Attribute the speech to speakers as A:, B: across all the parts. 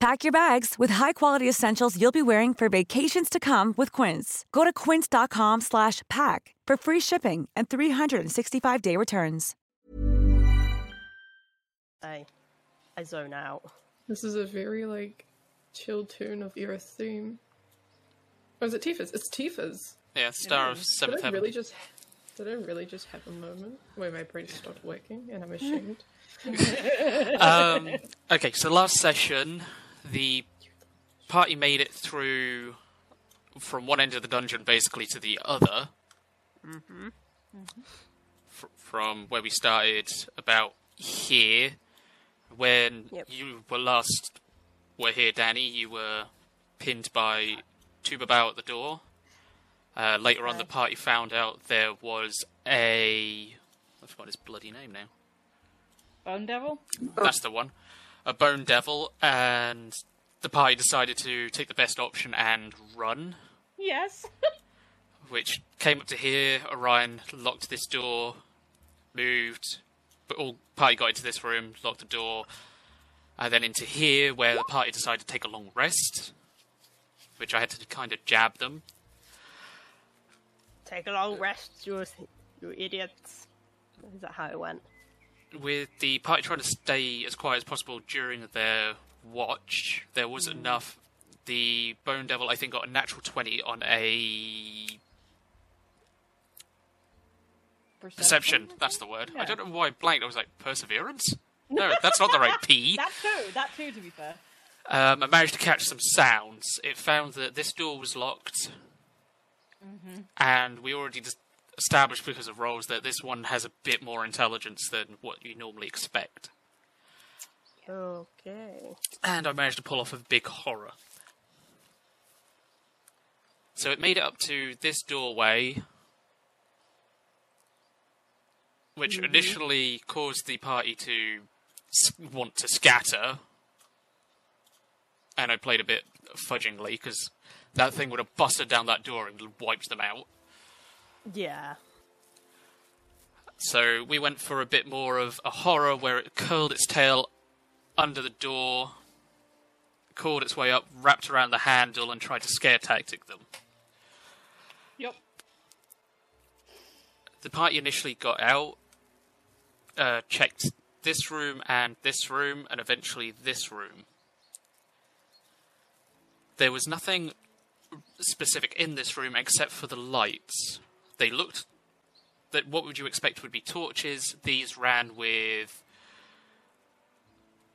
A: Pack your bags with high-quality essentials you'll be wearing for vacations to come with Quince. Go to quince.com/pack for free shipping and 365-day returns.
B: I, I zone out.
C: This is a very like chill tune of Earth theme. Or is it Tifa's? It's Tifa's.
D: Yeah, star of seventh
C: Did I
D: heaven.
C: really just did I really just have a moment where my brain stopped working and I'm ashamed?
D: um, okay, so last session, the party made it through from one end of the dungeon basically to the other. Mm-hmm. from where we started, about here, when
B: Yep.
D: you were last were here, Danny, you were pinned by Tubabao at the door. Uh, later on, the party found out there was a. I forgot his bloody name now.
E: Bone devil?
D: That's the one. A bone devil, and the party decided to take the best option and run,
E: Yes.
D: which came up to here. Orion locked this door, moved, but all party got into this room, locked the door, and then into here, where the party decided to take a long rest, which I had to kind of jab them.
B: Take a long rest, you, you idiots. Is that how it went?
D: with the party trying to stay as quiet as possible during their watch, there was enough. The Bone Devil, I think, got a natural 20 on a perception. That's the word. I don't know why I blanked. I was like, perseverance? No, that's not the right P.
E: That too. That too, to be fair.
D: Um, I managed to catch some sounds. It found that this door was locked,
E: Mm-hmm.
D: and we already dis- established because of rolls that this one has a bit more intelligence than what you normally expect.
B: Okay.
D: and I managed to pull off a big horror. So it made it up to this doorway, which initially caused the party to s- want to scatter. And I played a bit fudgingly because that thing would have busted down that door and wiped them out.
B: Yeah.
D: So we went for a bit more of a horror where it curled its tail under the door, clawed its way up, wrapped around the handle, and tried to scare tactic them.
E: Yep.
D: The party initially got out, uh, checked this room and this room, and eventually this room. There was nothing specific in this room except for the lights. They looked that what would you expect would be torches. These ran with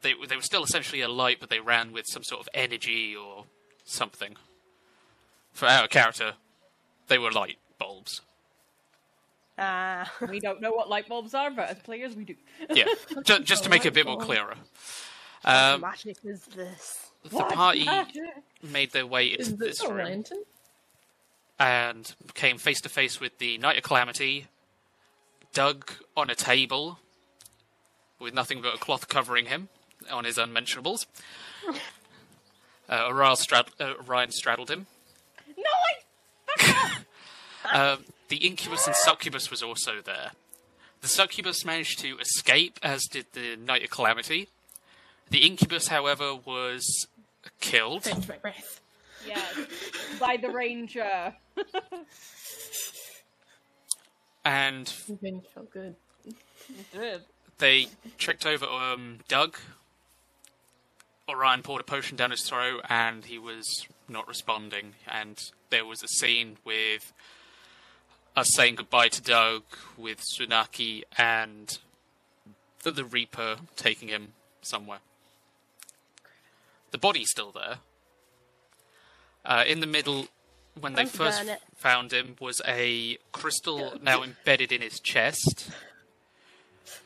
D: they they were still essentially a light, but they ran with some sort of energy or something. For our character, they were light bulbs.
B: Uh,
E: We don't know what light bulbs are, but as players, we do.
D: Yeah, just, just to make it a bit more clearer. Um,
B: magic is this?
D: the party made their way into
C: Is
D: this
C: this a
D: room
C: lantern?
D: and came face to face with the Knight of Calamity, dug on a table with nothing but a cloth covering him on his unmentionables. Uh, Orion, strad- uh, Orion straddled him.
E: No, I.
D: Um, the incubus and succubus was also there. The succubus managed to escape, as did the Knight of Calamity. The incubus, however, was killed.
C: Catch my breath.
E: Yes. By the ranger.
D: And
C: Revenge felt good.
D: they checked over um, Doug. Orion poured a potion down his throat, and he was not responding. And there was a scene with us saying goodbye to Doug with Tsunaki and the, the Reaper taking him somewhere. The body's still there. Uh, in the middle, when they
B: Don't
D: first
B: burn it.
D: found him, was a crystal now embedded in his chest.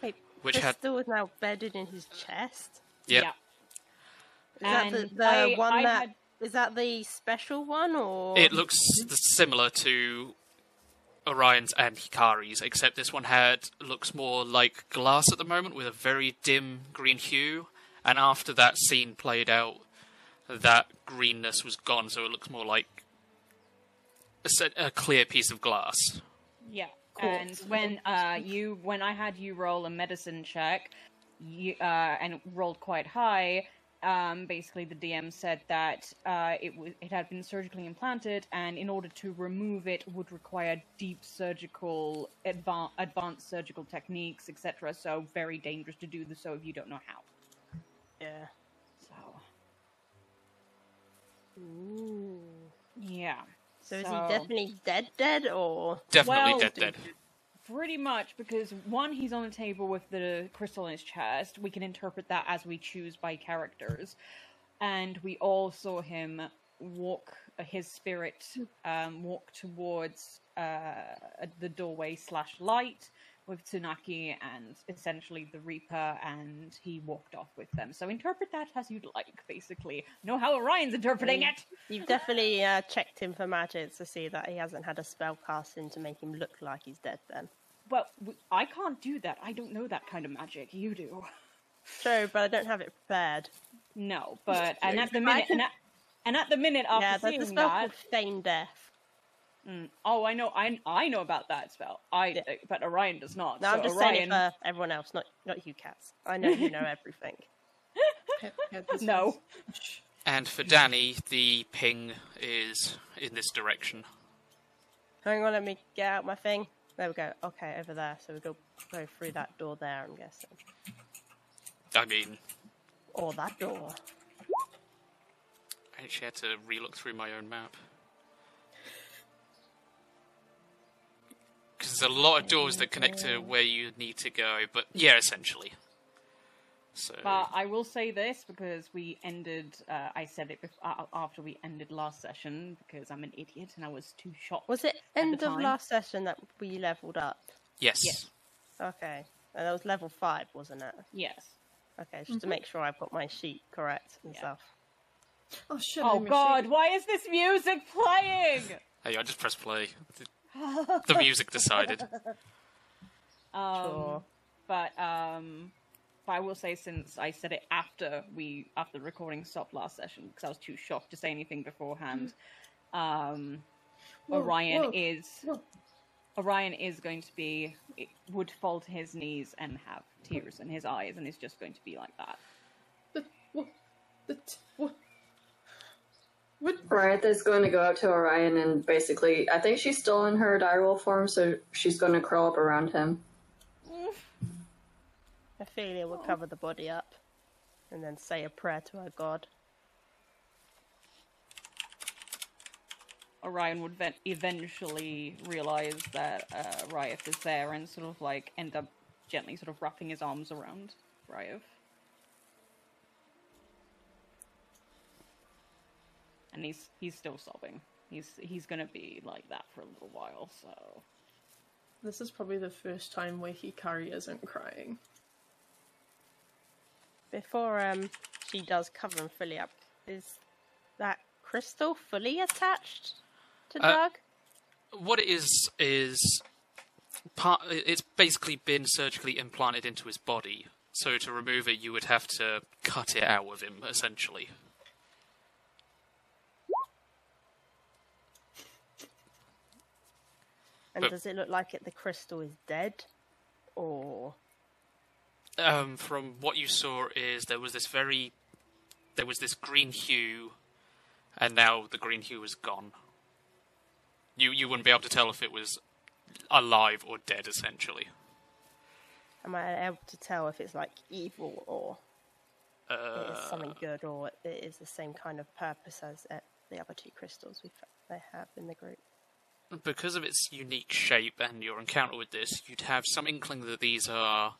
B: Wait,
D: Which had-
B: Crystal was now bedded in his chest.
D: Yep.
E: Yeah.
B: Is that the,
E: And
B: the
E: I-
B: one
E: I
B: that is
E: had-
B: that the special one or
D: It looks similar to Orion's and Hikari's, except this one had looks more like glass at the moment with a very dim green hue. And after that scene played out, that greenness was gone, so it looks more like a, set, a clear piece of glass.
E: Yeah.
C: Cool.
E: And when uh you when I had you roll a medicine check, you uh and it rolled quite high, um basically the DM said that uh it was it had been surgically implanted and in order to remove it would require deep surgical adva- advanced surgical techniques, etc. So very dangerous to do this so if you don't know how.
B: yeah.
E: So Yeah.
B: So is he definitely dead dead or
D: Definitely
E: Well,
D: dead, dead.
E: Pretty much, because one, he's on the table with the crystal in his chest. We can interpret that as we choose by characters. And we all saw him walk, uh, his spirit um, walk towards uh, the doorway slash light with Tsunaki and essentially the Reaper, and he walked off with them. So interpret that as you'd like, basically. Know how Orion's interpreting it!
B: You've definitely uh, checked him for magic to see that he hasn't had a spell cast in to make him look like he's dead then.
E: Well, w- I can't do that. I don't know that kind of magic. You do.
B: True, but I don't have it prepared.
E: No, but and at the minute,
B: can-
E: and, at, and at the minute after
B: yeah,
E: seeing
B: there's a spell
E: that,
B: called Feign Death.
E: oh, I know, I I know about that spell. I uh,
B: Yeah.
E: but Orion does not.
B: No,
E: so
B: I'm just
E: Orion,
B: saying it for everyone else, not not you cats. I know you know everything.
C: Pet- pet this
E: no.
D: And for Danny, the ping is in this direction.
B: Hang on, let me get out my thing. There we go. Okay, over there. So we go go through that door there, I'm guessing.
D: I mean,
B: Or that door.
D: I actually had to relook through my own map. Because there's a lot of doors that connect to where you need to go, but yeah, essentially. So,
E: But I will say this because we ended. Uh, I said it bef- uh, after we ended last session because I'm an idiot and I was too shocked.
B: Was it
E: at the
B: end of
E: time.
B: last session that we leveled up?
D: yes.
B: Okay. And that was level five, wasn't it?
E: Yes.
B: Okay, just to make sure I've got my sheet correct and stuff.
C: Oh shit! I
E: Oh
C: missed
E: God,
C: it.
E: why is this music playing?
D: Hey, I just pressed play. The- the music decided.
E: Um,
B: Sure.
E: but um but I will say since I said it after we after the recording stopped last session because I was too shocked to say anything beforehand. Um
C: Whoa,
E: Orion
C: whoa,
E: is
C: whoa.
E: Orion is going to be it would fall to his knees and have tears in his eyes and is just going to be like that.
C: The, what, the, t- what, what,
F: Riotha's going to go up to Orion and basically, I think she's still in her direwolf form, so she's going to curl up around him.
B: Ophelia will cover the body up and then say a prayer to her god.
E: Orion would ven- eventually realize that uh, Riot is there and sort of like end up gently sort of wrapping his arms around Riot. And he's he's still sobbing. He's he's gonna be like that for a little while. So
C: this is probably the first time where Hikari isn't crying.
B: Before um she does cover him fully up, is that crystal fully attached to
D: Uh,
B: Doug?
D: What it is is part. It's basically been surgically implanted into his body. So to remove it, you would have to cut it out of him, essentially.
B: And
D: but-
B: does it look like it the crystal is dead? Or
D: um, from what you saw is there was this very there was this green hue and now the green hue is gone you you wouldn't be able to tell if it was alive or dead essentially
B: am I able to tell if it's like evil or it
D: Uh,
B: is something good or uh, it is the same kind of purpose as uh, the other two crystals we fa- they have in the group?
D: because of its unique shape and your encounter with this, you'd have some inkling that these are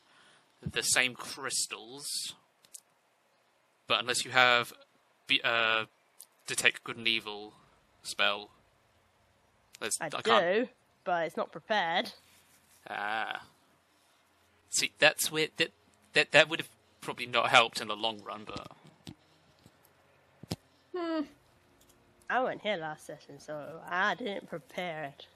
D: the same crystals. But unless you have be, uh, detect good and evil spell, there's,
B: I,
D: can't.
B: do, but it's not prepared.
D: Ah. See, that's where that that that would have probably not helped in the long run, but
E: Hmm.
B: I went here last session, so I didn't prepare it.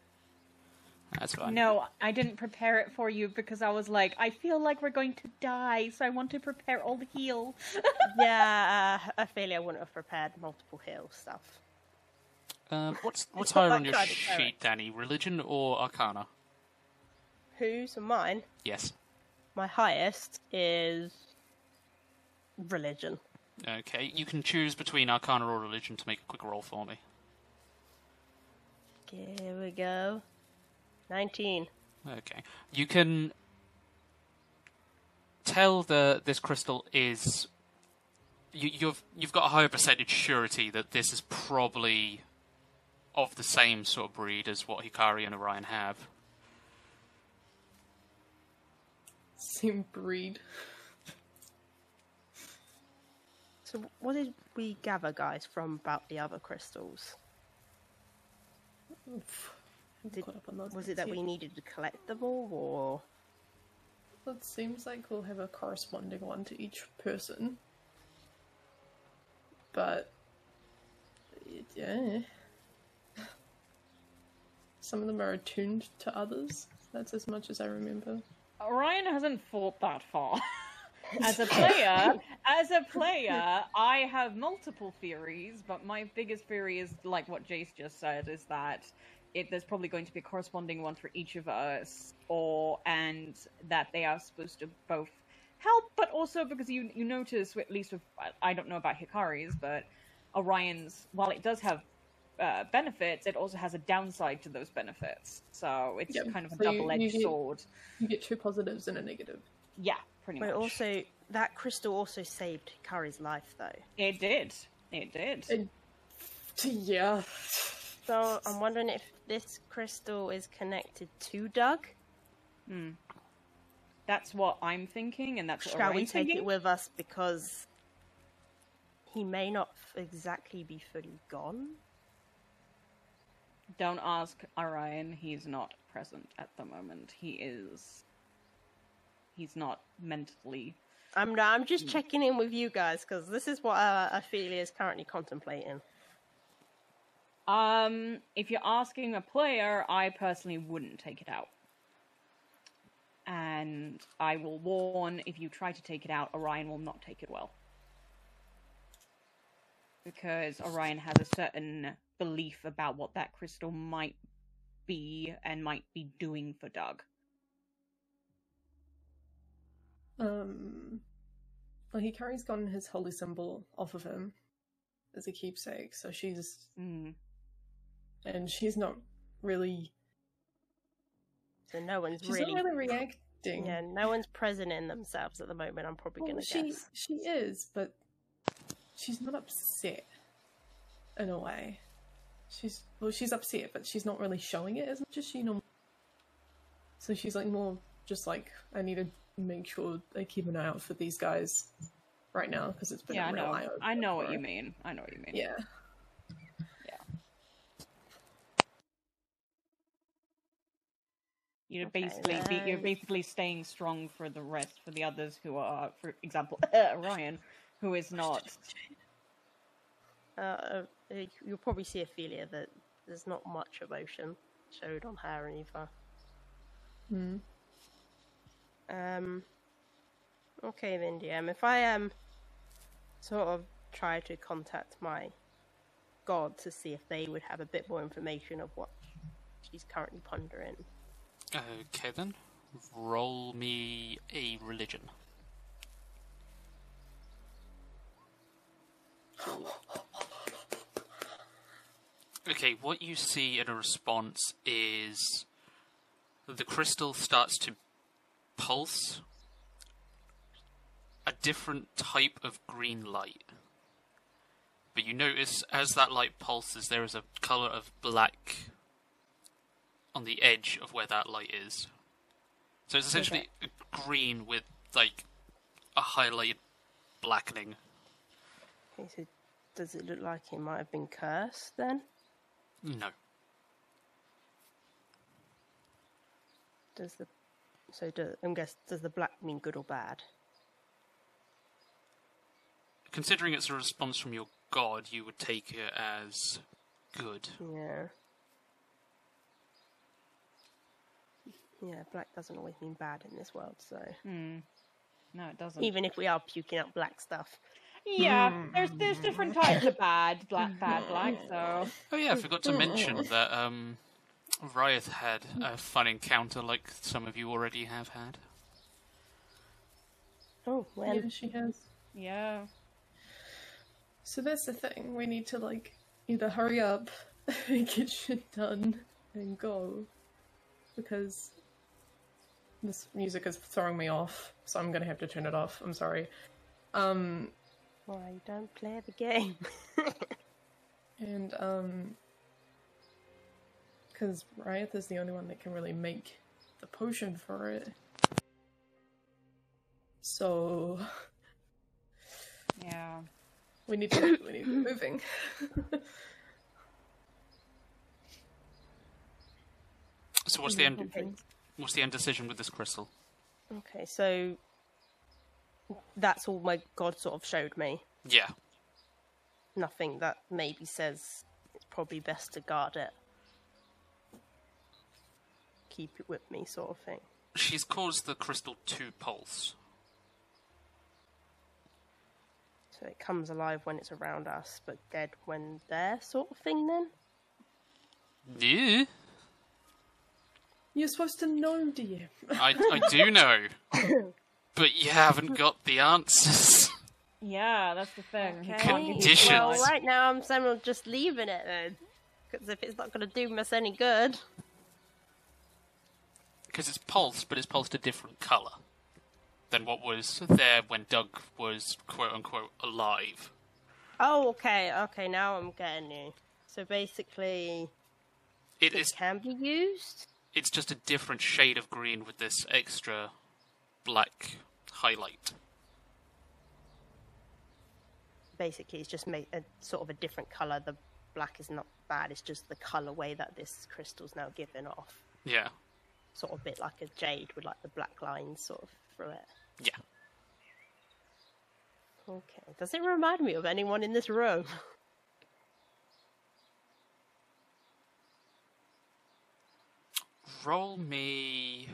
D: that's fine.
E: No, I didn't prepare it for you because I was like, I feel like we're going to die, so I want to prepare all the heal.
B: yeah, uh, Ophelia wouldn't have prepared multiple heal stuff.
D: Um, what's what's
B: not
D: higher
B: that
D: on your
B: kind of cleric.
D: sheet, Danny? Religion or Arcana?
B: Who's mine?
D: Yes.
B: My highest is religion.
D: Okay, you can choose between Arcana or Religion to make a quick roll for me.
B: Here we go. 19.
D: Okay. You can tell that this crystal is you, you've you've got a higher percentage surety that this is probably of the same sort of breed as what Hikari and Orion have.
C: Same breed.
B: So, what did we gather, guys, from about the other crystals? Did,
C: caught up on those
B: was
C: bits
B: it that
C: yet.
B: we needed to collect them all, or
C: Well, it seems like we'll have a corresponding one to each person. But. Yeah. Some of them are attuned to others. That's as much as I remember.
E: Orion hasn't fought that far. As a player, as a player, I have multiple theories, but my biggest theory is like what Jace just said is that it, there's probably going to be a corresponding one for each of us, or and that they are supposed to both help, but also because you you notice at least with I- I don't know about Hikari's, but Orion's while it does have uh, benefits, it also has a downside to those benefits. So it's
C: Yep.
E: kind of a
C: So you- you
E: double-edged
C: need-
E: sword.
C: You get two positives and a negative.
E: Yeah, pretty
B: But
E: much.
B: it also, that crystal also saved Kari's life, though.
E: it did. It did.
C: It- Yeah.
B: So I'm wondering if this crystal is connected to Doug.
E: Hmm. that's what I'm thinking, and that's what
B: Shall we
E: Orion's
B: take it
E: thinking.
B: with us because he may not f- exactly be fully gone?
E: Don't ask Orion. He's not present at the moment. He is. He's not mentally. Hmm.
B: I'm I'm just checking in with you guys because this is what uh, Ophelia is currently contemplating.
E: Um, if you're asking a player, I personally wouldn't take it out. And I will warn if you try to take it out, Orion will not take it well. Because Orion has a certain belief about what that crystal might be and might be doing for Doug.
C: Um, well, he carries gone his holy symbol off of him as a keepsake, so she's
E: Mm.
C: and she's not really
B: So no one's
C: she's
B: really,
C: not really reacting.
B: yeah, no one's present in themselves at the moment. I'm probably
C: Well,
B: gonna
C: she
B: guess.
C: she is, but she's not upset in a way. She's well, she's upset, but she's not really showing it as much as she normally. So she's like more just like I need to make sure I keep an eye out for these guys right now because it's been
E: Yeah,
C: a
E: I
C: real
E: know.
C: eye opener
E: I know what
C: for
E: you
C: her.
E: mean. I know what you mean.
C: Yeah.
E: You're
B: Okay,
E: basically be, you're
B: nice.
E: basically staying strong for the rest for the others who are, for example, Ryan, who is not.
B: Uh, uh, uh, you'll probably see Ophelia that there's not much emotion showed on her either.
C: Hmm.
B: Um. Okay then, DM. If I um sort of try to contact my god to see if they would have a bit more information of what she's currently pondering.
D: Okay then, Uh, roll me a religion. Okay, what you see in a response is the crystal starts to pulse a different type of green light. But you notice as that light pulses, there is a color of black on the edge of where that light is. So it's essentially green with like a highlighted blackening.
B: Okay, so does it look like it might have been cursed then?
D: No.
B: Does the so do, I'm guess does the black mean good or bad?
D: Considering it's a response from your god, you would take it as good.
B: Yeah. Yeah, black doesn't always mean bad in this world, so
E: Hmm. No, it doesn't.
B: even if we are puking up black stuff.
D: Hmm.
E: yeah, there's there's different types of bad, black, bad, black. So
D: Oh yeah, I forgot to mention that um, Riot had a fun encounter like some of you already have had.
B: Oh, well.
C: yeah, she has.
E: yeah,
C: So that's the thing. We need to like either hurry up and get shit done and go because this music is throwing me off. So I'm gonna have to turn it off. I'm sorry. Um,
B: Why you don't play the game?
C: and um, because Riot is the only one that can really make the potion for it. So
E: yeah.
C: we need to we need to be moving.
D: So what's the end? What's the end decision with this crystal?
B: okay, so that's all my god sort of showed me.
D: Yeah,
B: Nothing that maybe says it's probably best to guard it. Keep it with me, sort of thing.
D: she's caused the crystal to pulse.
B: So it comes alive when it's around us, but dead when there, sort of thing. Then
D: Yeah,
C: You're supposed to know, DM.
D: I I do know, but you haven't got the answers.
E: Yeah, Ah, that's the thing. You can't give me
D: Conditions.
B: Well,
E: advice.
B: right now I'm saying we're just leaving it then, because if it's not going to do us any good,
D: because it's pulsed, but it's pulsed a different color than what was there when Doug was quote unquote alive.
B: Oh, okay, okay, now I'm getting you. So basically,
D: It
B: it
D: is
B: can be used?
D: it's just a different shade of green with this extra black highlight.
B: Basically, it's just made a, sort of a different colour. The black is not bad, it's just the colourway that this crystal's now giving off.
D: Yeah,
B: Sort of bit like a jade with like the black lines sort of through it.
D: yeah.
B: Okay, does it remind me of anyone in this room?
D: Roll me.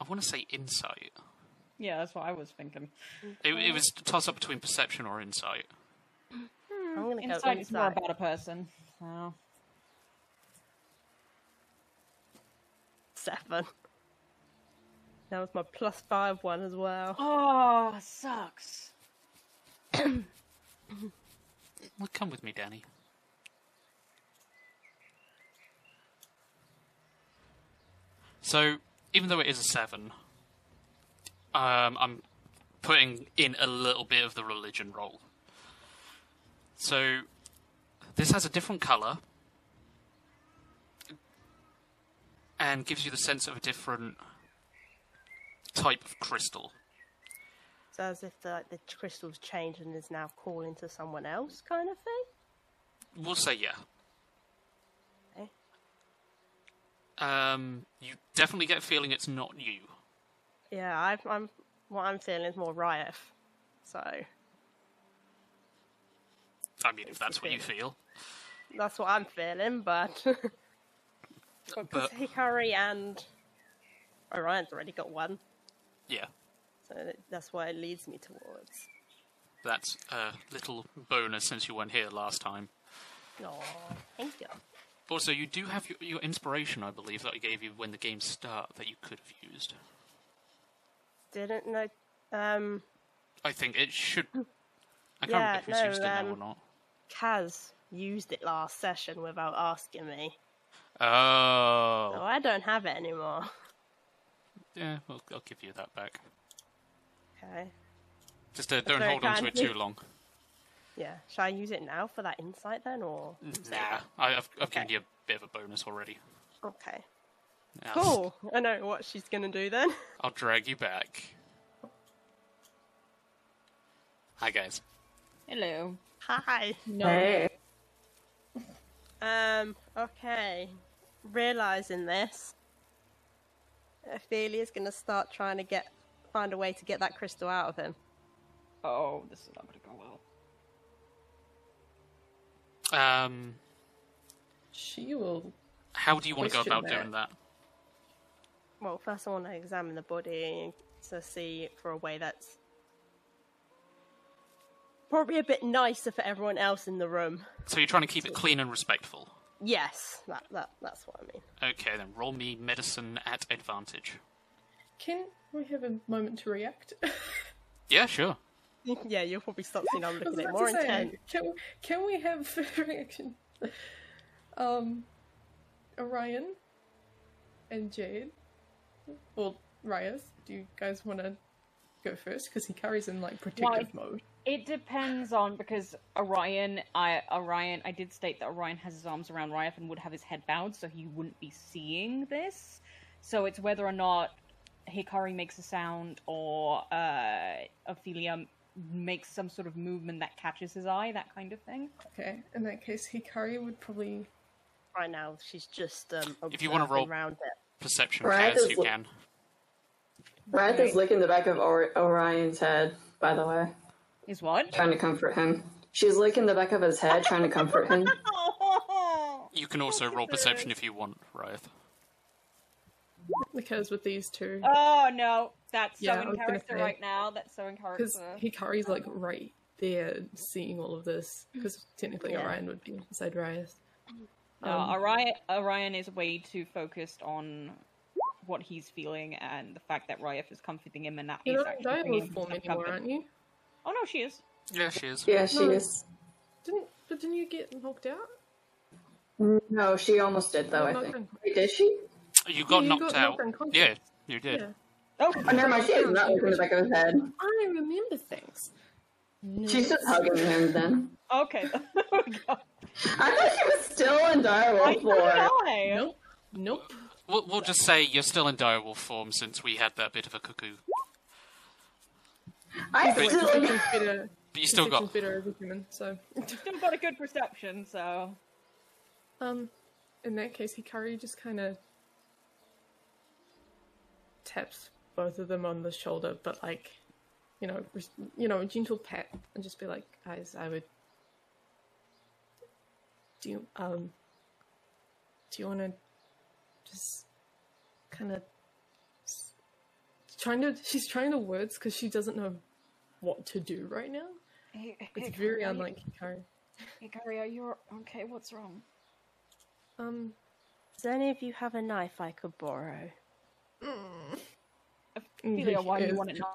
D: I want to say insight.
E: Yeah, that's what I was thinking.
D: It,
B: Mm-hmm.
D: it was a toss up between perception or insight.
B: I'm gonna go
E: Insight is more
B: inside.
E: about a person. Oh, So.
B: Seven. That was my plus five one as well.
E: Oh, sucks.
D: Well, come with me, Danny. So, even though it is a seven, um, I'm putting in a little bit of the religion roll. So, this has a different color and gives you the sense of a different type of crystal.
B: So as if the, like, the crystal's changed and is now calling to someone else, kind of thing?
D: We'll say yeah.
B: Okay.
D: Um, you definitely get a feeling it's not you.
B: Yeah, I've, I'm. What I'm feeling is more riot. So
D: I mean, if that's what you feel.
B: that's what I'm feeling. But
D: But
B: Hikari and Orion's already got one,
D: yeah,
B: so that- that's what it leads me towards.
D: that's a little bonus since you weren't here last time.
B: Oh, thank you.
D: Also, you do have your, your inspiration, I believe, that I gave you when the game start that you could have used.
B: Didn't know. Um,
D: I think it should. I can't
B: Yeah,
D: remember if it's
B: no,
D: used it now or
B: um,
D: not.
B: Kaz used it last session without asking me, so
D: Oh,
B: I don't have it anymore.
D: yeah. Well, I'll give you that back.
B: Okay.
D: Just uh, don't
B: very
D: hold on to
B: kind
D: it
B: of you.
D: too long.
B: Yeah. Shall I use it now for that insight then, or
D: Nah, I, I've, I've given you a bit of a bonus already.
B: okay?
D: Now,
B: Cool. I know what she's gonna do then.
D: I'll drag you back. Hi guys.
E: Hello.
B: Hi.
E: No.
F: Hey.
B: Um. Okay. Realizing this, Ophelia's gonna start trying to get find a way to get that crystal out of him.
E: Oh, this is not going to go well.
D: Um,
C: She will.
D: how do you want to go
C: Question
D: about
C: there.
D: doing that?
B: Well, first I want to examine the body to see for a way that's probably a bit nicer for everyone else in the room.
D: So you're trying to keep it clean and respectful.
B: Yes, that that that's what I mean.
D: Okay, then roll me medicine at advantage.
C: Can we have a moment to react?
D: Yeah, sure.
B: yeah, you'll probably start seeing I'm
C: I was
B: looking at
C: about
B: more
C: to say,
B: intent.
C: Can, we- can we have a reaction? Um, Orion and Jade, or Ryas, do you guys want to go first? Because he carries in like protective mode.
E: It depends on because Orion, I Orion, I did state that Orion has his arms around Ryaf and would have his head bowed, so he wouldn't be seeing this. So it's whether or not Hikari makes a sound or uh, Ophelia makes some sort of movement that catches his eye, that kind of thing.
C: Okay, in that case, Hikari would probably.
B: Right now, she's just um.
D: If you wanna
B: observing
D: roll-
B: around it,
D: Perception
F: Right,
D: as
F: there's
D: you
F: what-
D: can.
F: Rath is licking the back of Or- Orion's head, by the way,
E: Is what?
F: trying to comfort him. She's licking the back of his head, trying to comfort him.
D: You can also roll perception if you want, Ryth.
C: Because with these two,
E: Oh no, that's
C: Yeah, I
E: so in
C: was gonna
E: character
C: say.
E: right now. That's so in
C: because
E: character.
C: Hikari's like
E: Oh.
C: right there seeing all of this, because technically
B: Yeah.
C: Orion would be inside Um, Ryas.
E: Uh, Orion, Orion is way too focused on what he's feeling and the fact that Ryef is comforting him and that
C: You're
E: he's
C: not in
E: actually bringing
C: dialogue
E: him
C: form
E: some
C: anymore,
E: comfort.
C: aren't you?
E: Oh no, she is.
D: Yeah, she is.
F: Yeah, she is.
C: Didn't but didn't you get knocked out?
F: No, she almost did though. I
C: Not
F: think.
C: in-
F: Wait, did she?
D: You got
C: you
D: knocked
C: got
D: out.
C: knocked unconscious.
D: yeah, you did.
C: Yeah.
E: Oh,
F: Oh, never mind. She is not licking the back of his head.
C: I remember things.
F: She's just hugging him then.
E: okay. oh my god.
F: I thought she was still in direwolf
E: So did
F: form.
E: I.
C: Nope. Nope.
D: We'll, we'll just say you're still in direwolf form since we had that bit of a cuckoo.
F: I
D: Wait.
F: still.
C: Perception's better.
D: But you still got.
C: perception's better as a human. So,
E: Still got a good perception, so
C: um, in that case, Hikari just kind of taps both of them on the shoulder, but like, you know, res- you know, a gentle pat, and just be like, guys, I would. Do you um. Do you want to just kind of trying to? She's trying to words because she doesn't know what to do right now. It's very unlike Hikari.
E: Hikari, are you okay? What's wrong?
C: Um,
B: does any of you have a knife I could borrow?
E: Ophelia, why do you
C: is-
E: want it not?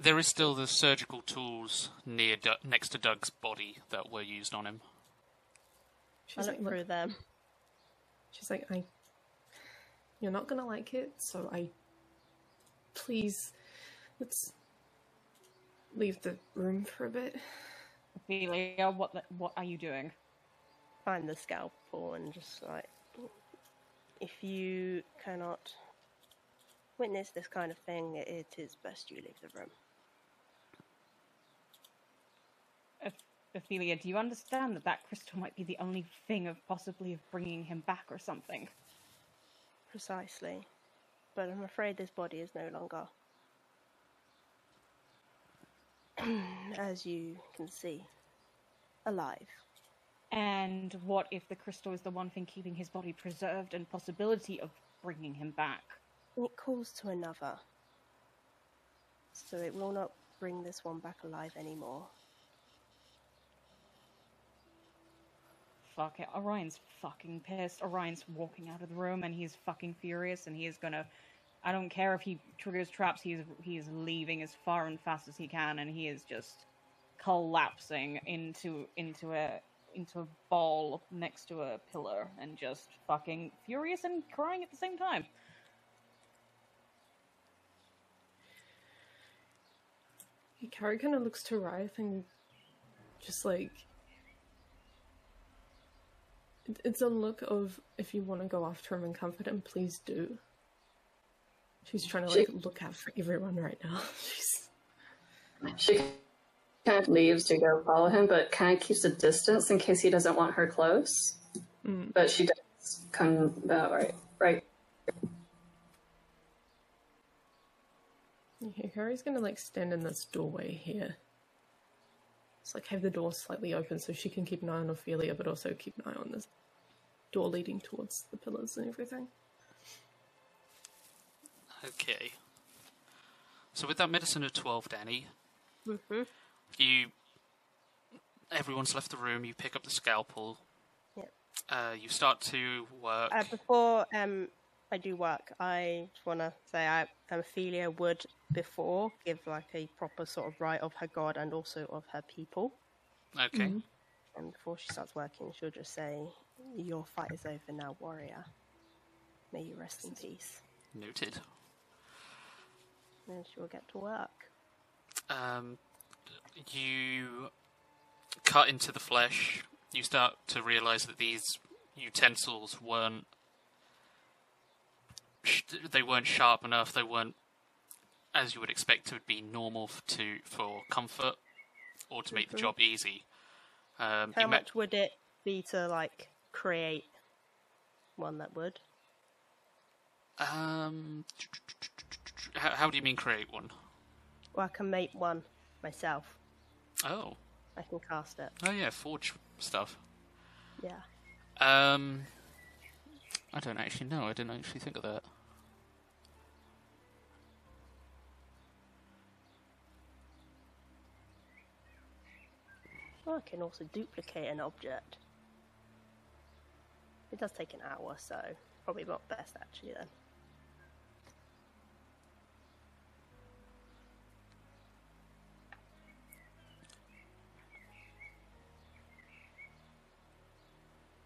D: There is still the surgical tools near Du- next to Doug's body that were used on him.
B: I
C: She's
B: look
C: like,
B: through
C: "Look,"
B: them.
C: she's like, I. You're not gonna like it, so I. Please, let's leave the room for a bit.
E: Ophelia, what the, what are you doing?
B: Find the scalpel and just like, if you cannot witness this kind of thing, it is best you leave the room.
E: Oph- Ophelia, do you understand that that crystal might be the only thing of possibly of bringing him back or something?
B: Precisely. But I'm afraid this body is no longer. As you can see, alive.
E: And what if the crystal is the one thing keeping his body preserved and possibility of bringing him back?
B: And it calls to another. So it will not bring this one back alive anymore.
E: Fuck it. Orion's fucking pissed. Orion's walking out of the room and he's fucking furious and he is gonna. I don't care if he triggers traps, he is, he is leaving as far and fast as he can and he is just collapsing into into a into a ball next to a pillar and just fucking furious and crying at the same time.
C: Hikari kind of looks to Ryth and just like it- it's a look of if you want to go after him and comfort him, please do. She's trying to
F: She-
C: like look out for everyone right now. She's
F: She kind of leaves to go follow him, but kind of keeps a distance in case he doesn't want her close.
C: mm.
F: But she does come uh, right, right.
C: Hikari's gonna like stand in this doorway here. It's like have the door slightly open so she can keep an eye on Ophelia, but also keep an eye on this door leading towards the pillars and everything.
D: Okay. So with that medicine of twelve, Danny,
B: Mm-hmm.
D: you everyone's left the room. You pick up the scalpel.
B: Yep.
D: Uh, you start to work.
B: Uh, before um, I do work, I just want to say I um, Ophelia would before give like a proper sort of right of her god and also of her people.
D: okay.
B: And before she starts working, she'll just say, "Your fight is over now, warrior. May you rest in peace."
D: Noted.
B: And then she'll get to work.
D: Um, you cut into the flesh. You start to realize that these utensils weren't sh- they weren't sharp enough. They weren't as you would expect would be normal f- to for comfort or to make the job easy. Um,
B: Mm-hmm. How
D: you ma-
B: much would it be to like create one that would?
D: um, how, how do you mean create one?
B: Well, I can make one myself.
D: Oh,
B: I can cast it.
D: oh yeah, forge stuff.
B: Yeah.
D: Um, I don't actually know. I didn't actually think of that.
B: Well, I can also duplicate an object. It does take an hour, so probably not best actually then.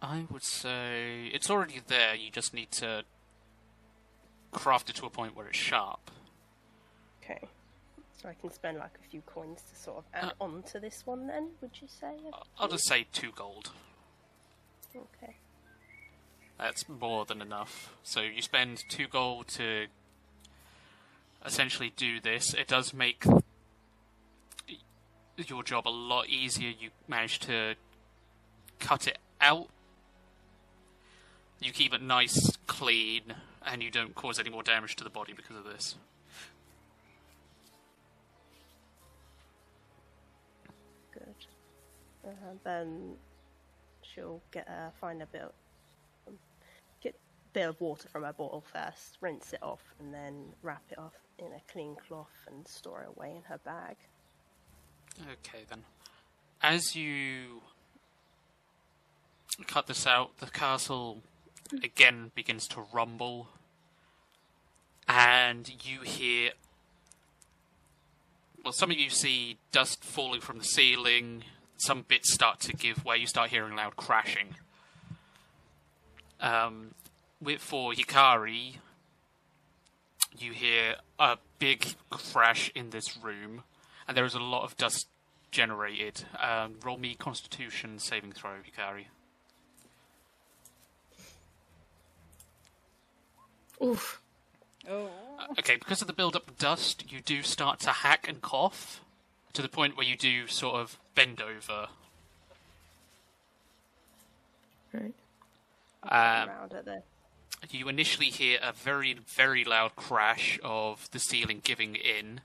D: I would say it's already there. You just need to craft it to a point where it's sharp.
B: Okay. So I can spend like a few coins to sort of add on to this one then, would you say?
D: Uh. I'll just say two gold.
B: Okay.
D: That's more than enough. So you spend two gold to essentially do this. It does make your job a lot easier. You manage to cut it out. You keep it nice, clean, and you don't cause any more damage to the body because of this.
B: Good. Uh, then she'll get uh, find a bit of, um, get a bit of water from her bottle first, rinse it off, and then wrap it off in a clean cloth and store it away in her bag.
D: Okay then. As you cut this out, the castle again begins to rumble, and you hear. Well, some of you see dust falling from the ceiling. Some bits start to give way. You start hearing loud crashing. Um, with for Hikari, you hear a big crash in this room, and there is a lot of dust generated. Um, roll me Constitution saving throw, Hikari.
C: Oof.
E: Oh.
D: Uh, Okay, because of the build-up of dust, you do start to hack and cough to the point where you do sort of bend over.
C: Right.
D: Um,
B: around at the
D: you initially hear a very, very loud crash of the ceiling giving in.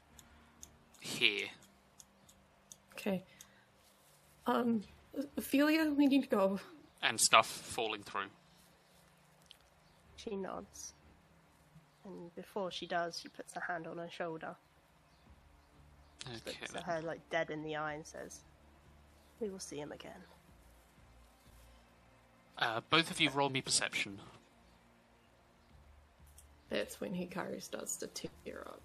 D: Here,
C: Okay. Um, Ophelia, we need to go.
D: and stuff falling through.
B: She nods. And before she does, she puts her hand on her shoulder,
D: Okay,
B: looks at
D: then.
B: her like dead in the eye, and says, We will see him again.
D: Uh, both of you roll me perception.
C: That's when Hikari starts to tear up.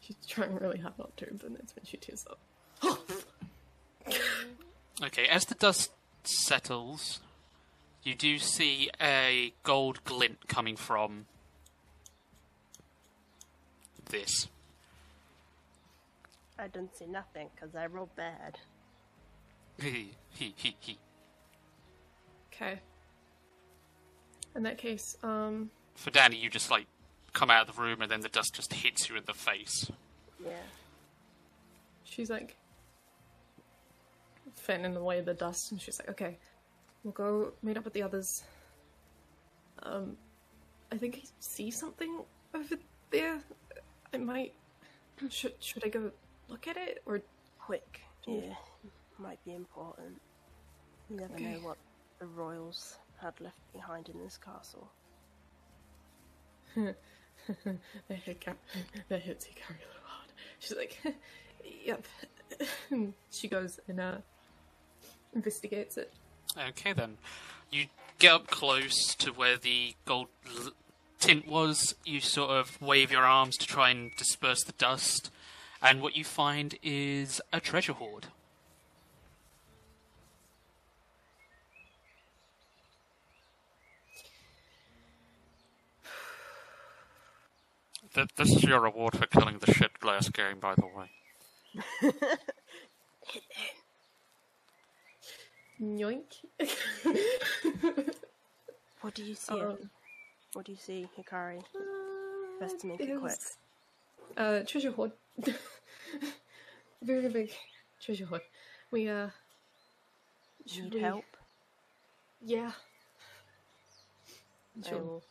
C: She's trying really hard not to, but that's when she tears up.
D: Okay, as the dust settles, you do see a gold glint coming from this.
B: I didn't see nothing because I rolled bad.
D: He, he, he, he.
C: Okay. In that case, um,
D: For Danny, you just like come out of the room and then the dust just hits you in the face.
B: Yeah.
C: she's like fend in the way of the dust, and she's like, "Okay, we'll go meet up with the others." Um, I think I see something over there. I might. Should should I go look at it or
B: Quick. Yeah. Might be important. You never
C: Okay.
B: know what the royals had left behind in this castle.
C: That hit, Car- that hit T. Carrie a little hard. She's like, yep. she goes and uh, investigates it.
D: Okay then. You get up close to where the gold l- tint was. You sort of wave your arms to try and disperse the dust. And what you find is a treasure hoard. Th- this is your reward for killing the shit glass game, by the way.
C: Yoink.
B: What do you see?
C: Um,
B: what do you see, Hikari? Best to make it
C: There's,
B: quick.
C: Uh, treasure hoard. Very big treasure hoard. We, uh,
B: Need
C: we-
B: help?
C: yeah.
B: I
C: Sure.
B: will-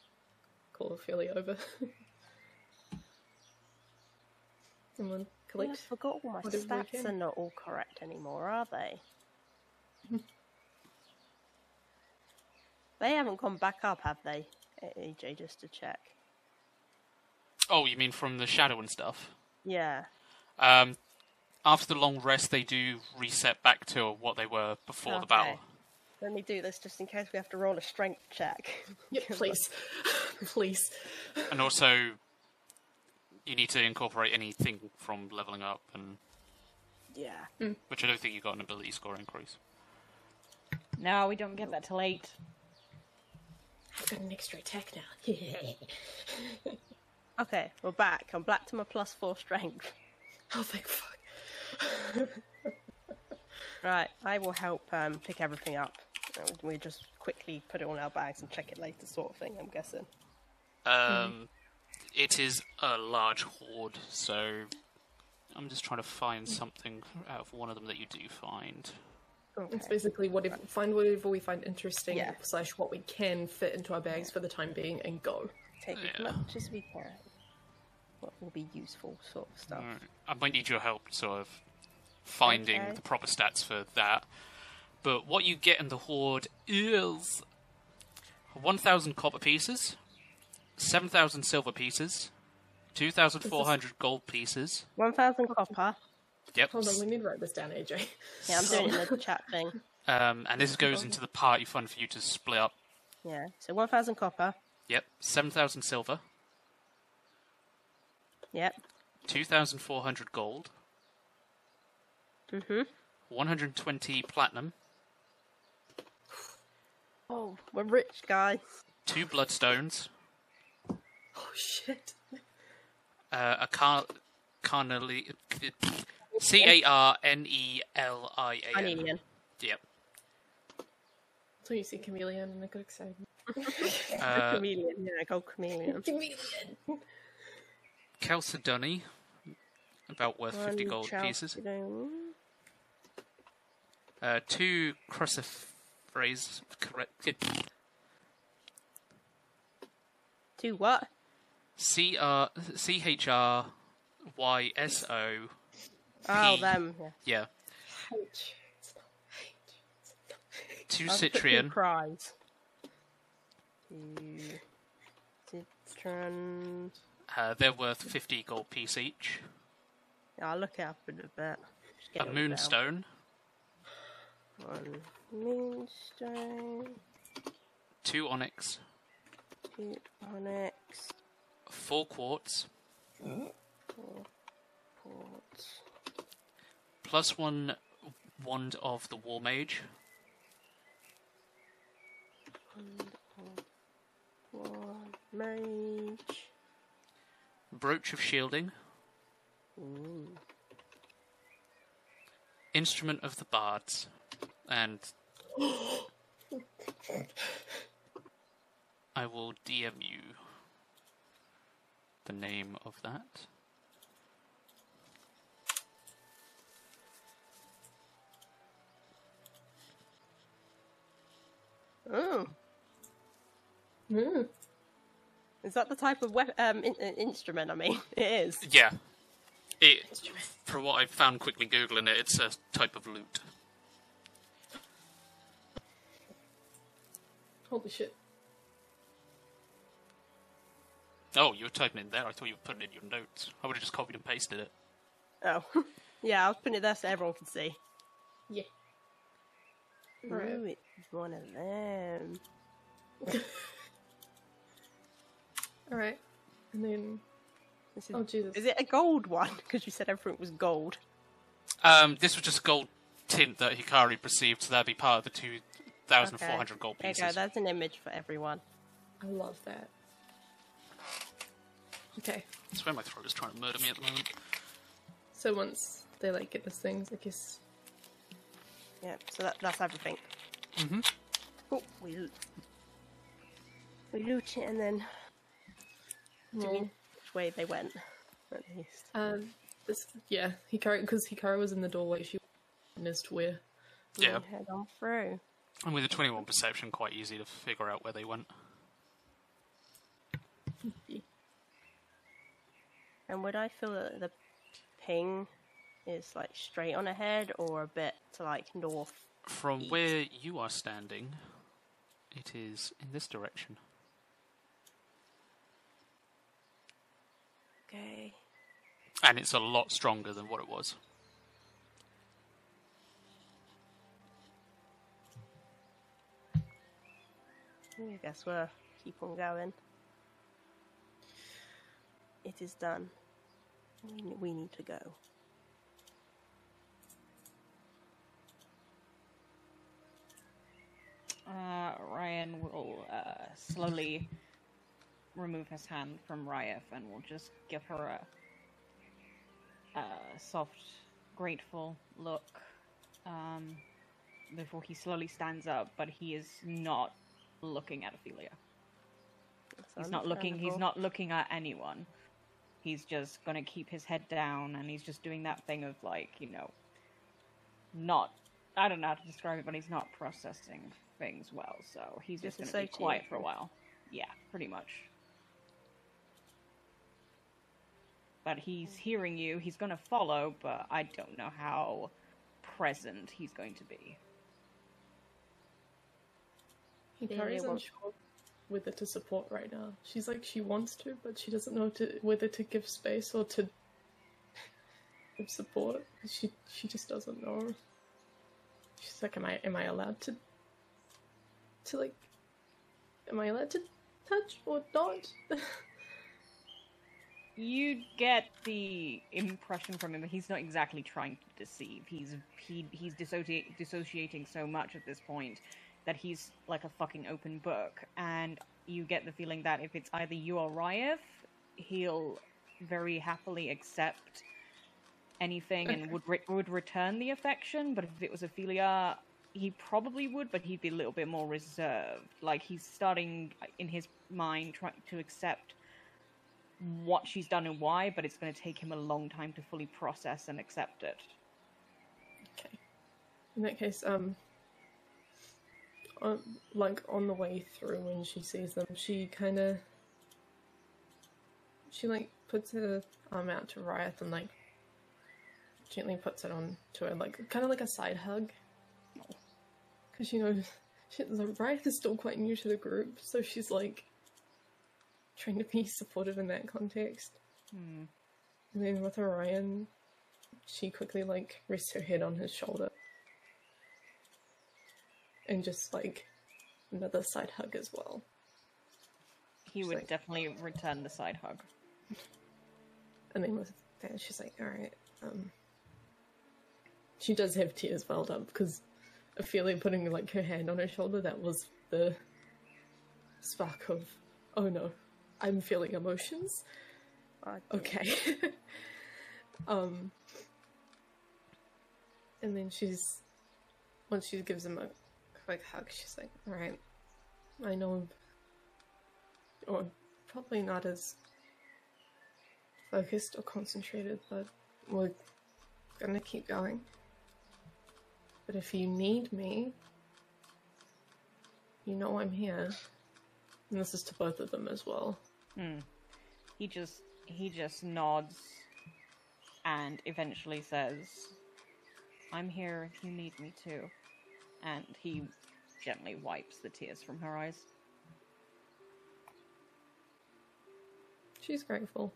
C: Call Ophelia over. Someone
B: I
C: collect.
B: forgot all my
C: What did we
B: stats
C: get?
B: are not all correct anymore, are they? they haven't gone back up, have they? AJ, just to check.
D: Oh, you mean from the shadow and stuff?
B: Yeah.
D: Um, after the long rest, they do reset back to what they were before the battle.
E: Okay.
B: Let me do this just in case we have to roll a strength check.
C: Yeah, please. please.
D: And also, you need to incorporate anything from leveling up, and
B: yeah.
D: which I don't think you got an ability score increase.
E: No, we don't get that till eight.
C: I've got an extra attack now.
B: Okay, we're back. I'm back to my plus four strength.
C: oh, thank fuck.
B: Right, I will help um, pick everything up. And we just quickly put it all in our bags and check it later, sort of thing, I'm guessing.
D: Um, It is a large hoard, so I'm just trying to find something out of one of them that you do find.
C: It's basically whatever, find whatever we find interesting
B: Yeah.
C: slash what we can fit into our bags for the time being and go.
B: Take as
D: Yeah.
B: much as we can. What will be useful, sort of stuff.
D: Alright, I might need your help, sort of finding
B: Okay.
D: the proper stats for that. But what you get in the hoard is 1,000 copper pieces, 7,000 silver pieces, 2,400 gold pieces.
B: 1,000 copper.
D: Yep.
C: Hold on, we need to write this down, AJ.
B: Yeah, I'm doing it in the chat thing.
D: Um, and this goes into the party fund for you to split up.
B: Yeah, so 1,000 copper.
D: Yep. 7,000 silver,
B: Yep.
D: 2,400 gold,
B: Mhm.
D: 120 platinum,
B: Oh, we're rich, guys.
D: two bloodstones,
C: oh shit.
D: uh, a car- carnally. C A R N E L I A
B: I
D: N.
B: need Ian.
D: Yep.
C: So you see chameleon and I got excited.
D: Uh,
B: chameleon, yeah, gold chameleon.
C: Chameleon.
D: Chalcedony, about worth 50
B: One
D: gold
B: child
D: pieces.
B: stone.
D: Uh, two crucifrays. Correct.
B: Two what?
D: C R C H R Y S O.
B: Oh,
D: P.
B: them. Yeah.
D: Yeah.
C: Ouch. It's not right.
D: Two
B: I'll put two
D: Citrian.
B: Cries. Two Citron.
D: Uh, they're worth 50 gold piece each.
B: I'll look it up in a bit. Just get
D: A
B: it all
D: moonstone.
B: down. One moonstone.
D: Two onyx.
B: Two onyx.
D: Four quartz.
B: Mm. Quartz.
D: Plus one wand of the war mage.
B: One mage.
D: Brooch of shielding. Instrument of the bards. and I will DM you the name of that.
B: Oh. Is that the type of we- um, in- uh, instrument? I mean, it is.
D: Yeah, it. For what I found quickly googling it, it's a type of lute.
C: Holy shit.
D: Oh, you were typing in there. I thought you were putting in your notes. I would have just copied and pasted it.
B: Oh, yeah. I was putting it there so everyone could see.
C: Yeah.
B: Ooh, it's one of them.
C: Alright. And then.
B: This is,
C: Oh, Jesus.
B: Is it a gold one? Because you said everything was gold.
D: Um, this was just gold tint that Hikari perceived, so that'd be part of the two thousand
B: Okay.
D: four hundred gold
B: There you
D: pieces.
B: go. That's an image for everyone.
C: I love that. Okay.
D: That's where my throat is trying to murder me at the moment.
C: So once they like get this thing, I guess.
B: Yeah. So that, that's everything. Mm-hmm. Cool. We loot. We loot it and then do we
C: Well,
B: know which way they went? At least.
C: um, this yeah, Hikaru because Hikaru was in the doorway. She missed where.
D: Yeah,
B: We head on through.
D: and with a twenty-one perception, quite easy to figure out where they went.
B: And would I feel that the ping is like straight on ahead or a bit to like north?
D: From where you are standing, it is in this direction.
B: Okay.
D: And it's a lot stronger than what it was.
B: I guess we'll keep on going. It is done. We, ne- we need to go.
E: Uh, Ryan will uh, slowly remove his hand from Ryef and will just give her a, a soft, grateful look um, before he slowly stands up, but he is not looking at Ophelia.
B: That's
E: He's not looking. He's
B: understandable.
E: not looking at anyone. He's just gonna keep his head down, and he's just doing that thing of like, you know, not. I don't know how to describe it, but he's not processing things well, so he's just gonna be quiet for a
B: Disassociation.
E: while. Yeah, pretty much. But he's hearing you. He's gonna follow, but I don't know how present he's going to be.
B: Yeah,
C: Hikari's
B: yeah, well-
C: unsure whether to support right now. She's like she wants to, but she doesn't know to, whether to give space or to give support. She she just doesn't know. She's like, am I am I allowed to to like am I allowed to touch or not?
E: You get the impression from him that he's not exactly trying to deceive. He's he, he's dissociate, dissociating so much at this point that he's like a fucking open book, and you get the feeling that if it's either you or Ryef, he'll very happily accept anything and would re- would return the affection. But if it was Ophelia, he probably would, but he'd be a little bit more reserved. Like he's starting in his mind trying to accept what she's done and why, but it's going to take him a long time to fully process and accept it.
C: Okay. In that case, um, on, like on the way through when she sees them, she kind of, she like puts her arm out to Riot and like gently puts it on to her, like kind of like a side hug, because you know, she, Riot is still quite new to the group, so she's like trying to be supportive in that context. And then with Orion, she quickly like rests her head on his shoulder and just like another side hug as well.
E: He would
C: like-
E: definitely return the side hug.
C: And then with that, she's like, "All right." Um, she does have tears welled up because Ophelia putting like her hand on her shoulder that was the spark of, "Oh no, I'm feeling emotions."
B: I-
C: Okay. um. And then she's Once she gives him a quick hug, she's like, "All right, I know, or probably not as focused or concentrated, but we're gonna keep going. But if you need me, you know I'm here." And this is to both of them as well.
E: He just he just nods and eventually says, "I'm here if you need me to." And he gently wipes the tears from her eyes.
C: She's grateful.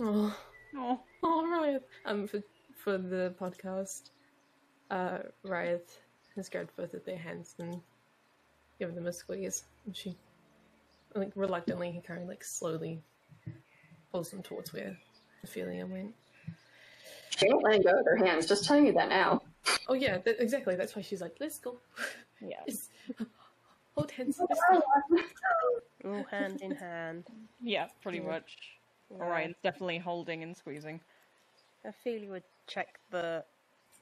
C: Oh,
E: Oh,
C: oh Riot. Um, for, for the podcast, uh, Riot has grabbed both of their hands and given them a squeeze. And she, like, reluctantly, he kind of, like, slowly pulls them towards where Ophelia went.
F: She ain't letting go of her hands. Just telling you that now.
C: Oh, yeah, that, exactly. That's why she's like, let's go.
E: yeah.
C: It's- Hold hands. let's go."
F: She's
B: All hand in hand.
E: Yeah, pretty much. All right, it's definitely holding and squeezing.
B: Ophelia would check the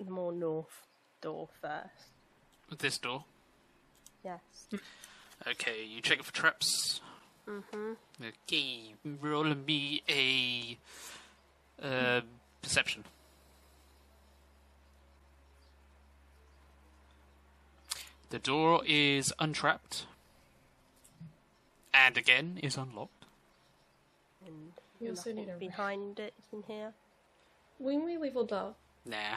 B: more north door first.
D: This door.
B: Yes.
D: Okay, you check for traps. Mm-hmm. Okay, roll me a uh, perception. The door is untrapped, and again is unlocked.
B: And
C: We also
B: nothing
C: need a-
B: behind it in here.
C: When we leveled up,
D: Nah,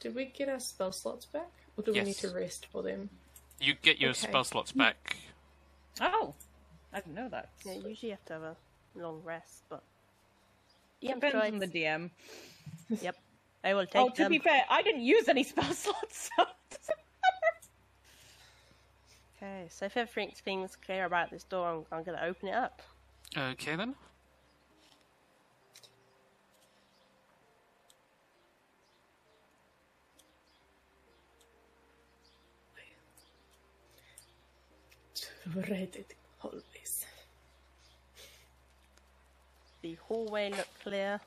C: did we get our spell slots back? Or do we need
D: Yes.
C: to rest for them?
D: you get your
C: Okay.
D: spell slots back.
E: Oh, I didn't know that.
B: Yeah, you usually have to have a long rest, but yep,
E: Depends
B: right.
E: on the DM.
B: yep. I will take
E: Oh, to
B: them.
E: be fair, I didn't use any spell slots. So it doesn't matter.
B: Okay, so if everything's things clear about this door, I'm, I'm going to open it up.
D: Okay then.
C: Reddit always.
B: The hallway look clear.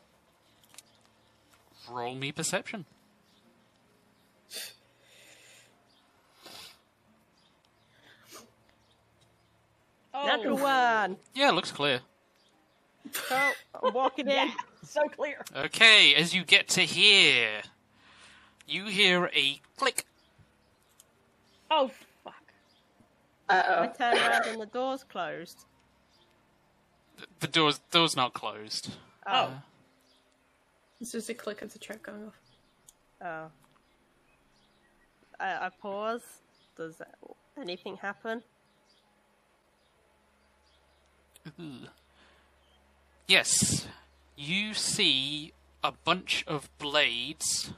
D: Roll me perception.
B: Natural
E: Oh,
B: one.
D: Yeah, looks clear.
B: Oh, I'm walking in.
E: so clear.
D: Okay, as you get to here, you hear a click.
E: Oh fuck.
B: I
F: Uh oh.
B: turn around and the door's closed.
D: The door's door's not closed.
E: Oh,
C: It's just a click of the trap going off.
B: Oh. I, I pause. Does that, anything happen?
D: Yes, you see a bunch of blades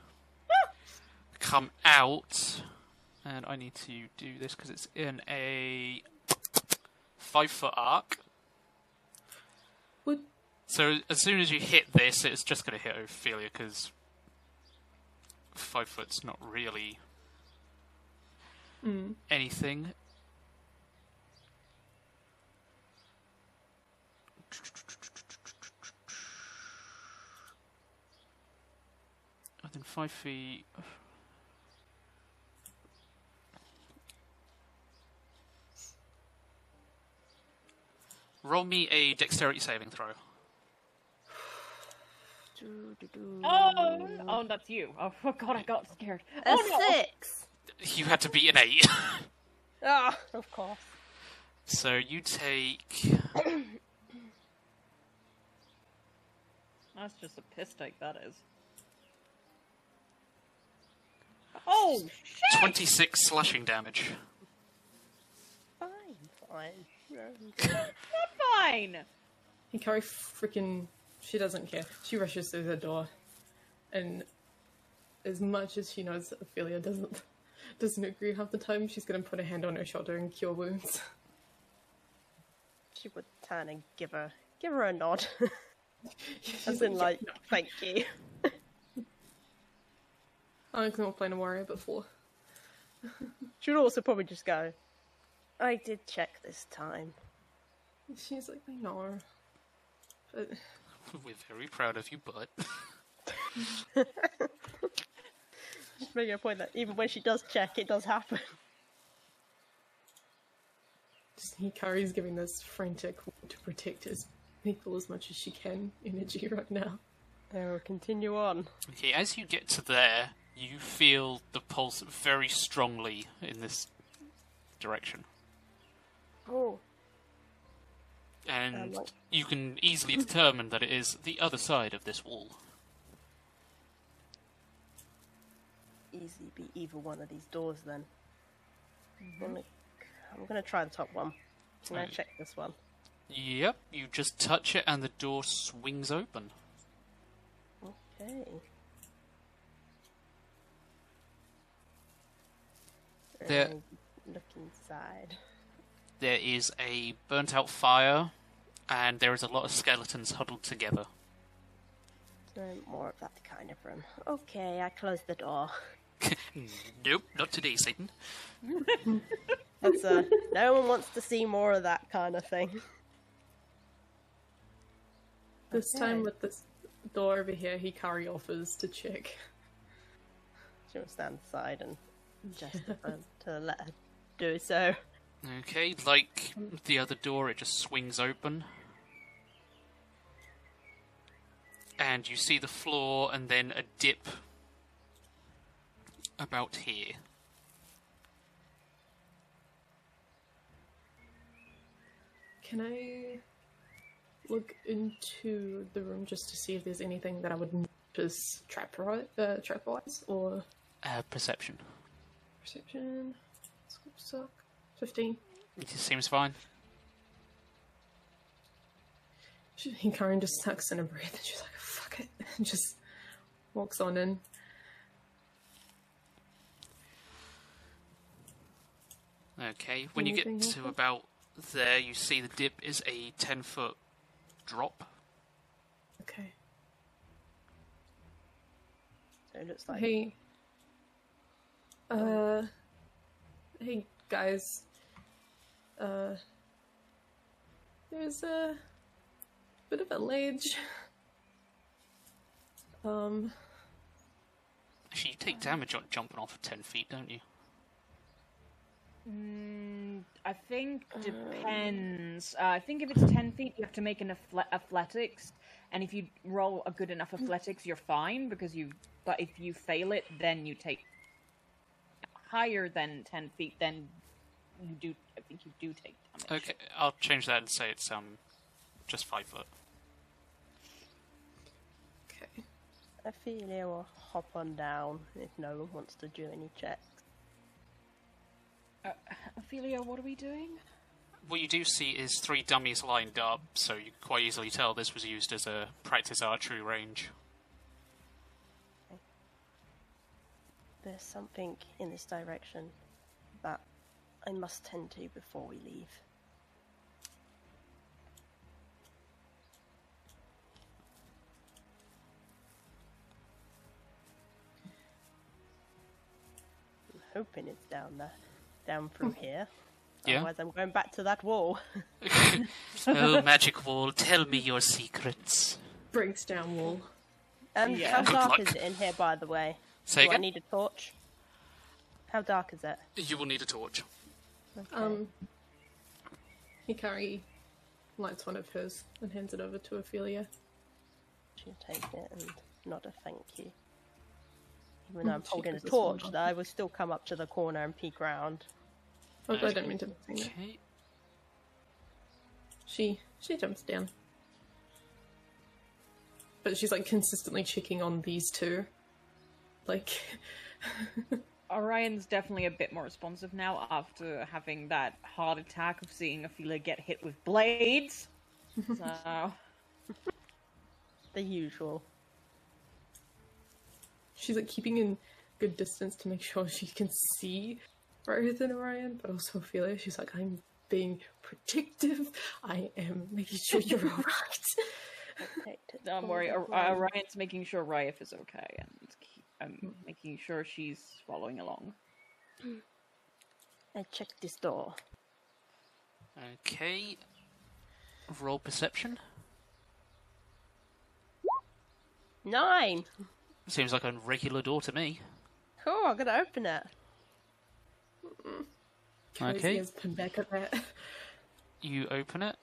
D: come out, and I need to do this because it's in a five foot arc.
C: Would
D: So as soon as you hit this, it's just going to hit Ophelia because five foot's not really
E: Mm.
D: anything. And then five feet. Roll me a dexterity saving throw.
E: oh, oh, that's you. Oh god, I got scared.
B: A
E: oh no.
B: six.
D: You had to beat an eight.
B: Ah, of course.
D: so you take.
E: That's just a piss take. That is. Oh shit!
D: 26 slashing damage.
B: Fine, fine.
E: Fine.
C: Hikari freaking. She doesn't care. She rushes through the door. And as much as she knows that Ophelia doesn't doesn't agree half the time, she's going to put a hand on her shoulder and cure wounds.
B: She would turn and give her give her a nod, as
C: she's
B: in like, thank you.
C: I'm not playing a warrior before.
B: She would also probably just go. I did check this time.
C: She's like, I know. But
D: We're very proud of you, but.
B: Just making a point that even when she does check, it does happen.
C: Just Hikari's giving this frantic to protect his people as much as she can energy right now.
B: So continue on.
D: Okay, as you get to there, you feel the pulse very strongly in this direction.
B: Oh,
D: And
B: Um, like-
D: you can easily determine that it is the other side of this wall.
B: easily be either one of these doors then. I'm, gonna, I'm gonna try the top one. I'm gonna
D: Right.
B: check this one.
D: Yep, you just touch it and the door swings open.
B: Okay.
D: There-
B: Um, Look inside.
D: There is a burnt out fire, and there is a lot of skeletons huddled together.
B: Don't more of that kind of room. Okay, I closed the door.
D: Hmm. Nope, not today, Satan.
B: That's uh, no one wants to see more of that kind of thing.
C: This time with this door over here, Hikari offers to check.
B: She will stand aside and gesture to let her do so.
D: Okay, like the other door, it just swings open. And you see the floor and then a dip about here.
C: Can I look into the room just to see if there's anything that I would notice trap ri- uh, trap wise or
D: Uh, perception.
C: perception? Scoop suck. Fifteen.
D: It just seems fine.
C: She, Hikarin just sucks in a breath and she's like, "Fuck it," and just walks on in.
D: Okay, when you get
C: Anything
D: to
C: happen?
D: about there, you see the dip is a 10 foot drop.
C: Okay.
B: So it looks like
C: Hey. Uh. Hey guys. Uh. There's a bit of a ledge. Um.
D: Actually, you take damage on jumping off of 10 feet, don't you?
E: Mm, I think
B: Um,
E: depends. Uh, I think if it's ten feet, you have to make an athle- athletics, and if you roll a good enough
B: Mm.
E: athletics, you're fine because you. But if you fail it, then you take higher than ten feet. Then you do. I think you do take damage.
D: Okay, I'll change that and say it's um just 5 foot.
C: Okay.
B: Ophelia will hop on down if no one wants to do any checks.
E: Uh, Ophelia, what are we doing?
D: What you do see is three dummies lined up, so you can quite easily tell this was used as a practice archery range.
B: There's something in this direction that I must tend to before we leave. I'm hoping it's down there, down from here.
D: Hmm. Yeah?
B: Otherwise, I'm going back to that wall.
D: oh, magic wall, tell me your secrets.
C: Breaks down wall.
B: And
E: Yeah.
B: how
D: Good
B: dark
D: luck.
B: is it in here, by the way?
D: Say
B: Do I
D: again?
B: need a torch? How dark is it?
D: You will need a torch.
C: Um. Hikari lights one of hers and hands it over to Ophelia.
B: She'll take it and nod a thank you. Even though I'm
C: she
B: holding a
C: gives us one
B: torch,
C: nod.
B: though, I will still come up to the corner and peek round.
C: Oh, I don't mean to say that.
D: Okay.
C: She she jumps down. But she's like consistently checking on these two. Like
E: Orion's definitely a bit more responsive now after having that heart attack of seeing Ophelia get hit with blades. So.
B: The usual.
C: she's like keeping in good distance to make sure she can see rather than Orion, but also Ophelia. She's like, I'm being protective. I am making sure you're alright.
B: Protect it
E: Don't
B: from
E: worry,
B: the
E: Or-
B: blind.
E: Orion's uh, making sure Riot is okay and keep,
B: Hmm.
E: um, making sure she's following along.
B: I check this door.
D: Okay. Roll perception.
B: Nine!
D: Seems like a regular door to me.
B: Cool, I'm gonna open it.
D: Okay.
C: Has pinned back at that.
D: You open it.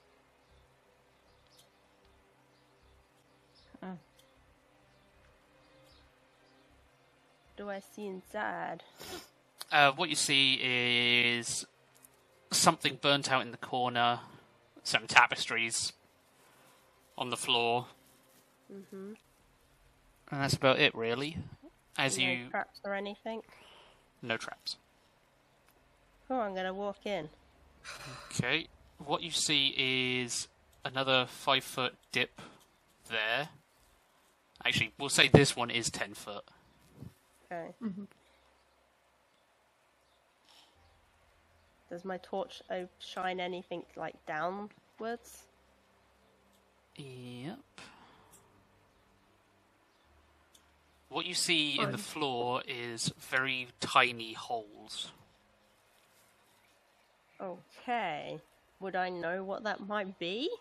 B: Do I see inside?
D: Uh, what you see is something burnt out in the corner, some tapestries on the floor. Mm-hmm. And that's about it, really. As
B: no
D: you.
B: traps or anything?
D: No traps.
B: Cool, I'm gonna walk in.
D: Okay. What you see is another five foot dip there. Actually, we'll say this one is ten foot.
B: Okay.
C: Mm-hmm.
B: Does my torch uh, shine anything like downwards?
D: Yep. What you see in the floor is very tiny holes.
B: Okay. Would I know what that might be?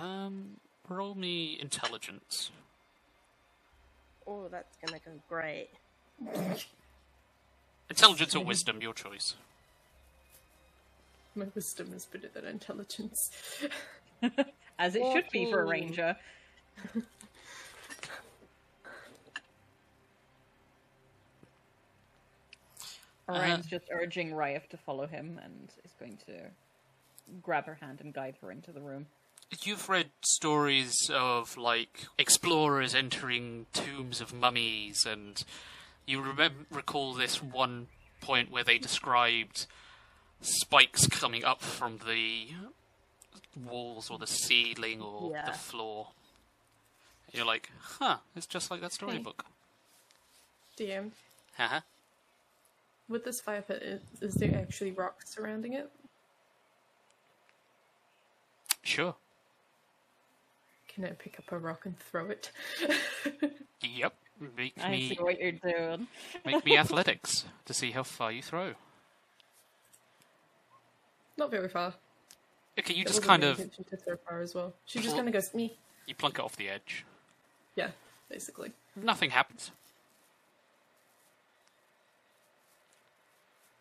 D: Um, roll me intelligence.
B: Oh, that's gonna go great.
D: Intelligence or wisdom, your choice.
C: My wisdom is better than intelligence.
E: As it should be for a
B: Walking.
E: ranger. Ryan's just urging Ryef to follow him and is going to grab her hand and guide her into the room.
D: You've read stories of like explorers entering tombs of mummies, and you remember recall this one point where they described spikes coming up from the walls or the ceiling or
B: Yeah.
D: the floor. You're like, huh? It's just like that storybook. Uh-huh.
C: DM,
D: Haha.
C: with this fire pit, i- is there actually rocks surrounding it?
D: Sure.
C: Can I pick up a rock and throw it?
D: Yep. Make
E: I see
D: me
E: what you're doing.
D: make me athletics to see how far you throw.
C: Not very far.
D: Okay, you
C: That
D: just
C: wasn't
D: kind
C: my
D: of
C: intention to throw far as well. She just
D: Pl-
C: kind of goes me.
D: you plunk it off the edge.
C: Yeah, basically.
D: Nothing happens.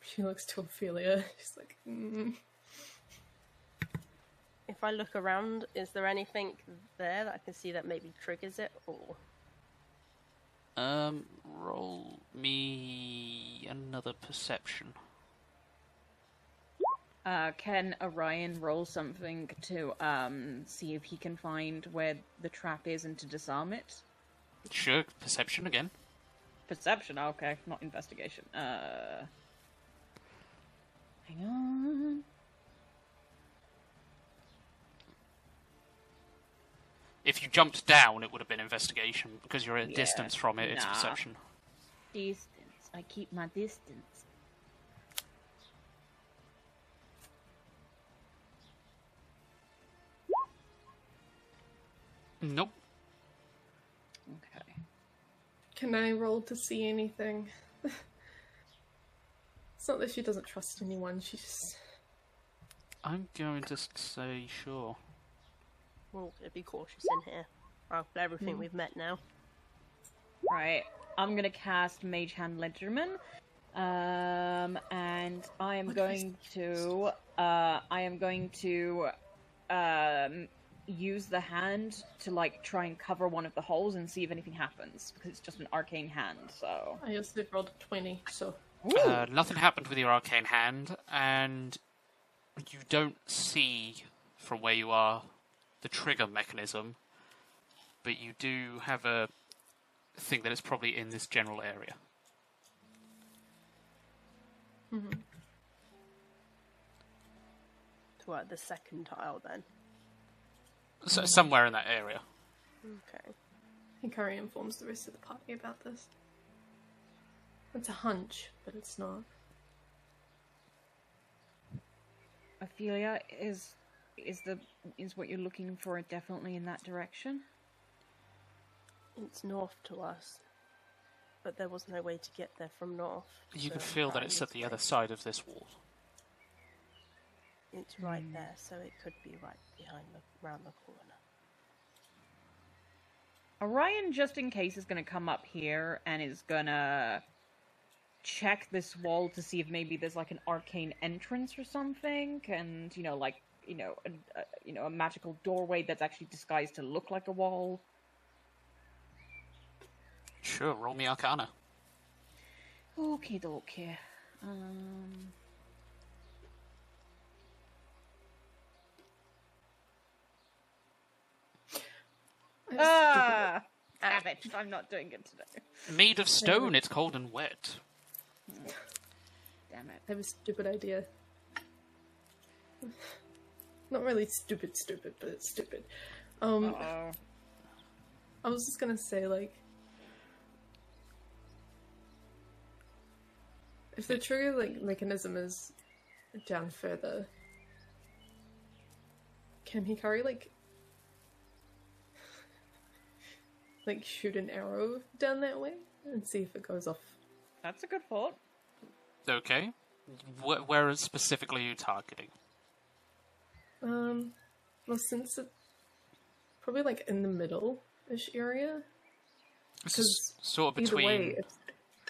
C: She looks to Ophelia. She's like, mm.
B: If I look around, is there anything there that I can see that maybe triggers it? Or
D: Um, roll me another perception.
E: Uh, can Orion roll something to um, see if he can find where the trap is and to disarm it?
D: Sure, perception again.
E: Perception, okay, not investigation. Uh, hang on.
D: If you jumped down, it would have been investigation because you're at a
E: Yeah,
D: distance from it. It's
E: nah.
D: perception.
E: Distance. I keep my distance.
D: Nope.
E: Okay.
C: can I roll to see anything? it's not that she doesn't trust anyone. She just
D: I'm going to s- say sure.
B: we're all gonna be cautious in here after everything we've met now.
E: Hmm. Right. I'm gonna cast Mage Hand Ledgerman. Um and I am going to uh I am going to um use the hand to like try and cover one of the holes and see if anything happens because it's just an arcane hand, so
C: I also rolled a twenty, so
D: Uh, nothing happened with your arcane hand, and you don't see from where you are the trigger mechanism, but you do have a thing that it's probably in this general area.
C: Mm-hmm.
B: To uh, the second tile, then.
D: So, somewhere in that area.
B: Okay.
C: I think Harry informs the rest of the party about this. It's a hunch, but it's not.
E: Ophelia is is the is what you're looking for definitely in that direction?
B: It's north to us, but there was no way to get there from north.
D: You
B: so
D: can feel that
B: Ryan
D: it's
B: was
D: at the
B: like,
D: other side of this wall.
B: It's right
E: Hmm.
B: there, so it could be right behind the round the corner.
E: Orion, just in case, is going to come up here and is going to check this wall to see if maybe there's like an arcane entrance or something, and you know, like you know, a, a, you know, a magical doorway that's actually disguised to look like a wall.
D: Sure, roll me Arcana.
E: Okay, okay. Um. Ah, damn it! I'm not doing it today.
D: Made of stone, it's cold and wet.
E: Damn it!
C: I have a stupid idea. Not really stupid, stupid, but it's stupid. Um,
E: Oh,
C: I was just gonna say like, if the trigger like mechanism is down further, can Hikari like, like shoot an arrow down that way and see if it goes off?
E: that's a good thought.
D: Okay. Wh- where specifically are you targeting?
C: Um, well, since it probably like in the middle ish area,
D: This is
C: 'Cause
D: sort of
C: either
D: between
C: way, if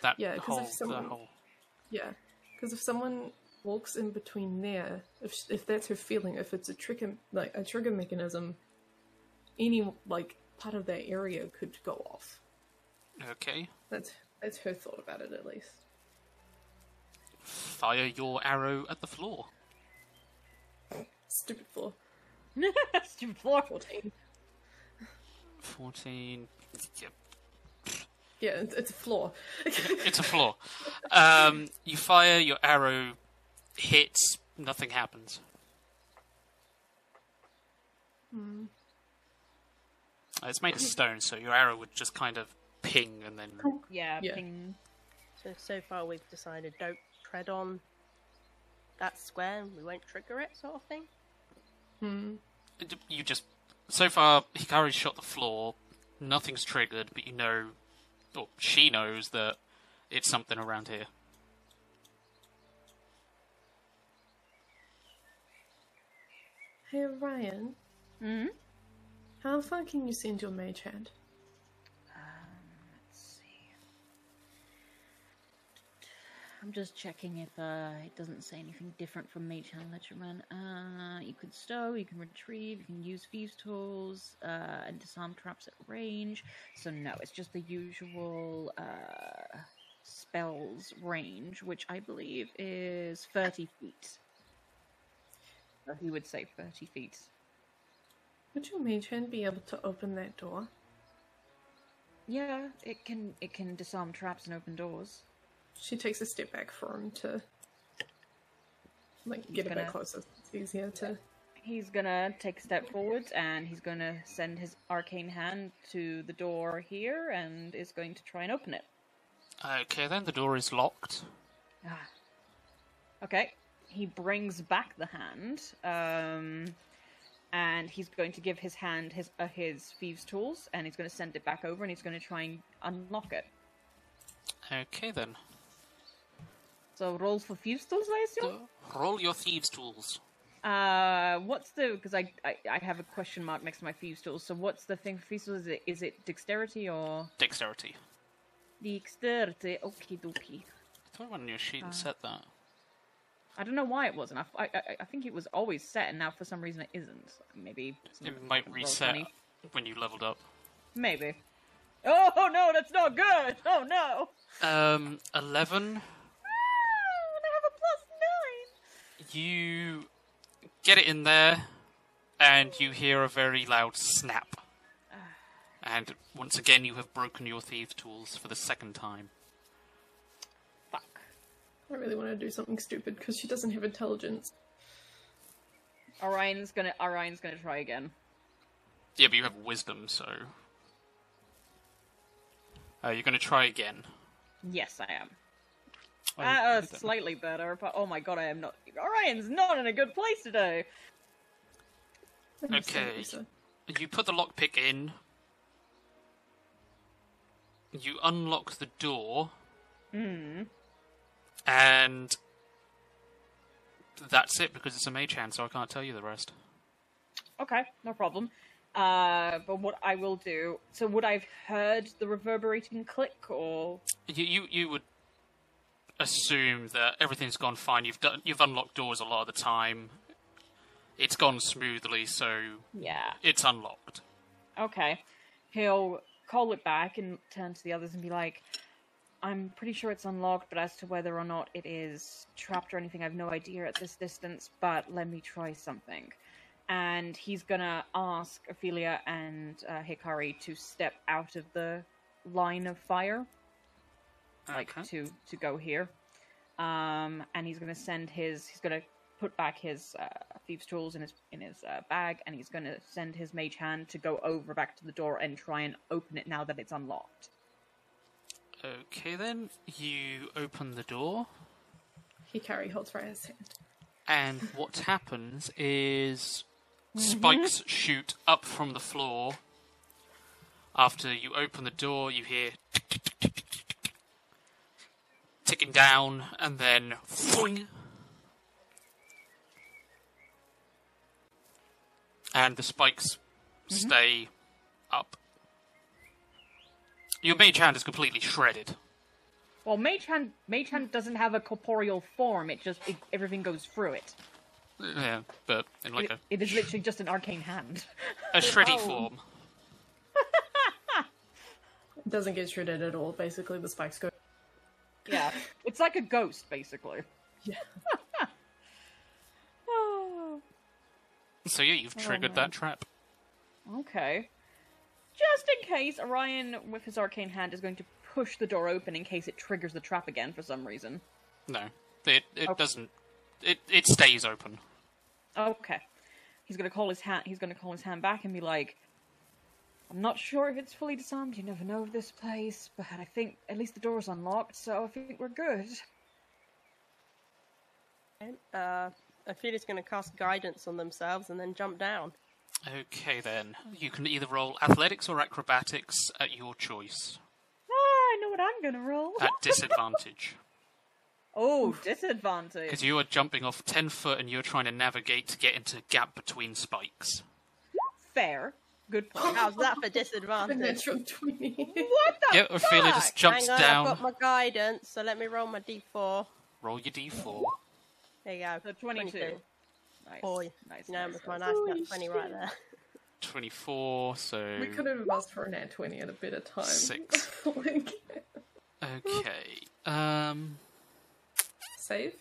D: that
C: yeah, 'cause if
D: whole,
C: someone-
D: the whole.
C: Yeah, because if someone walks in between there, if sh- if that's her feeling, if it's a trigger like a trigger mechanism, any like part of that area could go off.
D: Okay.
C: That's that's her thought about it at least.
D: Fire your arrow at the floor.
C: Stupid floor
E: Stupid floor.
C: fourteen.
D: 14. Yep.
C: Yeah, it's, it's a floor.
D: It's a floor. Um, you fire your arrow, hits, nothing happens.
C: Mm-hmm.
D: Uh, It's made of stone, so your arrow would just kind of ping and then.
E: Yeah,
C: Yeah.
E: ping.
B: So so far we've decided don't tread on that square and we won't trigger it sort of thing.
D: You just. So far, Hikari's shot the floor, nothing's triggered, but you know, or she knows that it's something around here.
C: hey Ryan,
E: hmm
C: how far can you send your mage hand?
E: Let's see. I'm just checking if uh, it doesn't say anything different from Mage Hand Legend Run. Uh, you can stow, you can retrieve, you can use thieves tools, uh, and disarm traps at range. So no, it's just the usual uh, spells range, which I believe is 30 feet. So he would say 30 feet.
C: Would your mage hand be able to open that door?
E: Yeah, it can it can disarm traps and open doors.
C: She takes a step back for him to like
E: He's
C: get a
E: gonna-
C: bit closer. It's easier to.
E: He's gonna take a step forward and he's gonna send his arcane hand to the door here and is going to try and open it.
D: Okay, then the door is locked.
E: Ah. Okay. He brings back the hand, um, and he's going to give his hand his uh, his thieves' tools, and he's going to send it back over, and he's going to try and unlock it.
D: Okay, then.
E: So rolls for thieves' tools, I assume.
D: Roll your thieves' tools.
E: Uh, what's the? Because I, I I have a question mark next to my thieves' tools. So what's the thing for thieves' tools? Is it is it dexterity or?
D: Dexterity.
E: Dexterity, okie dokie.
D: I thought I went on your sheet and set that.
E: Uh, I don't know why it wasn't. I, I, I- I think it was always set, and now for some reason it isn't. Maybe it's not
D: It might
E: roll
D: reset
E: 20.
D: when you leveled up.
E: Maybe. Oh no, that's not good. Oh no.
D: Um, 11.
E: Ah, and I have a plus nine.
D: You get it in there, and you hear a very loud snap. And once again, you have broken your thieves' tools for the second time.
E: Fuck.
C: I really want to do something stupid because she doesn't have intelligence.
E: Orion's gonna Orion's gonna try again.
D: Yeah, but you have wisdom, so. Uh, you're going to try again.
E: Yes, I am.
D: Oh,
E: Uh,
D: you don't-
E: slightly better, but oh my god, I am not. Orion's not in a good place today.
D: Okay. You put the lockpick in. You unlock the door. And that's it because it's a mage hand, so I can't tell you the rest.
E: Okay, no problem. Uh, but what I will do. So would I've heard the reverberating click or?
D: You, you you would assume that everything's gone fine. You've done you've unlocked doors a lot of the time. It's gone smoothly, so
E: Yeah.
D: it's unlocked.
E: Okay. He'll call it back and turn to the others and be like, I'm pretty sure it's unlocked, but as to whether or not it is trapped or anything, I've no idea at this distance, but let me try something. And he's gonna ask Ophelia and uh, Hikari to step out of the line of fire like
D: Okay.
E: to to go here um and he's gonna send his he's gonna put back his uh, thieves tools in his in his uh, bag and he's gonna send his mage hand to go over back to the door and try and open it now that it's unlocked
D: Okay then, you open the door,
C: Hikari holds Raya's hand.
D: and what happens is
E: Mm-hmm.
D: spikes shoot up from the floor. After you open the door, you hear ticking down, and then foing. and the spikes
E: Mm-hmm.
D: stay up. Your mage hand is completely shredded.
E: well mage hand mage hand doesn't have a corporeal form it just it, everything goes through it
D: Yeah, but in like
E: it, Oh. it is literally just an arcane hand
D: a, a shreddy form.
C: It doesn't get shredded at all. Basically, the spikes go.
E: yeah it's like a ghost basically
C: Yeah.
E: oh
D: So yeah, you've triggered that trap.
E: Okay. Just in case, Orion, with his arcane hand, is going to push the door open in case it triggers the trap again for some reason.
D: No, it it doesn't. It it stays open.
E: Okay. He's gonna call his hand. He's gonna call his hand back and be like, "I'm not sure if it's fully disarmed. You never know of this place, but I think at least the door is unlocked, so I think we're good."
B: Uh, Ophelia's going to cast guidance on themselves and then jump down.
D: Okay, then you can either roll athletics or acrobatics at your choice
E: Ah, I know what I'm gonna roll.
D: at disadvantage
E: oh,
D: because
E: disadvantage.
D: you are jumping off ten foot and you're trying to navigate to get into a gap between spikes.
E: Fair. Good point.
B: How's that for
C: A
B: disadvantage?
C: natural 20.
E: what the?
D: Yeah, Ophelia just jumps
B: Hang on,
D: down.
B: I've got my guidance, so let me roll my d4.
D: Roll your d4.
B: There you go.
E: So 22. Nice.
B: Boy,
E: Nice.
B: you know,
E: nice,
B: Oh, with my nice
E: nice.
C: Holy
B: nat 20 right
C: shit.
B: there.
D: Twenty-four. So
C: We could have asked for an ad 20 at a better time.
D: Six.
C: like,
D: okay. Um.
C: save?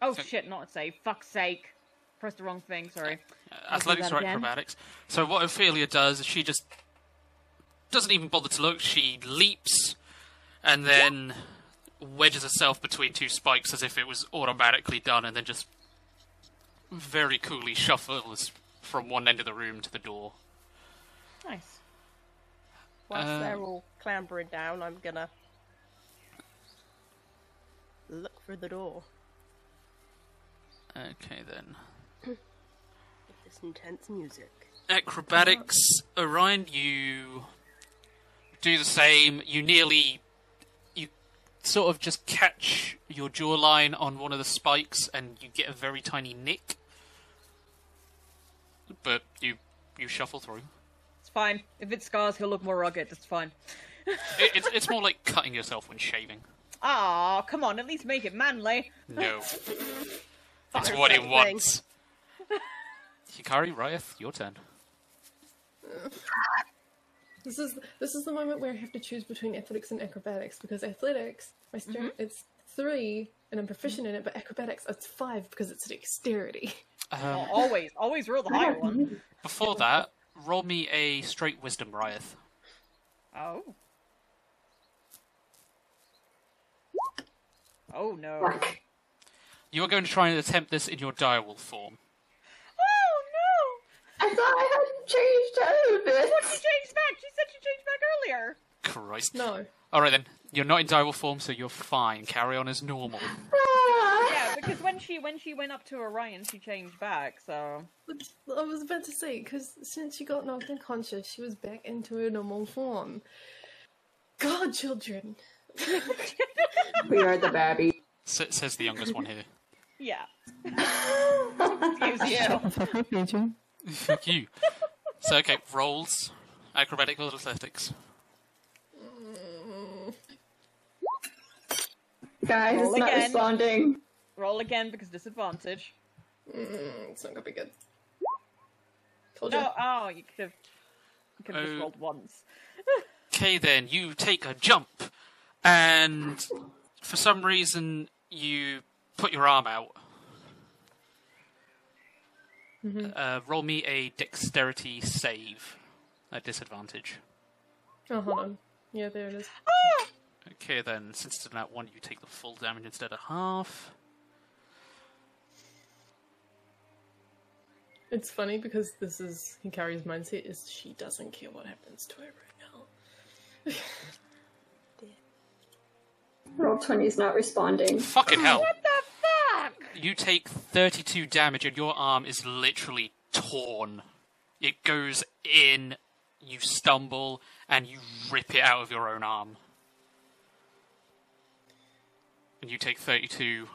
E: Oh shit, not safe. Fuck's sake. Pressed the wrong thing, sorry. I'll do
D: athletics
E: that
D: or
E: again.
D: acrobatics. So what Ophelia does is she just doesn't even bother to look. She leaps and then wedges herself between two spikes as if it was automatically done, and then just very coolly shuffles from one end of the room to the door.
E: Nice.
B: Whilst
D: Uh,
B: they're all clambering down, I'm going to look through the door.
D: Okay then.
B: with This intense music.
D: Acrobatics, Orion, you do the same. You nearly, you sort of just catch your jawline on one of the spikes, and you get a very tiny nick. But you you shuffle through.
E: It's fine. If it scars, he'll look more rugged. It's fine.
D: It, it's it's more like cutting yourself when shaving.
E: Ah, come on, at least make it manly.
D: No, it's what
B: Thing.
D: it wants. Hikari Ryeth, your turn.
C: This is this is the moment where I have to choose between athletics and acrobatics because athletics, my strength, it's three and I'm proficient in it, but acrobatics, it's five because it's dexterity.
E: Oh, always, always roll the higher one.
D: Um, Before that, roll me a straight wisdom, Ryeth.
E: Oh. Oh no.
D: You are going to try and attempt this in your direwolf form.
E: Oh
F: I thought I had changed out of it.
E: no! She changed back! She said she changed back earlier!
D: Christ.
C: No.
D: All right then. You're not in direwolf form, so you're fine. Carry on as normal.
C: Ah.
E: Yeah, because when she when she went up to Orion, she changed back, so.
C: I was about to say, because since she got knocked unconscious, she was back into her normal form. God, children.
F: We are the babby.
D: S- says the youngest one here.
E: Yeah. Use you.
G: Fuck off, you two.
D: Fuck you. So okay, rolls, acrobatic or athletics.
F: Guy is
E: Roll
F: not
E: again.
F: responding.
E: Roll again because disadvantage.
C: Mm, It's not gonna be good. Told you.
E: No, oh, you could have, you could have just
D: Oh.
E: rolled once.
D: Okay, then you take a jump, and for some reason you put your arm out.
C: Mm-hmm.
D: Uh, roll me a dexterity save at disadvantage.
C: Oh, hold on. Yeah, there it is.
D: Okay, then since it's not one, you take the full damage instead of half.
C: It's funny because this is Hikari's mindset is she doesn't care what happens to her right now.
F: Roll 20 is not responding.
D: Fucking hell!
E: What the fuck?
D: You take 32 damage and your arm is literally torn. It goes in, you stumble, and you rip it out of your own arm. And you take 32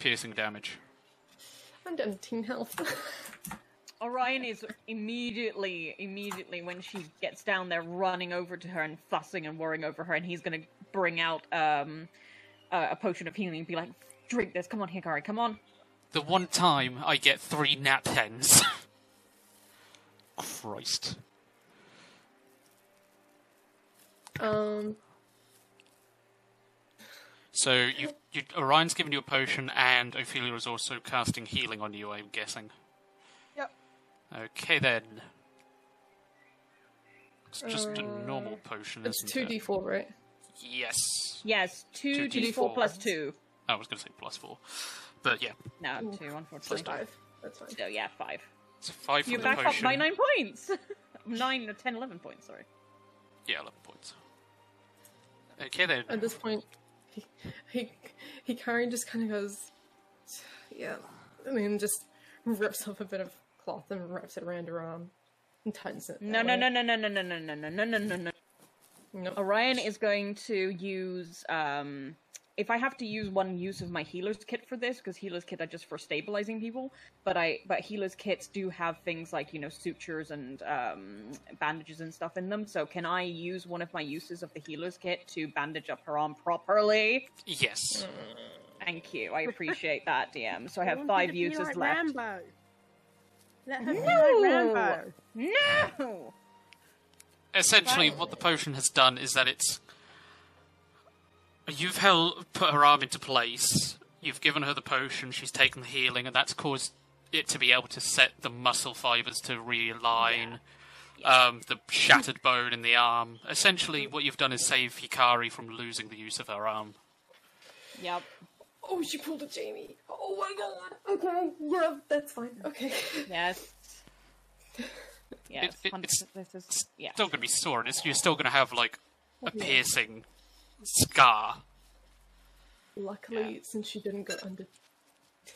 D: piercing damage.
C: I'm down to 10 health.
E: Orion is immediately, immediately when she gets down there, running over to her and fussing and worrying over her, and he's going to bring out um, a, a potion of healing and be like, "Drink this, come on, Hikari, come on."
D: The one time I get three nat 10s. Christ.
C: um,
D: So you, you, Orion's given you a potion, and Ophelia is also casting healing on you. I'm guessing.
B: Yep.
D: Okay then. It's just a
E: Uh,
D: normal potion,
C: it's
D: isn't it?
C: 2d4, right?
D: Yes.
E: Yes, two d four
D: 2d4.
E: plus two.
D: Oh, I was going to say plus four, but yeah,
E: No, two,
C: Plus
E: unfortunately.
C: 5. That's fine.
E: So yeah, five.
D: it's five for
E: You're
D: the
E: back
D: potion.
E: up by nine points. nine or ten, eleven points. Sorry.
D: Yeah, eleven points. Okay then.
C: At this point, he, he, Hikari just kind of goes, yeah, and then just rips off a bit of cloth and wraps it around her arm and tightens it.
E: No,
C: that
E: no,
C: way.
E: no, no, no, no, no, no, no, no, no, no, no, no.
C: Nope.
E: Orion is going to use. Um, if I have to use one use of my healer's kit for this, because healer's kit are just for stabilizing people, but I but healer's kits do have things like you know sutures and um, bandages and stuff in them. So can I use one of my uses of the healer's kit to bandage up her arm properly?
D: Yes.
E: Thank you, I appreciate that, DM. So I
B: want
E: have
B: you
E: five
B: to be
E: uses
B: like
E: left.
B: Rambo. Let her be like Rambo.
E: No.
D: Essentially, what the potion has done is that it's you've held put her arm into place. You've given her the potion. She's taken the healing, and that's caused it to be able to set the muscle fibers to realign. Um, the shattered bone in the arm. Essentially, what you've done is save Hikari from losing the use of her arm.
E: Yep.
C: Oh, she pulled a Jamie. Oh my god. Okay, yeah, that's fine. Okay.
E: Yes. Yes.
D: it-
E: 100%
D: it's
E: this is,
D: It's
E: yeah.
D: still going to be sore, and it's, you're still going to have like a piercing scar.
C: Luckily, since she didn't go under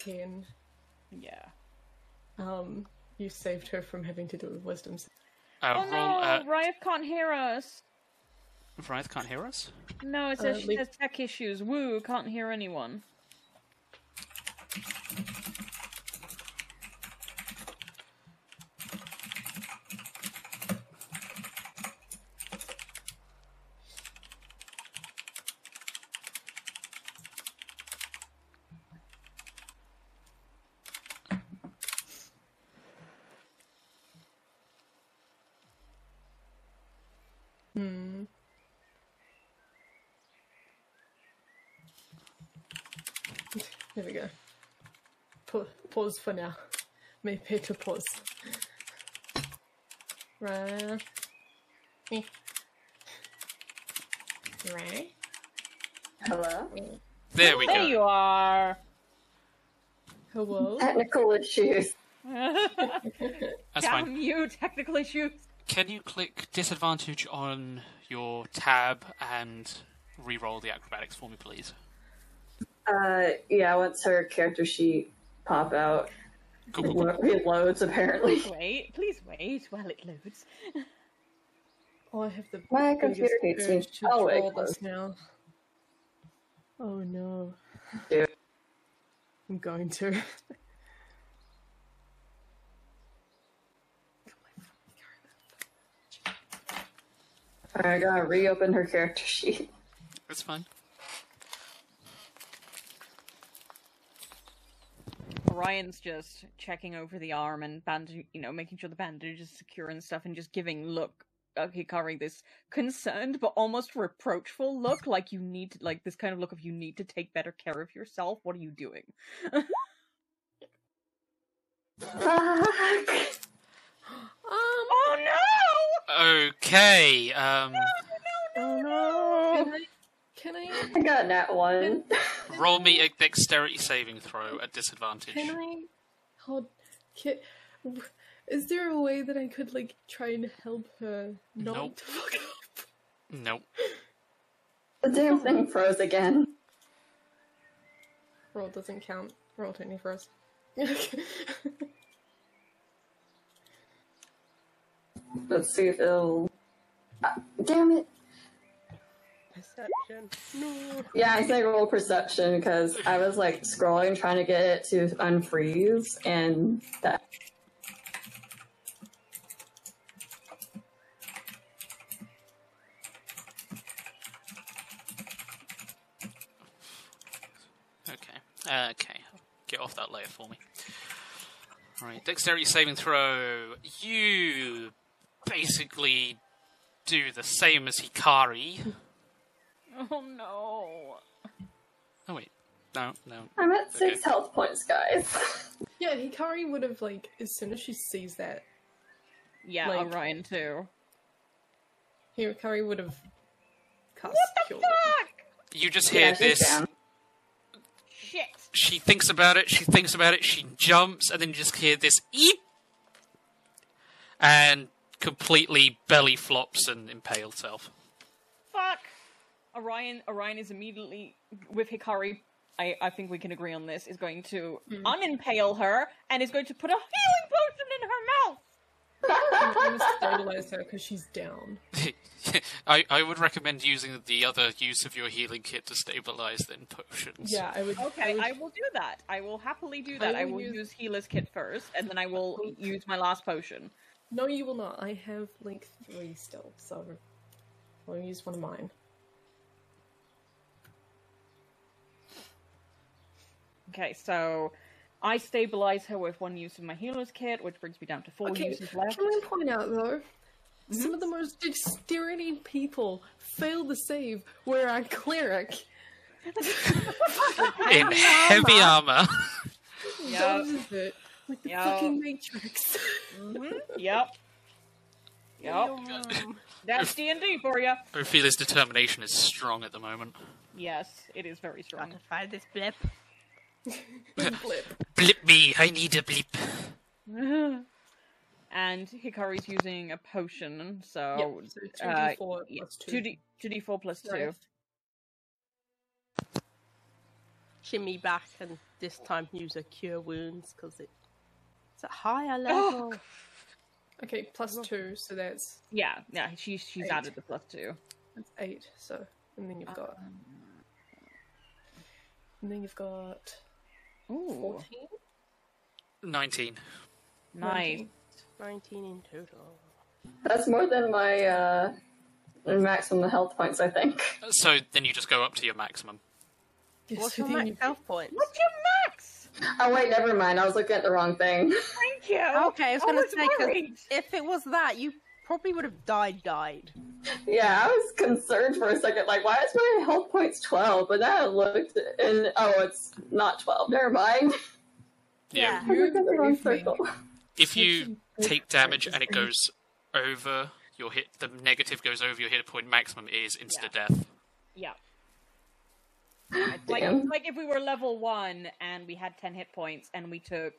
C: 10,
E: Yeah.
C: um, you saved her from having to do it with wisdom. sa-
D: Uh,
E: Oh
D: roll, uh,
E: no, Riot can't hear us.
D: Wraith can't hear us.
E: No, it says
C: Uh,
E: she
C: leave-
E: has tech issues. Woo, can't hear anyone.
C: Hmm. There we go. Pa- pause for now. Maybe to pause. Right. Eh. Right.
F: Hello?
D: There we
E: There
D: go.
E: you are.
C: Hello?
F: Technical issues.
D: That's
E: Damn
D: fine.
E: you, technical issues.
D: Can you click disadvantage on your tab and re-roll the acrobatics for me, please?
F: Uh, yeah, once her character sheet pop out,
D: Cool,
F: it
D: cool, cool.
F: lo- reloads apparently.
E: Wait, please wait while it loads.
C: Oh, I have the
F: My
C: biggest
F: computer hates me.
C: urge to
F: Oh, wait,
C: draw this
F: close.
C: now. Oh no.
F: Dude.
C: I'm going to.
F: I gotta reopen her character sheet.
D: That's fine.
E: Ryan's just checking over the arm and bandage, you know, making sure the bandage is secure and stuff, and just giving look uh, Hikari this concerned but almost reproachful look, like you need, to, like this kind of look of you need to take better care of yourself. What are you doing?
C: Um,
F: Fuck.
E: Oh no!
D: Okay. Um,
B: Oh no!
C: Can I? Can I?
F: I got that one.
D: roll me a dexterity saving throw at disadvantage.
C: Can I? Hold. Can, is there a way that I could like try and help her not
D: Nope.
C: to fuck up?
D: Nope.
F: The damn thing froze again.
C: Roll doesn't count. Roll twenty for us.
F: Let's see if it'll. Ah, damn it.
B: Perception. No.
F: Yeah, I think roll perception because I was like scrolling trying to get it to unfreeze, and that
D: Okay. Okay. Get off that layer for me. Right. Dexterity saving throw. You basically do the same as Hikari.
E: Oh no!
D: Oh wait. No. No.
F: I'm at six
D: Okay.
F: health points, guys.
C: yeah, Hikari would have like as soon as she sees that,
E: Yeah,
C: Like-
E: Ryan too.
C: Hikari would have cast cure.
D: You just hear
F: yeah, she's
D: this.
F: down.
E: Shit!
D: She thinks about it. She thinks about it. She jumps, and then you just hear this eep, and completely belly flops and impales herself.
E: Fuck! Orion, Orion is immediately with Hikari. I, I think we can agree on this. Is going to unimpale her and is going to put a healing potion in her mouth.
C: I'm trying to stabilize her because she's down.
D: I, I would recommend using the other use of your healing kit to stabilize then potions.
C: Yeah, I would.
E: Okay,
C: would-
E: I will do that. I will happily do that. I
C: will
E: will
C: use-
E: use, Healer's Kit first, and then I will use my last potion.
C: No, you will not. I have like three still, so I'll use one of mine.
E: Okay, so I stabilize her with one use of my Healer's Kit, which brings me down to four
C: Okay,
E: uses left.
C: can I point out though? Some of the most dexterity people fail the save where a cleric.
D: In heavy armor.
E: Yep.
C: does it. Like the
E: Yeah.
C: fucking Matrix.
E: Mm-hmm. Yep. Yep. That's D and D for you.
D: Ophelia's determination is strong at the moment.
E: Yes, it is very strong.
B: Gotta find this blip.
C: Blip.
D: Blip me, I need a blip.
E: And Hikari's using a potion, so uh,
C: Yep, so 2d4 plus two.
E: two D two D four plus
C: Sorry.
E: two.
B: Shimmy back and this time use a cure wounds because it. It's at
E: Oh,
B: higher level.
C: Okay, plus two, so that's
E: Yeah, yeah. She she's
C: Eight.
E: added the plus two.
C: that's eight. So, and then you've got, and then you've got
E: Ooh,
C: fourteen.
D: 19.
E: nice.
B: 19 in total.
F: That's more than my uh, maximum health points, I think.
D: So then you just go up to your maximum.
C: Yes,
B: What's
C: so
B: your
C: then
B: max
C: you've-
B: health points?
E: What's your max?
F: Oh wait, never mind. I was looking at the wrong thing.
E: Thank you. Oh,
B: Okay, I was gonna say, 'cause
E: worried.
B: if it was that, you probably would have died, died.
F: Yeah, I was concerned for a second, like, why is my health points 12? But then I looked and, oh, it's not 12. Never mind.
D: Yeah.
F: I looked at the wrong
C: You're brave,
F: circle.
D: If you
C: Such a-
D: take damage and it goes over your hit, the negative goes over your hit point maximum is insta death.
E: Yeah. Like,
F: Damn.
E: like if we were level one and we had ten hit points and we took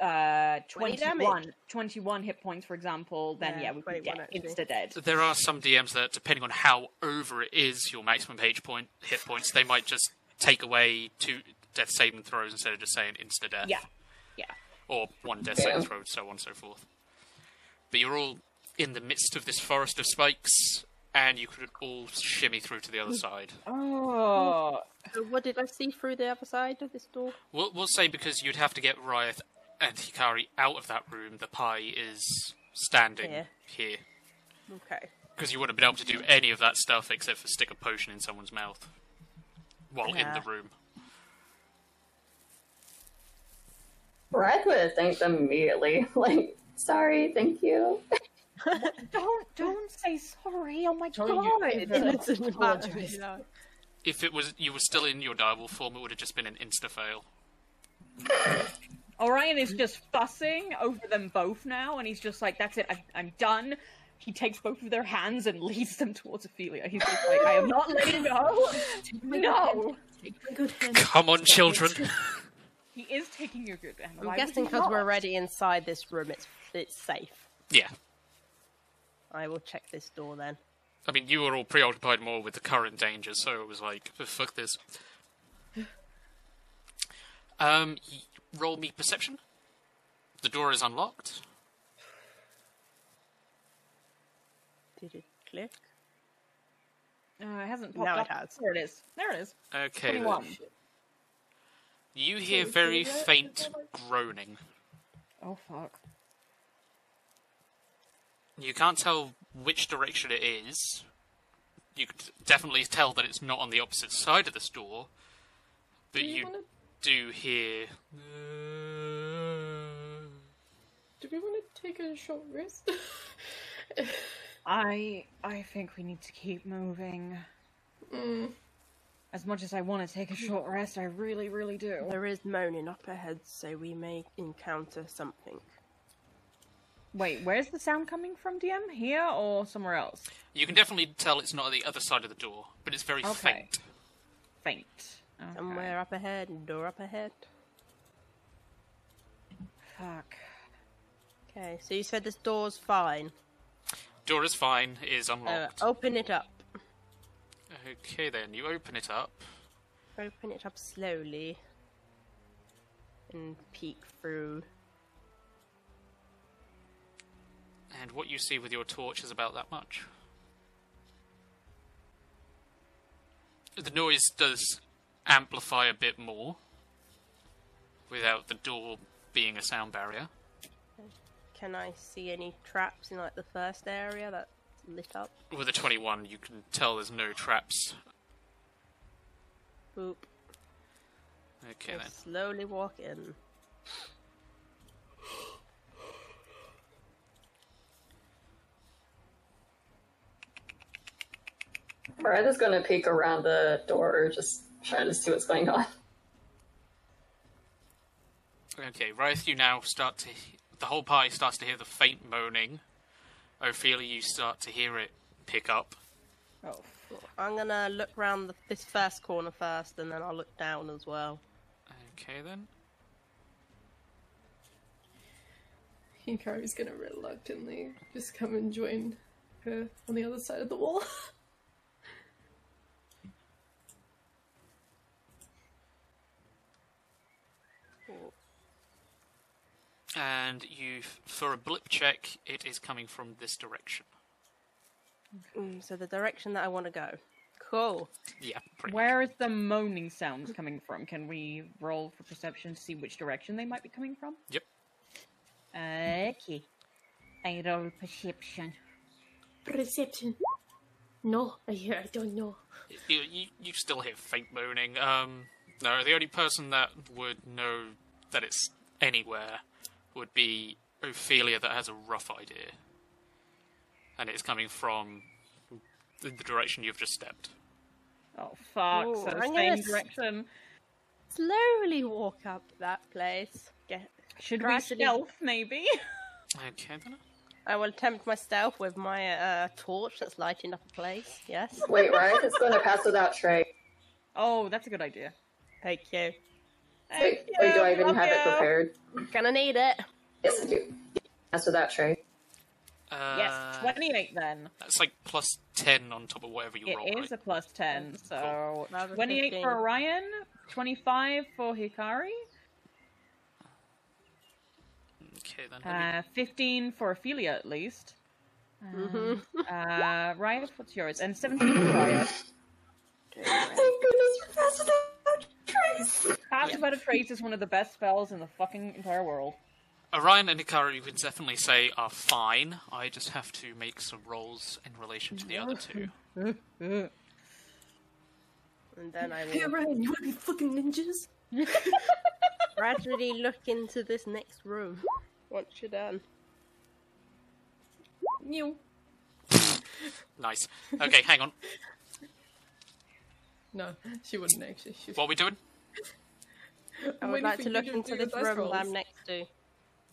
E: uh
B: 20
E: 21,
B: damage.
E: 21 hit points for example then yeah,
B: Yeah,
E: we could
B: 21
E: get
B: actually.
E: insta dead
D: There are some DMs that, depending on how over it is your maximum page point hit points, they might just take away two death saving throws instead of just saying insta death.
E: yeah yeah
D: or one death saving
F: Yeah.
D: throw, so on and so forth. But you're all in the midst of this forest of spikes, and you could all shimmy through to the other side.
E: oh
B: So what did I see through the other side of this door?
D: We'll, we'll say because you'd have to get Riot and Hikari out of that room, the pie is standing
B: Here.
D: here.
B: Okay.
D: because you wouldn't have been able to do any of that stuff except for stick a potion in someone's mouth while in
B: Yeah.
D: the room.
F: Brad would have thanked them immediately. Like, sorry, thank you.
E: Don't don't say sorry. Oh my
C: Don't you
E: god. Uh,
C: ever-
B: apologies.
D: If it was you were still in your direwolf form, it would have just been an insta fail.
E: Orion is just fussing over them both now, and he's just like, "That's it. I'm, I'm done." He takes both of their hands and leads them towards Ophelia. He's just like, "I am not letting go." No,
C: Good hand.
D: Come on, children.
E: he is taking your good hand.
B: I'm guessing because we're already inside this room, it's it's safe.
D: yeah.
B: I will check this door then.
D: I mean, you were all preoccupied more with the current danger, so it was like, "Oh, fuck this. Um, y- roll me perception. The door is unlocked.
B: Did it click?
E: Uh, it hasn't popped
B: Now it
E: up.
B: has.
E: There it is. There it is.
D: Okay. then.
E: Twenty-one.
D: You hear very faint groaning.
E: Oh fuck.
D: You can't tell which direction it is. You could definitely tell that it's not on the opposite side of this door, but
C: you
D: you
C: wanna-
D: do hear.
C: Do we want to take a short rest?
E: I I think we need to keep moving.
C: Hmm,
E: As much as I want to take a
B: Hmm.
E: short rest, I really, really do.
B: There is moaning up ahead, so we may encounter something.
E: Wait, where's the sound coming from, DM? Here or somewhere else?
D: You can definitely tell it's not on the other side of the door, but it's very
E: Okay.
D: faint.
E: Faint. Okay.
B: Somewhere up ahead, and door up ahead.
E: Fuck.
B: Okay, so you said this door's fine.
D: Door is fine. It is
B: Uh,
D: unlocked.
B: open it up.
D: Okay, then you open it up.
B: Open it up slowly and peek through.
D: And what you see with your torch is about that much. The noise does amplify a bit more without the door being a sound barrier.
B: Can I see any traps in like the first area that's lit up?
D: With a 21, you can tell there's no traps.
B: Boop.
D: Okay,
B: I
D: then.
B: slowly walk in.
F: Brad is going to peek around the door, just trying to see what's going on.
D: Okay, Riot, you now start to. The whole party starts to hear the faint moaning. Ophelia, you start to hear it pick up.
E: Oh,
B: I'm gonna look round the, this first corner first, and then I'll look down as well.
D: Okay, then.
C: Hikaru is going to reluctantly just come and join her on the other side of the wall.
D: And you, for a blip check, it is coming from this direction.
B: Mm, so the direction that I want to go. Cool.
D: Yeah, pretty much.
E: Where is the moaning sounds coming from? Can we roll for perception to see which direction they might be coming from?
D: Yep.
E: Okay. I roll perception.
C: Perception. No, I hear. I don't know.
D: You, you, you still hear faint moaning. Um, no, the only person that would know that it's anywhere would be Ophelia, that has a rough idea, and it's coming from the the direction you've just stepped.
E: Oh fuck!
B: Ooh,
E: so
B: I'm
E: same
B: gonna s-
E: direction.
B: Slowly walk up that place. Get.
E: Should we
B: gradually-
E: stealth maybe?
D: Okay, then.
B: I will tempt myself with my uh, torch that's lighting up a place. Yes.
F: Wait, Riot is going to pass without Trey.
E: oh, that's a good idea.
B: Thank you.
F: Wait, wait, do I even have it prepared?
B: Gonna need it.
F: Yes, I do. Pass without Trey.
D: Uh,
E: Yes, twenty-eight then.
D: That's like plus ten on top of whatever you
E: It is
D: roll. right?
E: a plus 10, so
B: Rather
E: 28
B: 15.
E: for Orion, 25 for Hikari,
D: Okay, then. let me-
E: uh, 15 for Ophelia at least.
F: Mm-hmm.
E: Uh, Riot, what's yours? And 17 for Riot.
F: Thank goodness you passed without Trey.
E: Pass Without a Trace is one of the best spells in the fucking entire world.
D: Orion and Hikaru, you can definitely say are fine. I just have to make some rolls in relation to the other two.
B: Mm-hmm. And then I
C: Hey,
B: will
C: Ryan, you want to be fucking ninjas?
B: gradually look into this next room once you're done.
C: You.
D: Nice. Okay, hang on.
C: No, she wouldn't actually. She
D: What are we doing?
B: I
C: I'm
B: would
C: waiting
B: like
C: for
B: to
C: you
B: look
C: do
B: into
C: your
B: this
C: dice
B: room
C: rolls.
B: that I'm next to.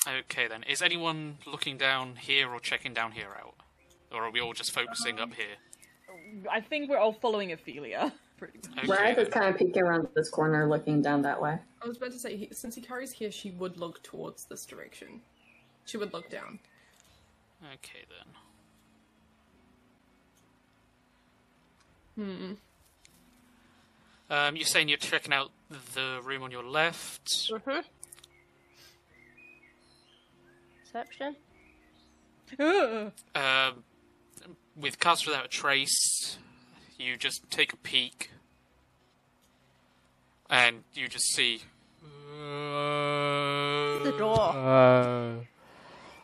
D: Okay then. Is anyone looking down here or checking down here out? Or are we all just focusing up here?
E: I think we're all following Ophelia. Pretty much.
D: Okay,
F: Right is
D: then.
F: kind of peeking around this corner, looking down that way.
C: I was about to say, he, since he carries here, she would look towards this direction. She would look down.
D: Okay then. Hmm. Um, you're saying you're checking out the room on your left.
B: Mm-hmm. Perception?
D: Um, with Cast Without a Trace, you just take a peek, and you just see the
B: door.
D: Uh,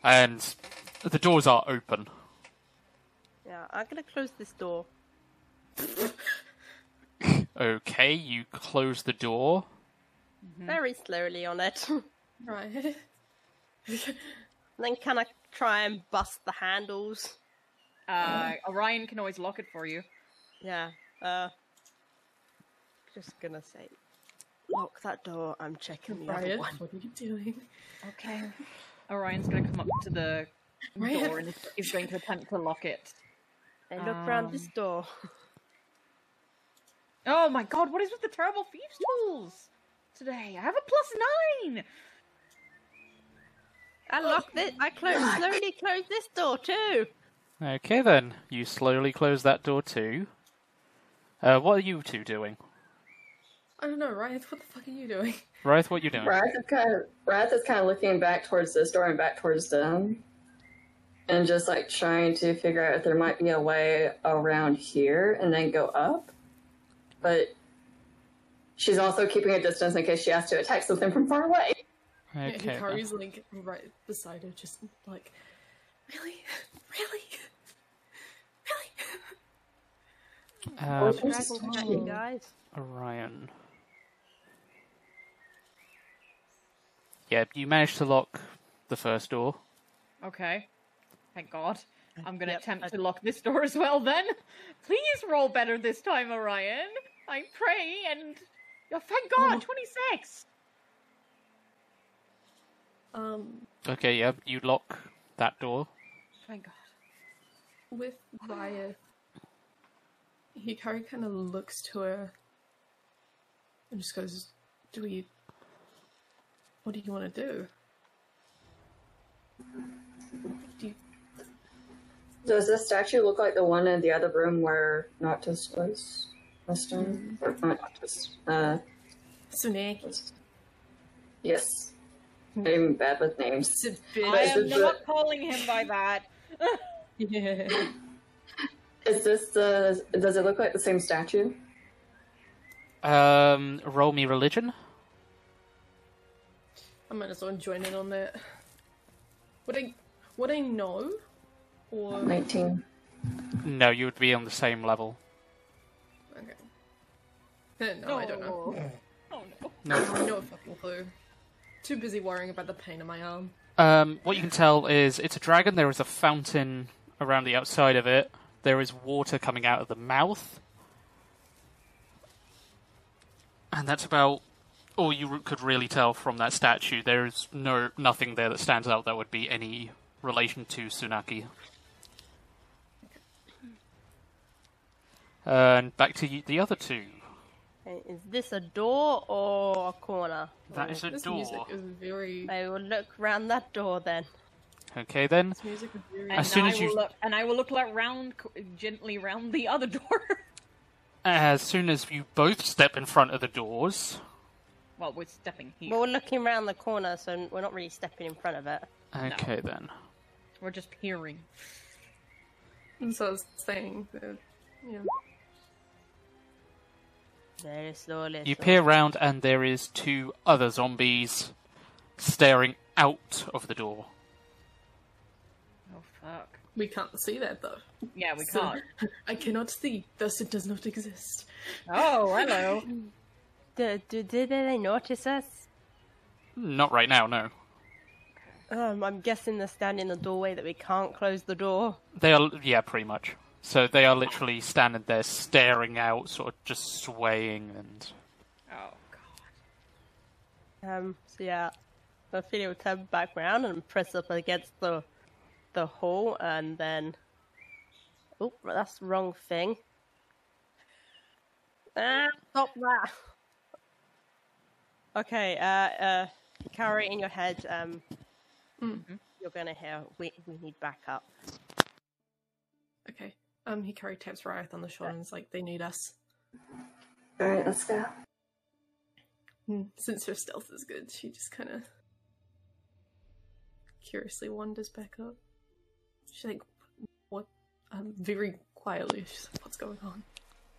D: and the doors are open.
B: Yeah, I'm gonna close this door.
D: Okay, you close the door.
B: very slowly on it.
C: Mm-hmm. Right.
B: then can I try and bust the handles?
E: Uh, Orion can always lock it for you.
B: Yeah. Uh just gonna say lock that door, I'm checking the other
C: Ryan,
B: one.
C: what are you doing?
E: Okay. Orion's going to come up to the
C: Ryan.
E: door and is- is going to attempt to lock it. Um,
B: Then look round this door.
E: Oh my god, what is with the terrible thieves' tools today? I have a plus nine!
B: I lock this I close slowly close this door too.
D: Okay, then you slowly close that door too. Uh, what are you two doing?
C: I don't know, Ryan, what the fuck are you doing?
D: Wraith, what you doing?
F: Wrath is kind of Wrath is kind of looking back towards this door and back towards them, and just like trying to figure out if there might be a way around here and then go up. But she's also keeping a distance in case she has to attack something from far away.
C: Yeah,
D: Okay. then.
C: Hikaru's like right beside her, just like, really? Really? Really?
D: Um,
B: Dragon's catching guys.
D: Orion. Yeah, you managed to lock the first door.
E: Okay. Thank god. I'm going to
B: Yep,
E: attempt
B: I-
E: to lock this door as well then. Please roll better this time, Orion. I pray and. Oh, thank god, 26!
C: Um,
D: Okay, yeah, you lock that door.
E: Thank god.
C: with Raya, Hikaru kind of looks to her and just goes, Do we. What do you want to do? Do you.
F: Does this statue look like the one in the other room where Noctis was? last time? Or not Noctis. Uh,
C: Tsunaki.
F: yes. I'm bad with names.
C: It's a
E: I
C: bitch.
F: This
E: am
F: is
E: not
F: the-
E: calling him by that.
C: Yeah.
F: Is this the? Does it look like the same statue?
D: Um, roll me religion.
C: I might as well join in on that. Would I. Would I know? Or.
F: Nineteen.
D: No, you would be on the same level.
C: Okay. No, I don't know.
E: Oh no.
C: No fucking clue. Too busy worrying about the pain in my arm.
D: Um, what you can tell is it's a dragon. There is a fountain around the outside of it. There is water coming out of the mouth, and that's about all you could really tell from that statue. There is no nothing there that stands out that would be any relation to Tsunaki. And back to y- the other two.
B: Okay, Is this a door or a corner?
D: That is a
C: This
D: door.
C: music is very.
B: I will look round that door then.
D: Okay, then.
C: This music is very.
E: And
D: As soon
E: I
D: as you-
E: will look, and I will look like round, gently round the other door.
D: As soon as you both step in front of the doors,
E: well, we're stepping here.
B: But we're looking round the corner, so we're not really stepping in front of it.
D: Okay then.
E: We're just peering.
C: And so I was saying that. Yeah.
B: Very slowly. slowly.
D: You peer round and there is two other zombies staring out of the door.
E: Oh fuck.
C: We can't see that though.
E: Yeah, we
C: So,
E: can't.
C: I cannot see. Thus, it does not exist.
E: Oh, hello.
B: Do, do, do they notice us?
D: Not right now, no.
B: Um, I'm guessing they're standing in the doorway that we can't close the door.
D: They are, yeah, pretty much. So they are literally standing there, staring out, sort of just swaying, and
E: Oh
B: Um, so yeah, the Ophelia will turn back round and press up against the the hole, and then oh, that's the wrong thing. Ah, stop that. Okay, uh, uh, Carrie, in your head, um, you're gonna hear we we need backup.
C: Okay. Um, Hikari taps Riot on the shoulder and is like, "They need us."
F: All right, let's go.
C: Hmm, Since her stealth is good, she just kind of curiously wanders back up. She's like, "What?" Um, very quietly, she's like, "What's going on?"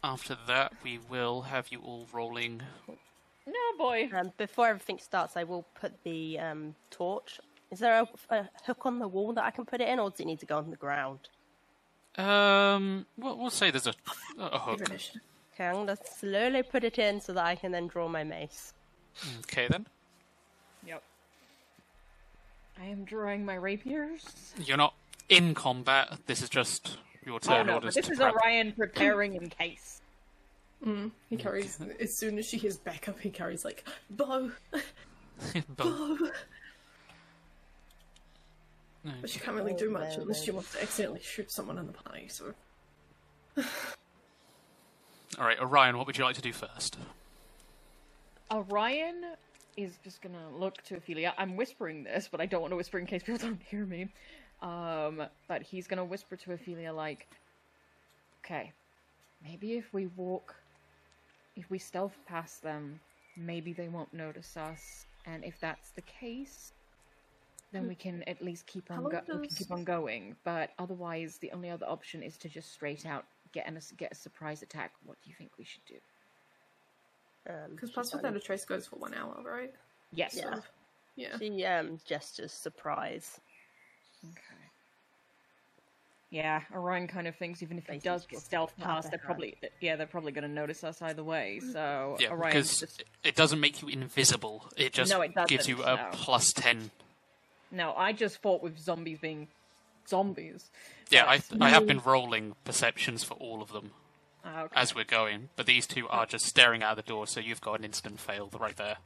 D: after that we will have you all rolling.
E: god. No boy.
B: Um, before everything starts, I will put the um torch. Is there a, a hook on the wall that I can put it in, or does it need to go on the ground?
D: Um, we'll, we'll say there's a, a hook.
C: Finish.
B: Okay, I'm gonna slowly put it in so that I can then draw my mace.
D: Okay then.
E: Yep. I am drawing my rapiers.
D: You're not in combat. This is just
C: Oh,
D: your turn
E: no,
D: orders
E: this
D: to
E: is
D: prep.
E: Orion preparing in case.
C: Hikari's Hmm, as soon as she hears back up, Hikari's like, "Bo,"
D: Boom.
C: but she can't really do much unless she wants to accidentally shoot someone in the party. So
D: all right, Orion. What would you like to do first?
E: Orion is just gonna look to Ophelia. I'm whispering this, but I don't want to whisper in case people don't hear me. Um, but he's gonna whisper to Ophelia like, "Okay, maybe if we walk, if we stealth past them, maybe they won't notice us. And if that's the case, then we can at least keep on
C: How
E: go- we can
C: does-
E: keep on going. But otherwise, the only other option is to just straight out get an, get a surprise attack. What do you think we should do?
B: Um,
C: because Pass Without a Trace goes for one hour, right?
E: Yes.
B: Yeah.
C: Yeah.
B: she um, gestures surprise.
E: Okay. Yeah, Orion kind of thinks even if he
B: Basically
E: does get
B: just
E: stealth
B: pop
E: past, they're
B: behind.
E: probably yeah they're probably going to notice us either way.
C: Mm.
E: So
D: Yeah,
E: Orion's
D: because
E: just
D: it doesn't make you invisible. It just
E: No, it
D: gives
E: doesn't,
D: you a
E: no.
D: plus ten.
E: no. I just fought with zombies being zombies.
D: Yeah, I,
E: But-
D: I have been rolling perceptions for all of them
E: Ah, okay.
D: as we're going, but these two are just staring out the door, so you've got an instant fail right there.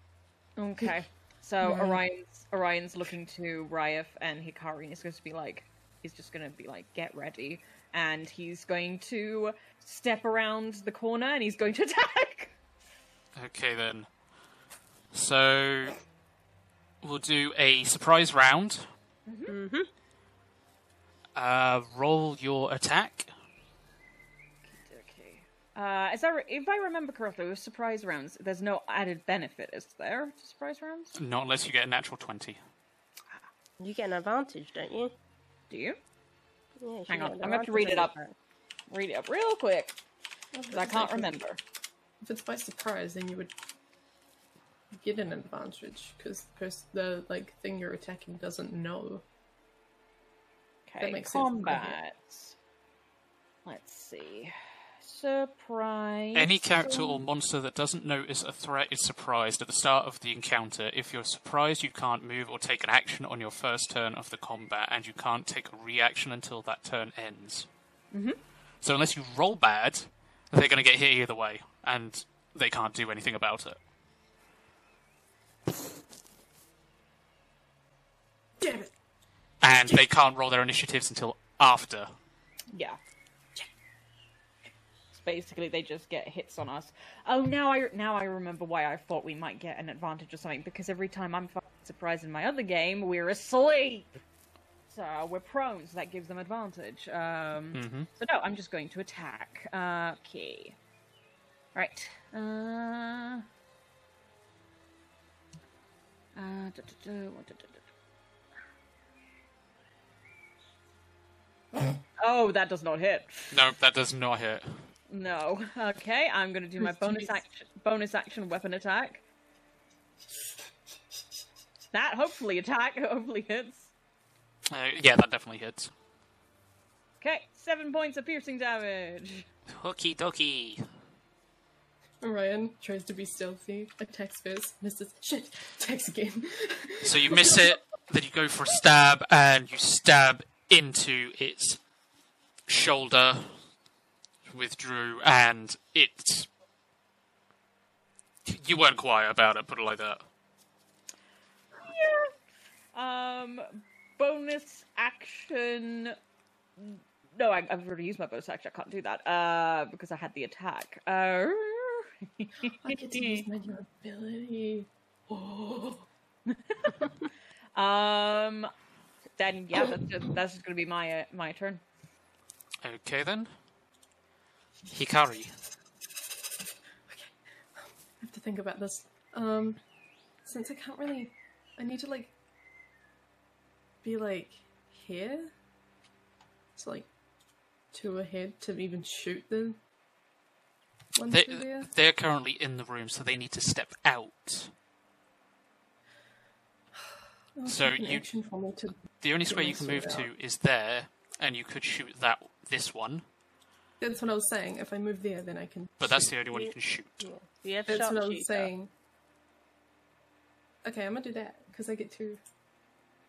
E: Okay. So
C: Mm-hmm.
E: Orion's Orion's looking to Ryef and Hikari and is going to be like he's just going to be like get ready and he's going to step around the corner and he's going to attack.
D: Okay then. So we'll do a surprise round. Mm-hmm. Uh, roll your attack.
E: Okay. Uh, as I re- if I remember correctly, with surprise rounds, there's no added benefit, is there? To surprise rounds?
D: Not unless you get a natural twenty.
B: You get an advantage, don't you?
E: Do you
B: Yeah, she
E: Hang on,
B: got an
E: I'm gonna have to
B: advantage
E: read it
B: on
E: up. read it up real quick? 'cause I can't remember.
C: If it's by surprise, then you would get an advantage because the, pers- the like thing you're attacking doesn't know.
E: Okay,
C: makes sense.
E: combat. Let's see. Surprise.
D: Any character
C: um,
D: or monster that doesn't notice a threat is surprised at the start of the encounter. If you're surprised, you can't move or take an action on your first turn of the combat, and you can't take a reaction until that turn ends. Mm-hmm. So unless you roll bad, they're going to get hit either way, and they can't do anything about it.
C: Damn it!
D: And they can't roll their initiatives until after.
E: Yeah. So Basically, they just get hits on us. Oh, now I now I remember why I thought we might get an advantage or something because every time I'm fucking surprised in my other game, we're asleep, so we're prone. So that gives them advantage. Um, So no, I'm just going to attack. Uh, okay, right. Uh, uh, duh, duh, duh, what, duh, duh, duh. Oh, that does not hit.
D: No, that does not hit.
E: No. Okay, I'm gonna do my bonus action bonus action weapon attack. that hopefully attack, hopefully hits.
D: Uh, yeah, that definitely hits.
E: Okay, seven points of piercing damage.
D: Hooky dokie.
C: Ryan tries to be stealthy, attacks first, misses, shit, attacks again.
D: So you miss it, then you go for a stab, and you stab into its shoulder with Drew, and it. You weren't quiet about it, put it like that.
E: Um, bonus action. No, I, I've already used my bonus action. I can't do that. Uh, because I had the attack. Uh,
C: I get to use my new ability. Oh,
E: um, then yeah, that's just, that's just gonna be my uh, my turn.
D: Okay then. Hikari.
C: I have to think about this. Um, since I can't really, I need to like be like here. So like two ahead to even shoot the one
D: They, uh,
C: through there.
D: they're currently in the room, so they need to step out.
C: Oh,
D: so
C: take an
D: you-
C: action for me to
D: The only
C: Yeah,
D: square you
C: let's
D: can
C: sort
D: move
C: it
D: to is there, and you could shoot that this one,
C: That's what I was saying. If I move there, then I can.
D: but that's the only one you can shoot.
B: Do you have
C: That's what I
B: sharpshooter?
C: was saying. Okay, I'm gonna do that because I get two,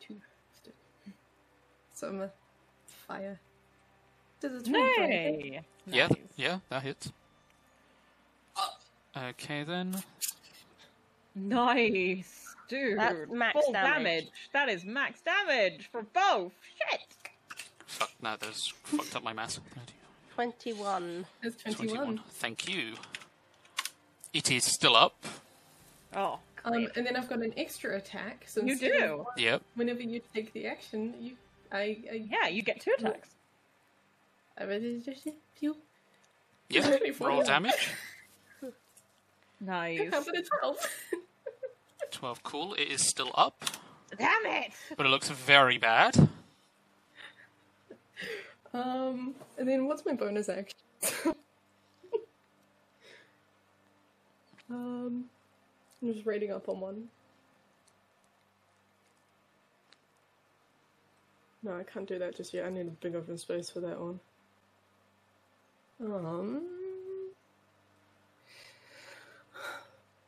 C: two. So I'm gonna fire. Does it
E: Nay.
D: Yeah, th- yeah, that hits. Okay then.
E: Nice, dude.
B: That's max
E: Full
B: damage.
E: That is max damage for both. Shit.
D: Fuck, no, that's fucked up my math. Bloody
B: Twenty-one.
C: That's 21.
D: 21. Thank you. It is still up.
E: Oh,
C: Um, and then I've got an extra attack. So
E: you
C: instead
E: do.
C: of-
D: Yep.
C: Whenever you take the action, you, I, I,
E: Yeah, you get two attacks.
C: I really just you.
D: Yep. Roll
C: 24.
D: damage.
C: I
E: Nice.
C: covered a twelve.
D: 12, cool. It is still up,
E: Damn it!
D: but it looks very bad.
C: um, and then what's my bonus action? um, I'm just reading up on one. No, I can't do that just yet. I need a big open space for that one. Um.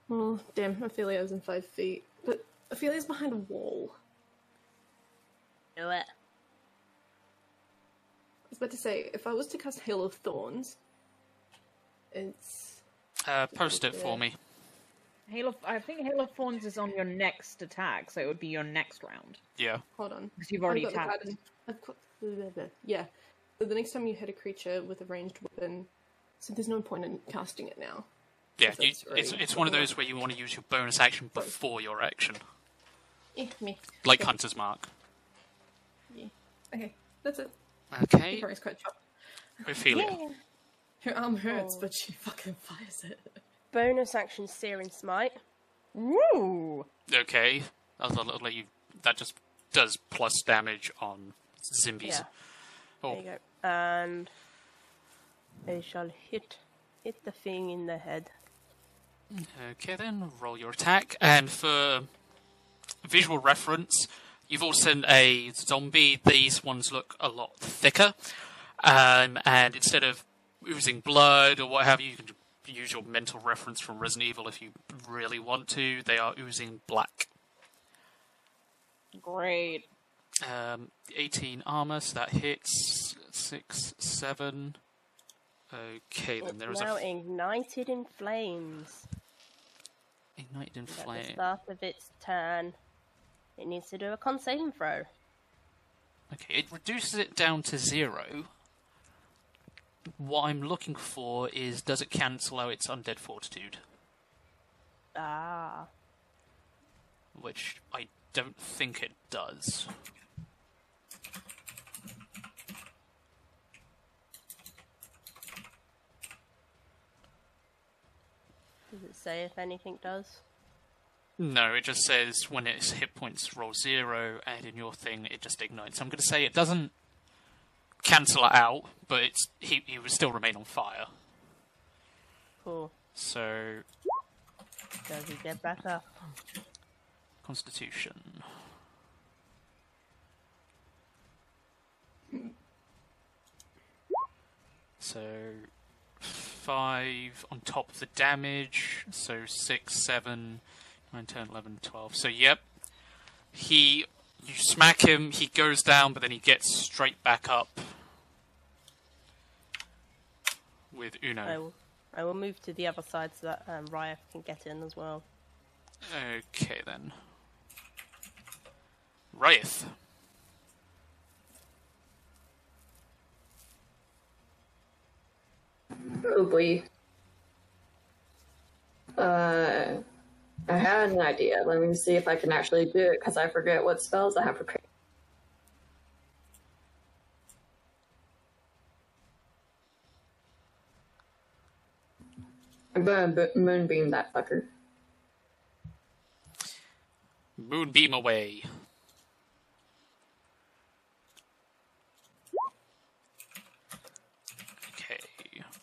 C: Well, damn, Ophelia's in five feet. But Ophelia's behind a wall.
B: Do it.
C: I was about to say, if I was to cast Hail of Thorns, it's.
D: Uh, post it for me.
E: Halo, I think Halo of Thorns is on your next attack, so it would be your next round
D: Yeah.
C: Hold on.
E: because you've
C: I've
E: already
C: got the
E: attacked.
C: card in- I've got the- the- the- Yeah. So the next time you hit a creature with a ranged weapon, so there's no point in casting it now.
D: Yeah,
C: If
D: you,
C: it's
D: it's,
C: already
D: it's one of
C: full.
D: those where you want to use your bonus action before your action,
C: Eh, me.
D: like Hunter's Mark.
C: Okay, that's it.
D: Okay,
C: Hikari's quite chopped.
D: Ophelia.
C: Her arm hurts,
B: Oh.
C: but she fucking fires it.
B: Bonus action Searing Smite.
E: Woo!
D: Okay, I'll, I'll let you. That just does plus damage on Zimbies.
B: Yeah.
D: Oh.
B: There you go. And they shall hit hit the thing in the head.
D: Okay, then Uh, roll your attack. And for visual reference, you've all seen a zombie. These ones look a lot thicker, um, and instead of oozing blood or what have you, you can use your mental reference from Resident Evil if you really want to. They are oozing black.
E: Great.
D: Um, 18 armor, so that hits. 6, 7. Okay, then there is
B: now
D: a f-
B: ignited in flames.
D: ignited in
B: At the
D: flame.
B: start of its turn, it needs to do a con saving throw.
D: Okay, it reduces it down to zero. What I'm looking for is does it cancel out its undead fortitude?
B: Ah,
D: Which I don't think it does.
B: does it say if anything does?
D: No, it just says when its hit points roll zero, and in your thing it just ignites. I'm going to say it doesn't cancel it out, but it's, he, he would still remain on fire.
B: Cool.
D: So
B: Does he get back up?
D: Constitution. So five on top of the damage. So six, seven, nine, ten, eleven, twelve. So yep, he you smack him. He goes down, but then he gets straight back up with Uno.
B: I will, I will move to the other side so that um, Raya can get in as well.
D: Okay then. Riath.
F: Probably. Uh, I had an idea. Let me see if I can actually do it because I forget what spells I have prepared. I'm gonna bo- moonbeam that fucker.
D: Moonbeam away. Okay.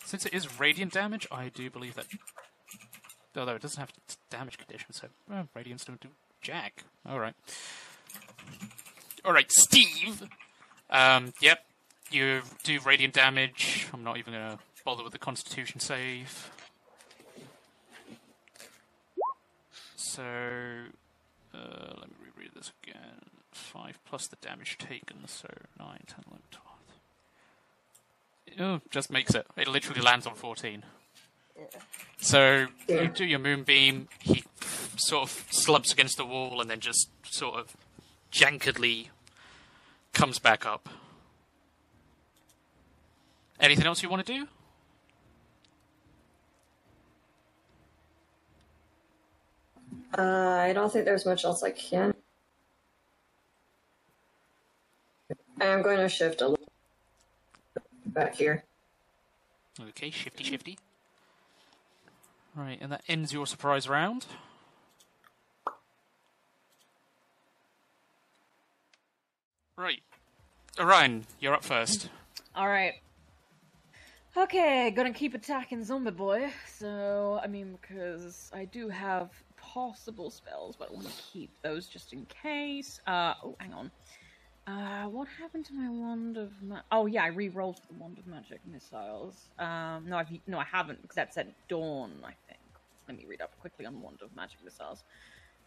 D: Since it is radiant damage, I do believe that. Although it doesn't have t- damage condition, so uh, radiants don't do jack. Alright. Alright, Steve! Um, yep. You do radiant damage. I'm not even gonna bother with the constitution save. So uh, let me reread this again. 5 plus the damage taken, so 9, 10, 11, 12. Oh, just makes it. It literally lands on 14. So you do your moonbeam, he sort of slumps against the wall and then just sort of jankedly comes back up. Anything else you want to do?
F: Uh, I don't think there's much else I can. I'm going to shift a little back here.
D: Okay, shifty shifty. Right, and that ends your surprise round. Right. Orion, you're up first.
E: All right. Okay, gonna keep attacking zombie boy. So I mean, because I do have possible spells, but I want to keep those just in case. Uh oh, hang on. Uh, what happened to my wand of ma- oh yeah, I re-rolled for the wand of magic missiles. Um, no, I've no, I haven't because that's at dawn. I think. Let me read up quickly on wand of magic missiles.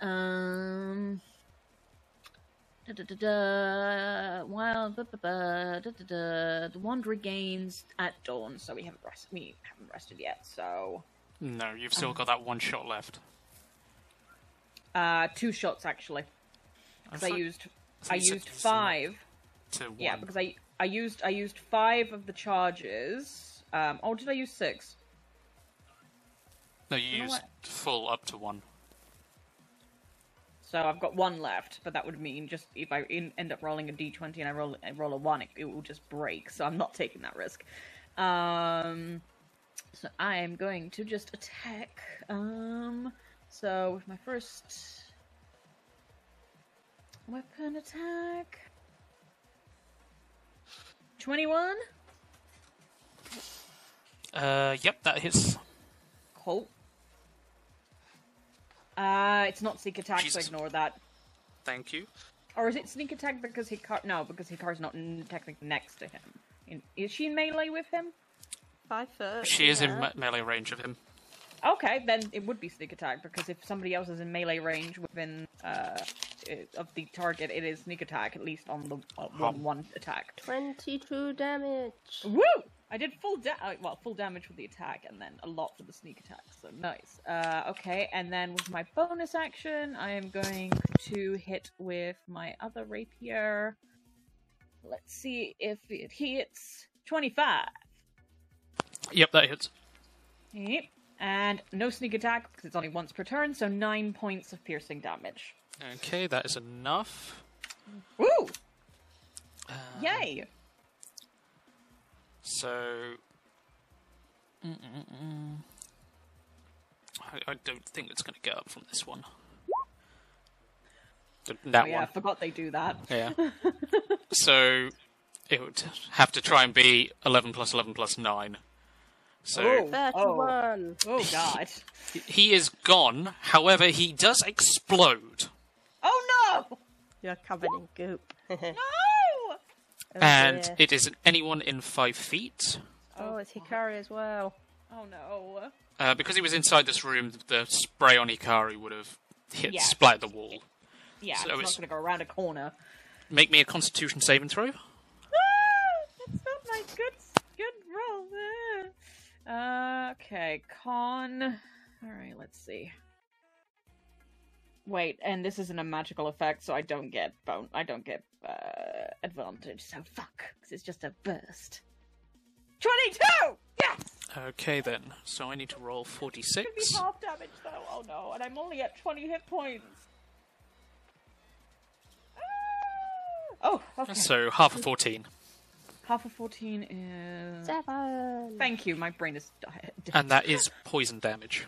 E: Um. Da, da, da, da, wild, ba, ba, ba, da, da, da. The wand regains at dawn, so we haven't rest- we haven't rested yet. So
D: No, you've still got that one shot left.
E: uh, two shots actually. 'Cause I
D: thought-
E: used
D: thought
E: I
D: you said
E: used
D: you still had
E: five.
D: to one.
E: Yeah, because I I used I used five of the charges. Um, oh, did I use six?
D: no, you
E: know
D: used
E: what?
D: full up to one.
E: So I've got one left, but that would mean just if I in, end up rolling a d20 and I roll I roll a one, it, it will just break. So I'm not taking that risk. Um, so I am going to just attack. Um, so with my first weapon attack, twenty-one.
D: Uh, yep, that hits.
E: Cool. Uh, it's not sneak attack,
D: Jesus.
E: so ignore that.
D: Thank you.
E: Or is it sneak attack because Hikar? No, because Hikar's not n- technically next to him. In- is she in melee with him?
B: Five foot.
D: She is in
B: yeah.
D: me- melee range of him.
E: Okay, then it would be sneak attack because if somebody else is in melee range within uh, i- of the target, it is sneak attack at least on the uh, one, one attack.
B: 22 damage.
E: Woo! I did full da- uh, well full damage with the attack and then a lot for the sneak attack. So nice. Uh, okay, and then with my bonus action, I am going to hit with my other rapier. Let's see if it hits twenty-five.
D: Yep, that hits.
E: Yep. And no sneak attack because it's only once per turn, so nine points of piercing damage.
D: Okay, that is enough.
E: Woo! Yay!
D: So. Mm-mm-mm. I, I don't think it's going to get up from this one. Th- That
E: Oh, yeah, I
D: one.
E: forgot they do that.
D: Yeah. so it would have to try and be 11 plus 11 plus 9. So
E: Oh,
B: 31.
E: oh, oh, god!
D: he is gone. However, he does explode.
E: Oh no!
B: You're covered in goop. Oh,
E: No!
D: and
E: Oh,
B: dear.
D: it is anyone in 5 feet.
B: Oh, it's Hikari as well.
E: Oh no.
D: Uh, because he was inside this room, the spray on Ikari would have hit,
E: Yeah.
D: splattered the wall.
E: Yeah,
D: So
E: it's
D: it's-
E: not going to go around a corner.
D: Make me a Constitution saving throw.
E: That's not my good good roll. Uh, okay, con. All right, let's see. Wait, and this isn't a magical effect, so I don't get bone. I don't get uh, advantage. So fuck, 'cause it's just a burst. Twenty-two. Yes.
D: Okay then. So I need to roll
E: Could be
D: forty-six.
E: half damage though. Oh no, and I'm only at twenty hit points. Ah! Oh, okay.
D: So half of fourteen,
E: Half of 14 is.
B: Seven.
E: Thank you, my brain is.
D: and that is poison damage.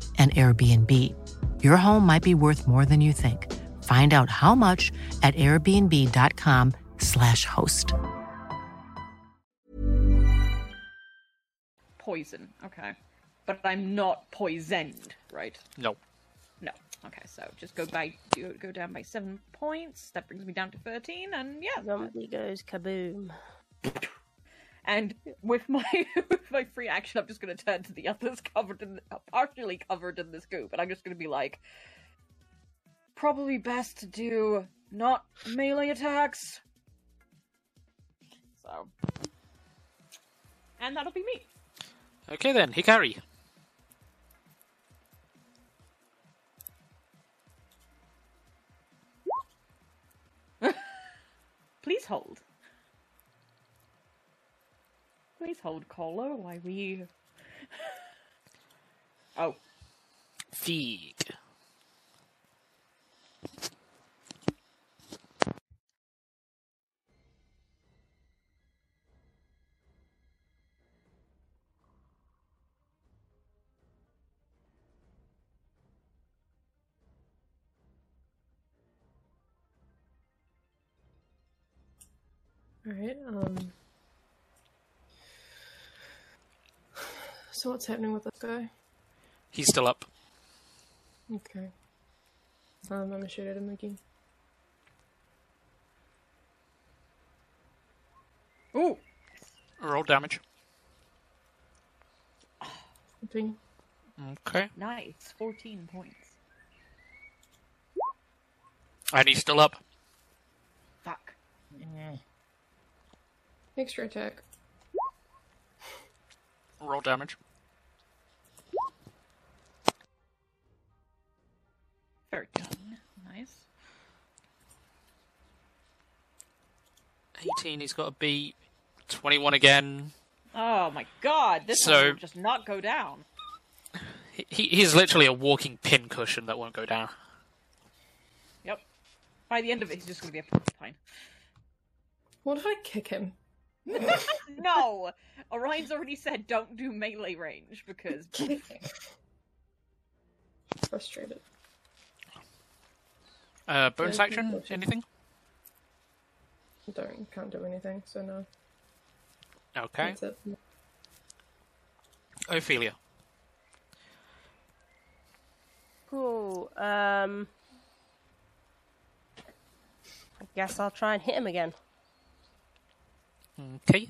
H: an Airbnb. Your home might be worth more than you think. Find out how much at airbnb.com/slash host.
E: Poison. Okay. But I'm not poisoned, right?
D: No.
E: No. Okay, so just go by go, go down by seven points. That brings me down to thirteen, and yeah.
B: Zombie goes kaboom.
E: And with my with my free action, I'm just going to turn to the others covered in partially covered in this goop, and I'm just going to be like, probably best to do not melee attacks. So, and that'll be me.
D: Okay then, Hikari.
E: Please hold. Please hold, caller. Why we? Oh,
D: Feed.
C: Alright, um. So what's happening with this guy?
D: He's still up.
C: Okay. Um, I'm gonna shoot at him again.
E: ooh,
D: Roll damage.
C: Ding.
D: Okay.
E: nice. Fourteen points.
D: And he's still up. Mm.
E: Fuck.
C: Extra attack.
D: Roll damage.
E: 13. Nice.
D: 18, he's got to beat. 21 again.
E: Oh my god, this
D: So-
E: one will just not go down.
D: He- He, he's literally a walking pin cushion that won't go down.
E: Yep. By the end of it, he's just going to be a porcupine.
C: What if I kick him?
E: no! Orion's already said don't do melee range because.
C: Frustrated.
D: Uh, bonus
C: Yeah,
D: action?
C: okay.
D: Anything?
C: Don't can't do anything. So no.
D: Okay.
C: That's it.
D: Ophelia.
B: Cool. Um, I guess I'll try and hit him again.
D: Okay.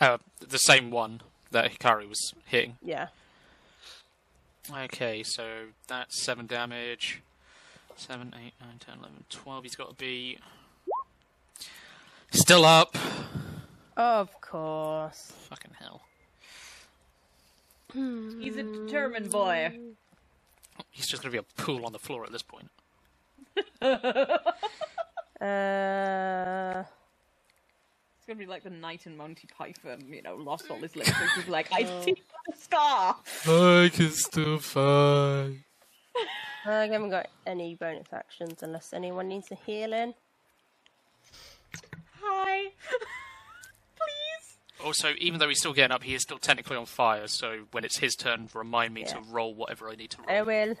D: Uh, the same one that Hikari was hitting.
B: Yeah.
D: Okay, so that's 7 damage. 7, 8, 9, 10, 11, 12. He's got to be. Still up.
B: Of course.
D: Fucking hell.
E: He's a determined boy.
D: He's just going to be a pool on the floor at this point.
B: Uh,
E: It's going to be like the knight in Monty Python, you know, lost all his limbs. He's like, I
B: Oh.
E: see the scar!
D: I can still fight.
B: I haven't got any bonus actions unless anyone needs a healing.
E: Hi! Please!
D: Also, even though he's still getting up, he is still technically on fire, so when it's his turn, remind me to
B: Yeah.
D: roll whatever I need to roll.
B: I will.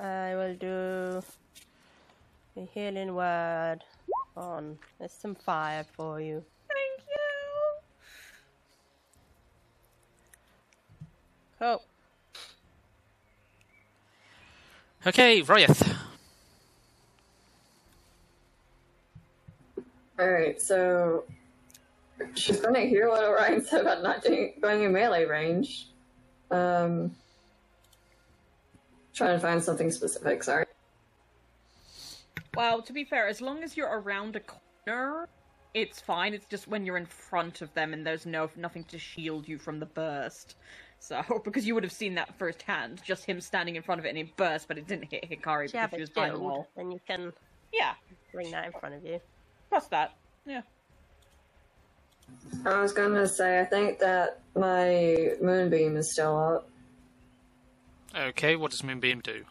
B: I will do a healing word on. There's some fire for you.
E: Thank you! Oh,
B: Cool.
D: Okay, Royeth.
F: All right, so she's going to hear what Orion said about not doing, going in melee range. Um, trying to find something specific. Sorry.
E: Well, to be fair, as long as you're around a corner, it's fine. It's just when you're in front of them and there's no nothing to shield you from the burst. So, because you would have seen that firsthand, just him standing in front of it and it burst, but it didn't hit Hikari
B: If you have
E: because she
B: a
E: was behind the
B: shield,
E: wall.
B: then you can
E: Yeah,
B: bring that in front of you.
E: plus that. Yeah.
F: I was going to say I think that my moonbeam is still up.
D: Okay, what does Moonbeam do?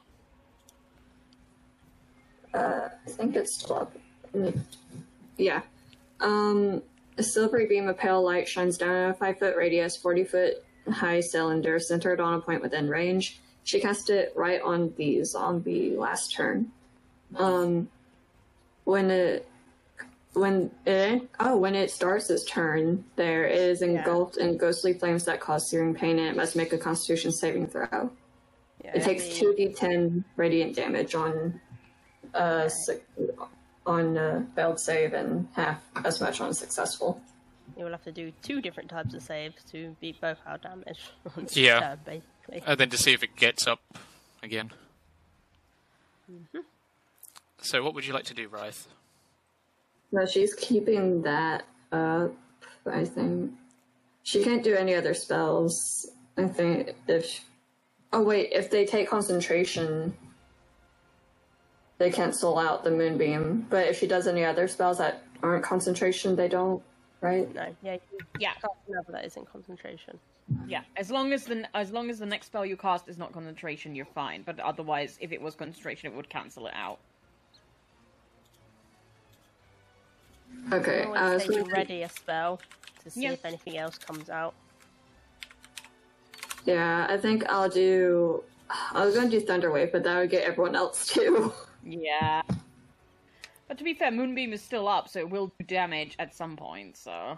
F: I think it's still up. Mm. Yeah. Um, a silvery beam of pale light shines down on a five foot radius, 40 foot high cylinder centered on a point within range. She cast it right on these on the last turn. Um, when it when it oh when it starts its turn, there it is engulfed in ghostly flames that cause searing pain, and it must make a Constitution saving throw.
B: Yeah,
F: It takes
B: the-
F: two d10 radiant damage on uh su- on uh, failed save and half as much on successful.
B: You will have to do two different types of saves to beat both our damage. on each
D: Yeah.
B: turn, basically.
D: And then to see if it gets up again.
B: Mm-hmm.
D: So, what would you like to do, Wraith?
F: No, she's keeping that up. I think she can't do any other spells. I think if oh wait, if they take concentration, they cancel out the moonbeam. But if she does any other spells that aren't concentration, they don't. Right?
B: No, yeah, you
E: Yeah.
B: can't remember that is in concentration.
E: Yeah, as long as the as long as the next spell you cast is not concentration, you're fine. But otherwise, if it was concentration, it would cancel it out.
F: Okay.
B: I always
F: Uh,
B: say you
F: so
B: ready a spell to see
E: Yeah.
B: if anything else comes out.
F: yeah, I think I'll do. I was going to do Thunderwave, but that would get everyone else too.
E: Yeah. But to be fair, Moonbeam is still up, so it will do damage at some point. So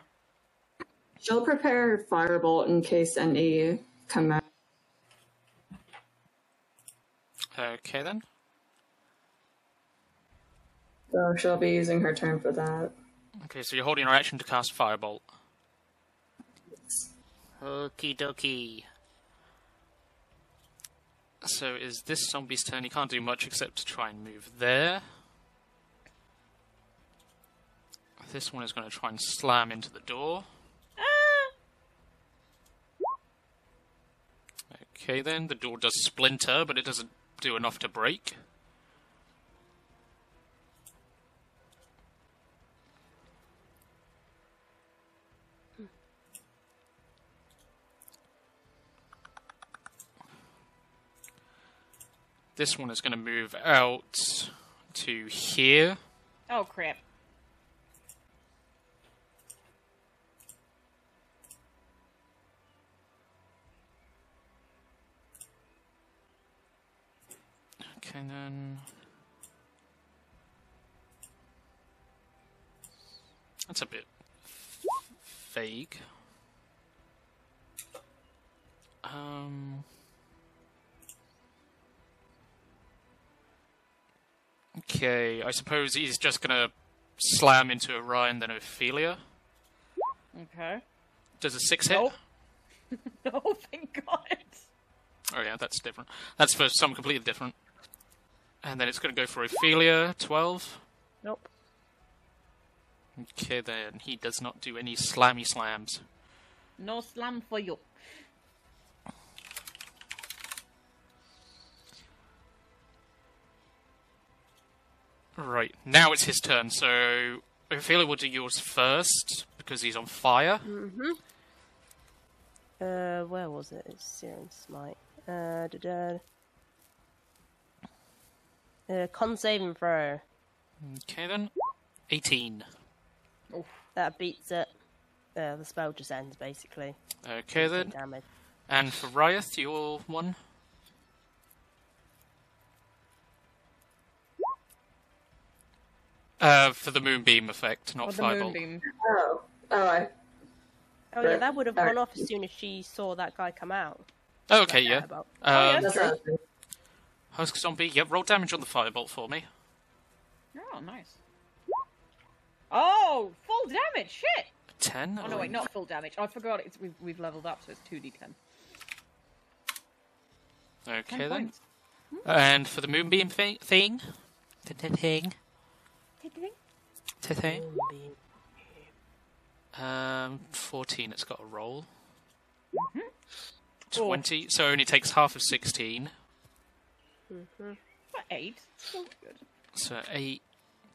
F: She'll prepare Firebolt in case any come out.
D: Okay, then.
F: So she'll be using her turn for that.
D: Okay, so you're holding your action to cast Firebolt. Okie dokie. So, is this zombie's turn? He can't do much except to try and move there. This one is going to try and slam into the door. Okay, then. The door does splinter, but it doesn't do enough to break. This one is going to move out to here.
E: Oh crap.
D: Okay, then. That's a bit vague. Um. Okay, I suppose he's just gonna slam into Orion then Ophelia.
E: Okay.
D: Does a six hit?
E: Oh, thank God.
D: Oh yeah, that's different. That's for some completely different. And then it's gonna go for Ophelia, twelve.
B: Nope.
D: Okay then, he does not do any slammy slams.
E: No slam for you.
D: Right, now it's his turn, so Ophelia will do yours first, because he's on fire.
B: Mm-hmm. Uh, where was it? It's Serum Smite. Uh, da-da. Uh, con saving throw.
D: Okay then. Eighteen.
B: That beats it. Uh, the spell just ends basically.
D: Okay then.
B: Damage.
D: And for Riot, your one. Uh, for the moonbeam effect, not fireball.
F: Oh, oh, I,
B: Oh yeah, that would have gone off as soon as she saw that guy come out.
D: Oh, okay, yeah.
B: about-
D: Uh,
F: that's not
D: Husk zombie. Yep, roll damage on the firebolt for me.
E: Oh, nice. Oh, full damage. Shit.
D: Ten.
E: Oh no, wait, not full damage. I forgot. It's we've, we've leveled up, so it's two d10.
D: Okay then.
E: 10 points. Hmm?
D: And for the moonbeam thing, thing, thing, thing. Um, fourteen. It's got a roll.
E: Mm-hmm.
D: Twenty. So it only takes half of sixteen.
E: For eight. Still good.
D: So 8,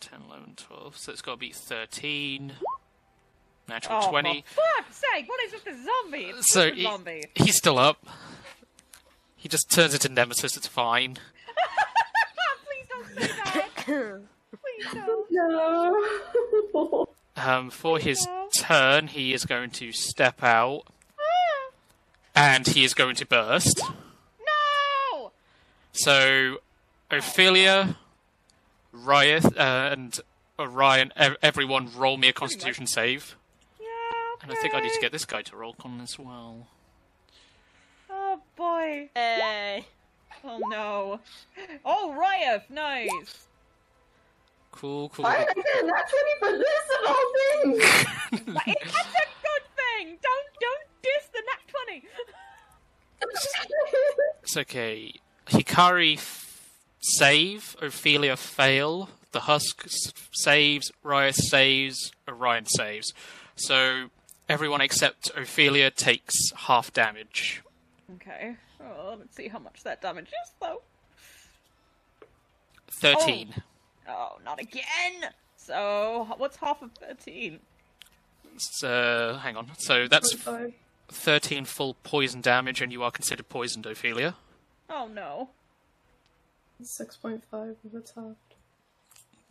D: 10, 11, 12. So it's got to be 13. Natural
E: Oh,
D: 20.
E: for fuck's sake! What is with the zombie? It's
D: So
E: just a
D: he-
E: zombie.
D: he's still up. He just turns into Nemesis, it's fine.
E: Please don't do that. Please don't.
F: no.
D: Um, for his turn, he is going to step out. And he is going to burst.
E: No.
D: So, Ophelia, Riot, uh, and Orion, ev- everyone roll me a constitution save.
E: Yeah.
D: And I think I need to get this guy to roll con as well.
E: Oh boy.
B: Hey.
E: Oh no. Oh Ryef, nice.
D: Cool, cool.
F: Why did I get a nat 20 for this of all things?
E: Like, it- That's a good thing. Don't don't diss the nat twenty.
D: It's okay. Hikari f- save, Ophelia fail, the Husk s- saves, Riot saves, Orion saves. So everyone except Ophelia takes half damage.
E: Okay. Oh, let's see how much that damage is though.
D: 13.
E: Oh, not again. So h- what's half of thirteen?
D: So, hang on. So
B: Oh,
D: that's f- 13 full poison damage, and you are considered poisoned, Ophelia.
E: Oh no.
C: Six point five if it's half.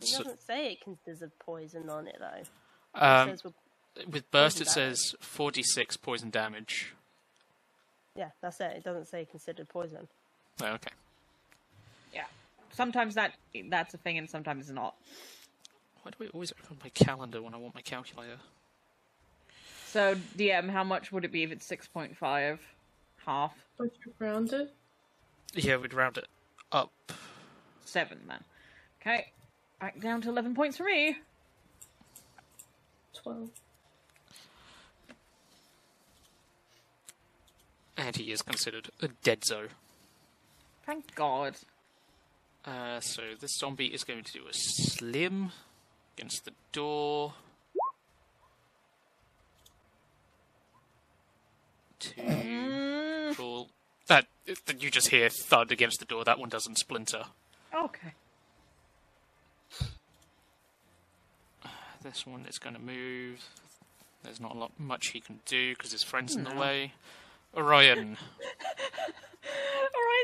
B: It doesn't say it considers poison on it though. It
D: Um,
B: says we're-
D: with burst, it
B: poison damage.
D: says 46 poison damage.
B: yeah, that's it. It doesn't say considered poison.
D: Oh, okay.
E: Yeah. Sometimes that that's a thing and sometimes it's not.
D: Why do I always open my calendar when I want my calculator?
E: So DM, how much would it be if it's six point five? Half.
C: Would you round it?
D: Yeah, we'd round it up.
E: Seven then. Okay. Back down to eleven points for me.
C: Twelve.
D: And he is considered a dead zo.
E: Thank God.
D: Uh, so this zombie is going to do a slim against the door.
E: Mm.
D: Two. Cool. That that you just hear thud against the door. That one doesn't splinter.
E: Okay.
D: This one is going to move. There's not a lot much he can do because his friend's in the
E: No.
D: way. Orion,
E: Orion's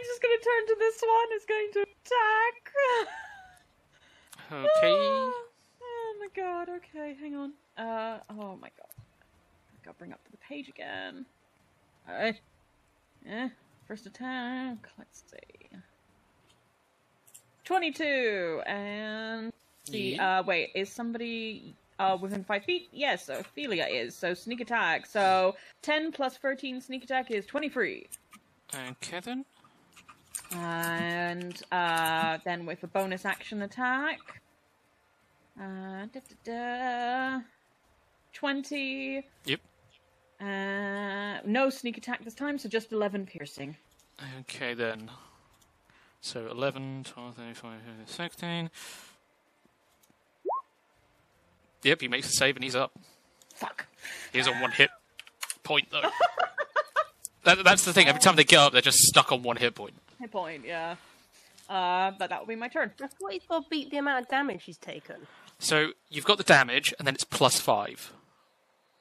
E: just gonna turn to this one. It's going to attack.
D: okay.
E: oh my god. Okay, hang on. Uh. Oh my god. I gotta bring up the page again. All right. Eh. First attack. Let's see. Twenty-two and the
D: Yeah.
E: uh. Wait. Is somebody? Uh, within five feet, yes. So Ophelia is so sneak attack. So ten plus thirteen sneak attack is twenty-three.
D: Okay then.
E: And uh, then with a bonus action attack. Uh, da, da, da, 20.
D: Yep.
E: Uh, no sneak attack this time, so just 11 piercing.
D: Okay then. So 11, 12, 35, 16. Yep, he makes the save and he's up.
E: Fuck.
D: He's on one hit point though. that, that's the thing. Every time they get up, they're just stuck on one hit point.
E: Hit point, yeah. Uh, but that will be my turn.
B: I thought he's got to beat the amount of damage he's taken.
D: So you've got the damage, and then it's plus five.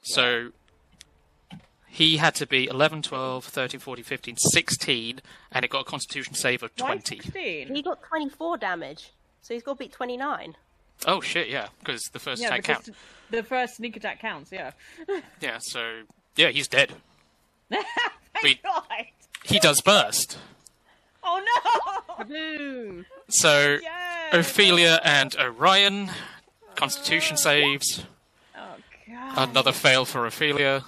D: So he had to be 11, 12, 13, 14, 15, 16, and it got a constitution save of
E: Why
D: 20.
E: 16?
B: He got 24 damage, so he's got to beat 29.
D: Oh shit, yeah, because the first
E: Yeah,
D: attack
E: because
D: count.
E: the first sneak attack counts, yeah.
D: Yeah, so. Yeah, he's dead.
E: Thank God!
D: He does burst.
E: Oh no!
B: Boom!
D: So
E: Yay!
D: Ophelia and Orion, constitution saves.
E: Oh God.
D: Another fail for Ophelia.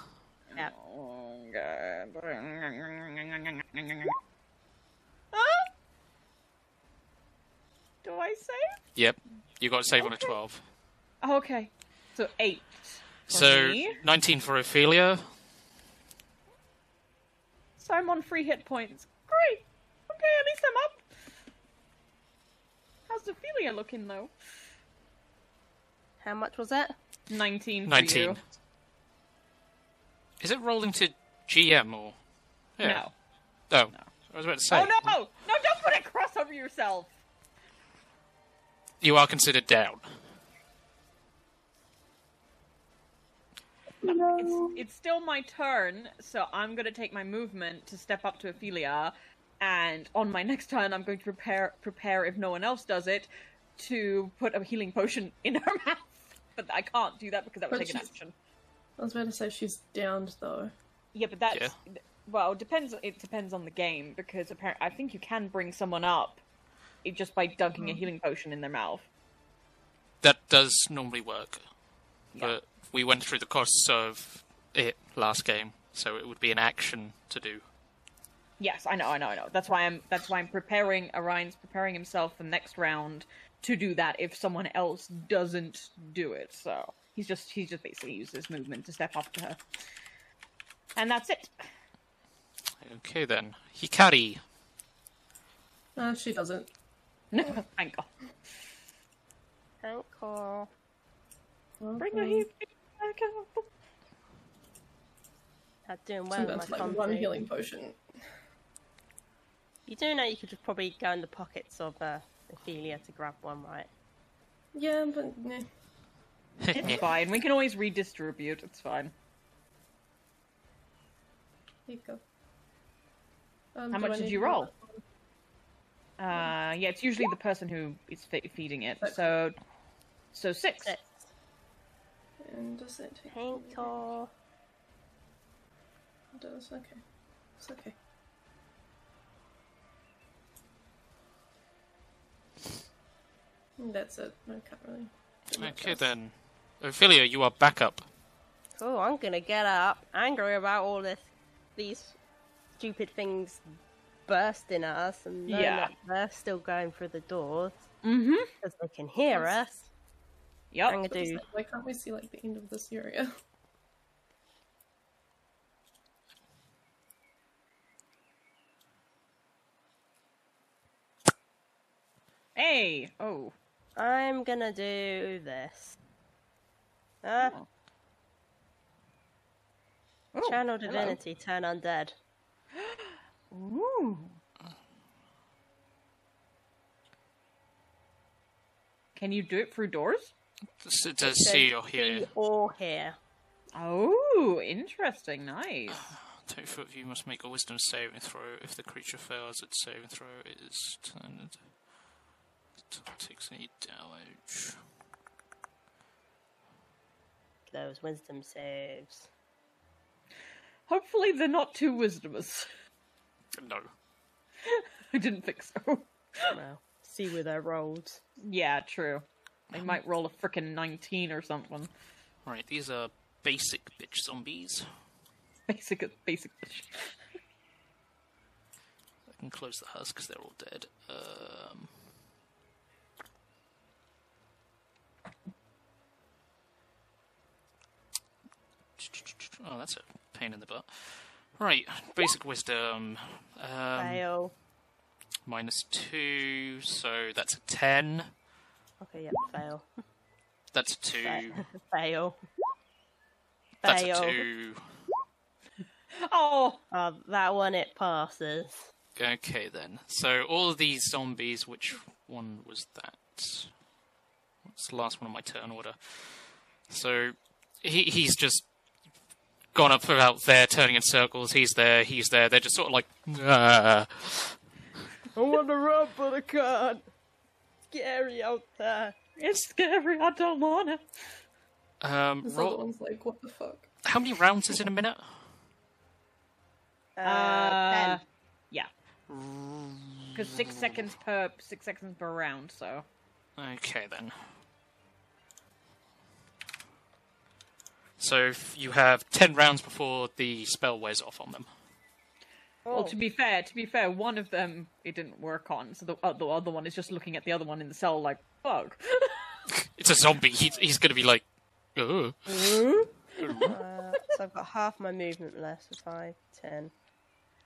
E: Oh, God. Do I save?
D: Yep, you got to save on a 12.
E: Okay. So eight. for
D: So
E: me.
D: 19 for Ophelia.
E: So I'm on three hit points. Great. Okay, at least I'm up. How's Ophelia looking though?
B: How much was that?
E: Nineteen. For
D: 19.
E: You.
D: Is it rolling to GM or? Yeah.
E: No.
D: Oh, I was about to say.
E: Oh no! No! Don't put a cross over yourself.
D: You are considered down.
E: It's still my turn, so I'm going to take my movement to step up to Ophelia, and on my next turn, I'm going to prepare prepare if no one else does it to put a healing potion in her mouth. But I can't do that because that would
C: But
E: take an
C: she's-
E: action.
C: I was about to say she's downed though.
E: Yeah, but that's well, it depends. It depends on the game because apparently, I think you can bring someone up i- just by dunking
C: Mm-hmm.
E: a healing potion in their mouth.
D: That does normally work, but we went through the costs of it last game, so it would be an action to do.
E: Yes, I know, I know, I know. That's why I'm. That's why I'm preparing. Orion's preparing himself for next round to do that if someone else doesn't do it. So he's just he's just basically used his movement to step up to her, and that's it.
D: Okay then, Hikari.
C: No, she doesn't.
E: Thank God.
B: Thank call.
E: Bring your healing back up.
B: That's doing well.
C: Well,
B: my
C: like
B: combo.
C: one healing potion.
B: You do know you could just probably go in the pockets of uh, Ophelia to grab one, right?
C: Yeah, but nah.
E: It's fine. We can always redistribute. It's fine.
C: Here you go. Um,
E: How
C: do I
E: much did
C: need
E: you
C: to-
E: roll? Uh, yeah, it's usually the person who is fe- feeding it. So, so six.
B: Six.
C: And does it take?
B: Thank call.
C: It does okay. It's okay. That's it. I can't really. do much
D: Okay
C: else.
D: then, Ophelia, you are back up.
B: Cool, I'm gonna get up, angry about all this, these stupid things bursting at us, and knowing
E: Yeah.
B: that they're still going through the doors
E: Mm-hmm.
B: because they can hear us.
E: Yep.
B: I'm gonna
C: But it's
B: do
C: like, why can't we see like the end of this area?
E: Hey. Oh.
B: I'm gonna do this. Uh,
E: Oh,
B: Channel
E: hello.
B: divinity, turn undead.
E: Ooh. Can you do it through doors?
D: Does- It does see or hear.
B: Or here.
E: Oh, interesting. Nice.
D: Two foot of you must make a wisdom saving throw. If the creature fails its saving throw, it is turned. It takes any damage.
B: Those wisdom saves.
E: Hopefully, they're not too wisdomous.
D: No.
E: I didn't think so.
B: Well, see where they're rolled.
E: Yeah, true. They might roll a frickin' 19 or something.
D: Right, these are basic bitch zombies.
E: Basic, basic bitch.
D: I can close the house because they're all dead. Um, oh, that's a pain in the butt. Right, basic wisdom. Um,
B: Fail.
D: minus two, so that's a ten.
B: Okay, yeah, fail.
D: That's a two.
B: Fail.
D: That's a
B: Fail.
D: two.
E: Oh,
B: Oh, that one it passes.
D: Okay then. So all of these zombies. Which one was that? What's the last one on my turn order? So he he's just gone up about there, turning in circles. He's there. He's there. They're just sort of like. "Ah."
B: I want to run, but I can't. Scary out there.
E: it's scary. I don't want it.
D: Um,
C: This
D: roll-
C: other one's like, what the fuck?
D: how many rounds is in a minute?
B: Uh,
E: Uh,
B: ten.
E: yeah. Because six seconds per six seconds per round, so
D: Okay then. So if you have ten rounds before the spell wears off on them.
E: Well,
B: Oh.
E: to be fair, to be fair, one of them it didn't work on, so the, uh, the other one is just looking at the other one in the cell like, "Fuck."
D: It's a zombie. He's he's gonna be like, oh.
B: Uh, so I've got half my movement left. So 5, 10,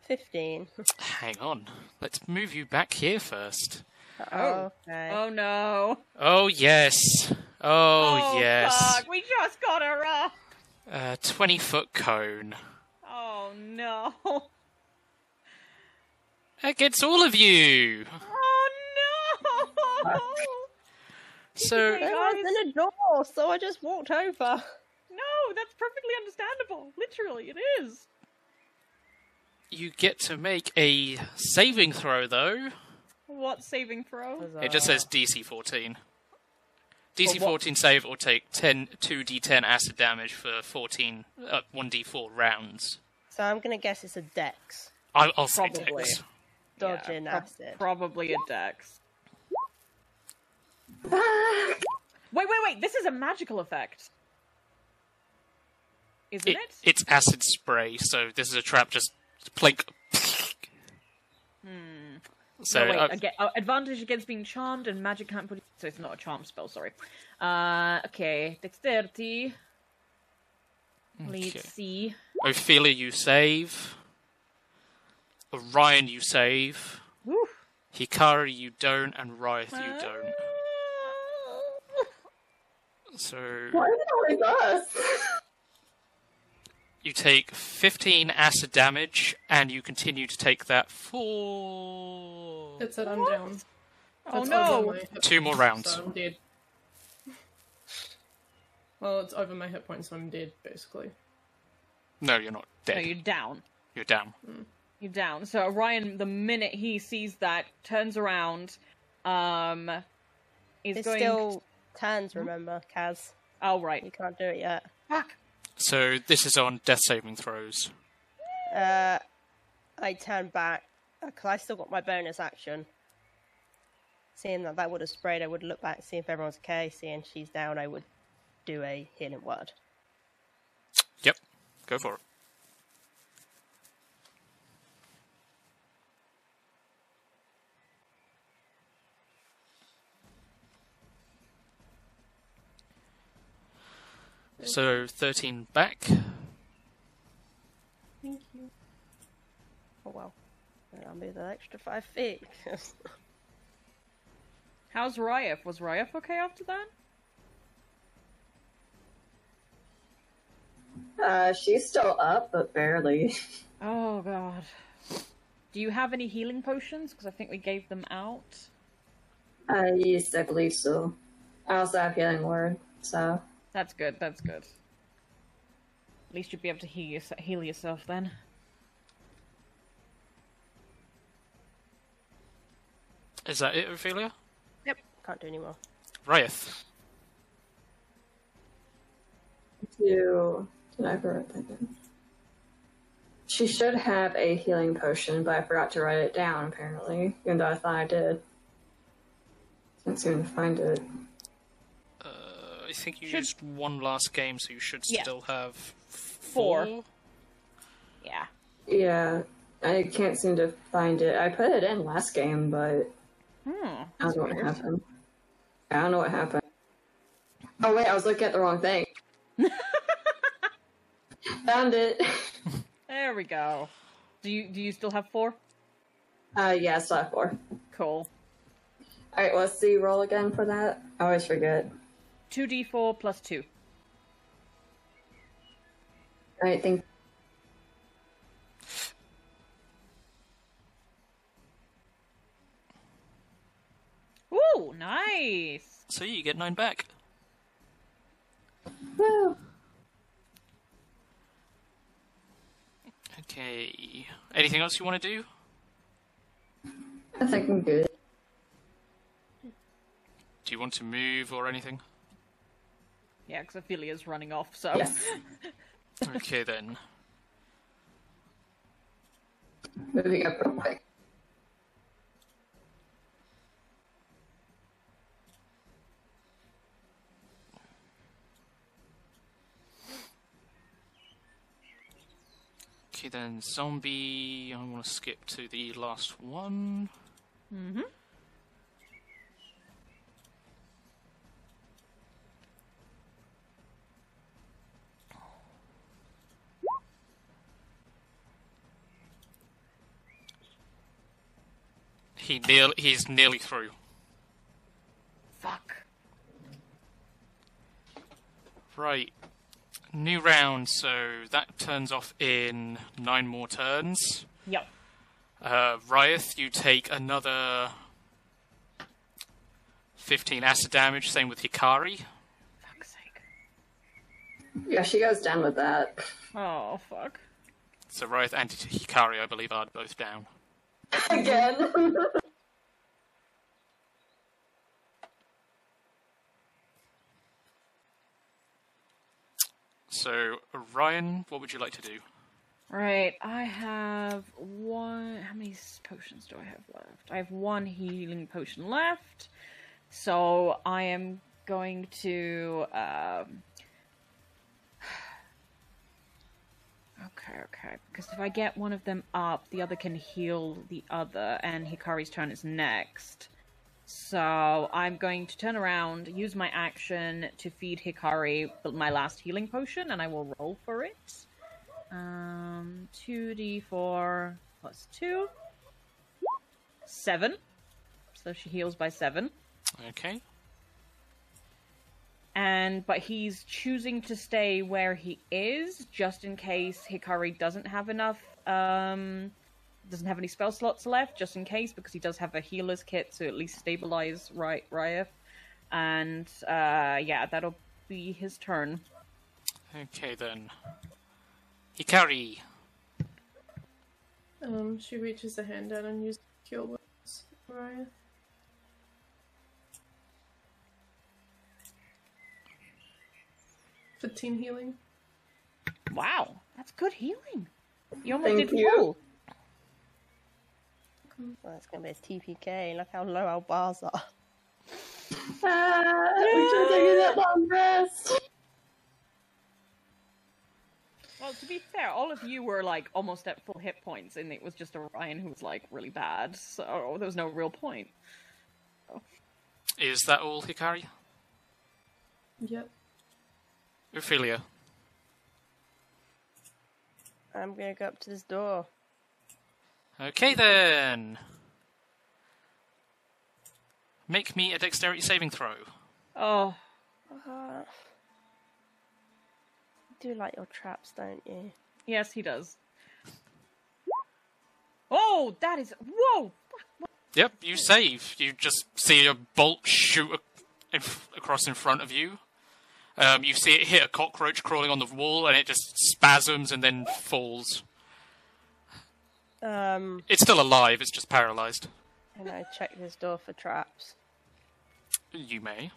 B: 15.
D: Hang on. Let's move you back here first.
B: Oh. Okay.
E: oh no!
D: Oh, yes. Oh, yes.
E: fuck! We just got her up.
D: Uh, 20 foot cone.
E: Oh no!
D: That gets all of you.
E: Oh no!
D: So,
B: There was in a door, so I just walked over.
E: No, that's perfectly understandable. Literally, it is.
D: you get to make a saving throw, though.
E: What saving throw?
D: It just says DC 14. DC
E: But what-
D: 14 save or take 10 2d10 acid damage for 14 uh, 1d4 rounds.
B: So I'm gonna guess it's a dex.
D: I, I'll say
E: Probably.
D: dex.
B: Dodging
E: prob-
B: acid.
E: Probably a dex. wait, wait, wait! This is a magical effect, isn't
D: It,
E: it?
D: it's acid spray, so this is a trap. Just plink. So
E: Hmm. no, wait,
D: uh,
E: aga- oh, advantage against being charmed and magic can't put. So it's not a charm spell. Sorry. Uh, okay, dexterity.
D: Okay.
E: Let's see.
D: Mm, Ophelia, you save. Orion, you save.
E: Woo.
D: Hikari, you don't, and Ryth, you don't. So
F: Why is it always us?
D: you take 15 acid damage, and you continue to take that for
C: It said I'm down.
E: Oh
C: It's over
E: no!
C: my hit
D: Two more
C: points,
D: rounds.
C: So I'm dead. Well, it's over my hit points, so I'm dead, basically.
D: no, you're not
E: No,
D: dead.
E: you're down. Mm.
D: You're down.
E: you down. So Orion, the minute he sees that, turns around. Um, is
B: It's
E: going.
B: still turns, remember, Kaz.
E: Oh right.
B: You can't do it yet.
E: Fuck.
D: So this is on death saving throws.
B: Uh, I turn back because I still got my bonus action. Seeing that that would have sprayed, I would look back, see if everyone's okay. Seeing she's down, I would do a healing word.
D: Yep, go for it. So 13 back.
B: Oh well, I'll move that extra five feet.
E: How's Ryef? Was Ryef okay after that?
F: Uh, she's still up, but barely.
E: Oh god. Do you have any healing potions? Because I think we gave them out.
F: Uh, yes, I believe so. I also have healing word, so
E: That's good. That's good. At least you'll be able to heal, yourse- heal yourself then.
D: Is that it, Ophelia?
B: Yep, can't do any more.
D: Riath.
F: do. Did I write that down? She should have a healing potion, but I forgot to write it down. Apparently, even though I thought I did. Can't seem to find it.
D: Uh, I think you used one last game, so you should
E: Yeah.
D: still have
E: Four.
D: four.
E: Yeah.
F: Yeah, I can't seem to find it. I put it in last game, but
E: Hmm.
F: I don't know what happened. I don't know what happened. Oh wait, I was looking at the wrong thing. Found it.
E: There we go. Do you do you still have four?
F: Uh, yeah, I still have four.
E: Cool.
F: All right, let's see. Roll again for that. I always forget.
E: Two D four plus two.
F: All right, thank.
E: Ooh, nice.
D: So you get nine back.
F: Woo.
D: Okay. Anything else you want to do?
F: I think I'm good.
D: Do you want to move or anything?
E: Yeah, because Ophelia's running off. So
F: Yes.
D: okay then.
F: Moving up real quick.
D: Okay then, zombie. I want to skip to the last one. He nearly, he's nearly through.
E: fuck.
D: Right. New round, so that turns off in nine more turns.
E: Yep.
D: Uh, Riot, you take another 15 acid damage, same with Hikari.
E: Fuck's sake.
F: Yeah, she goes down with that.
E: Oh fuck.
D: So Riot and Hikari, I believe, are both down.
F: Again.
D: So, Ryan, what would you like to do?
E: Right, I have one. How many s- potions do I have left? I have one healing potion left. So I am going to. Um... Okay, okay. Because if I get one of them up, the other can heal the other, and Hikari's turn is next. So I'm going to turn around, use my action to feed Hikari my last healing potion, and I will roll for it. Um, 2d4 plus 2. 7. So she heals by 7.
D: Okay.
E: And, but he's choosing to stay where he is just in case Hikari doesn't have enough, um, doesn't have any spell slots left, just in case, because he does have a healer's kit to at least stabilize Ry- Ryef. And, uh, yeah, that'll be his turn.
D: Okay then. Hikari!
C: Um, she reaches a hand down and uses cure words. Mariah. For team healing.
E: Wow, that's good healing. You almost
F: Thank
E: did
F: you.
E: full.
B: Well, that's gonna be a TPK. Look how low our bars are.
F: Ah, we should have taken that long rest.
E: Well, to be fair, all of you were like almost at full hit points, and it was just Orion who was like really bad, so there was no real point.
D: Is that all, Hikari?
C: Yep.
D: Ophelia.
B: I'm gonna go up to this door.
D: Okay then! Make me a dexterity saving throw.
E: Oh,
B: Uh, you do like your traps, don't you?
E: yes, he does. Whoa, that is whoa.
D: Yep, you save. You just see a bolt shoot a- in- across in front of you. Um, you see it hit a cockroach crawling on the wall, and it just spasms and then falls.
B: Um,
D: It's still alive. It's just paralyzed.
B: and I check this door for traps.
D: You may.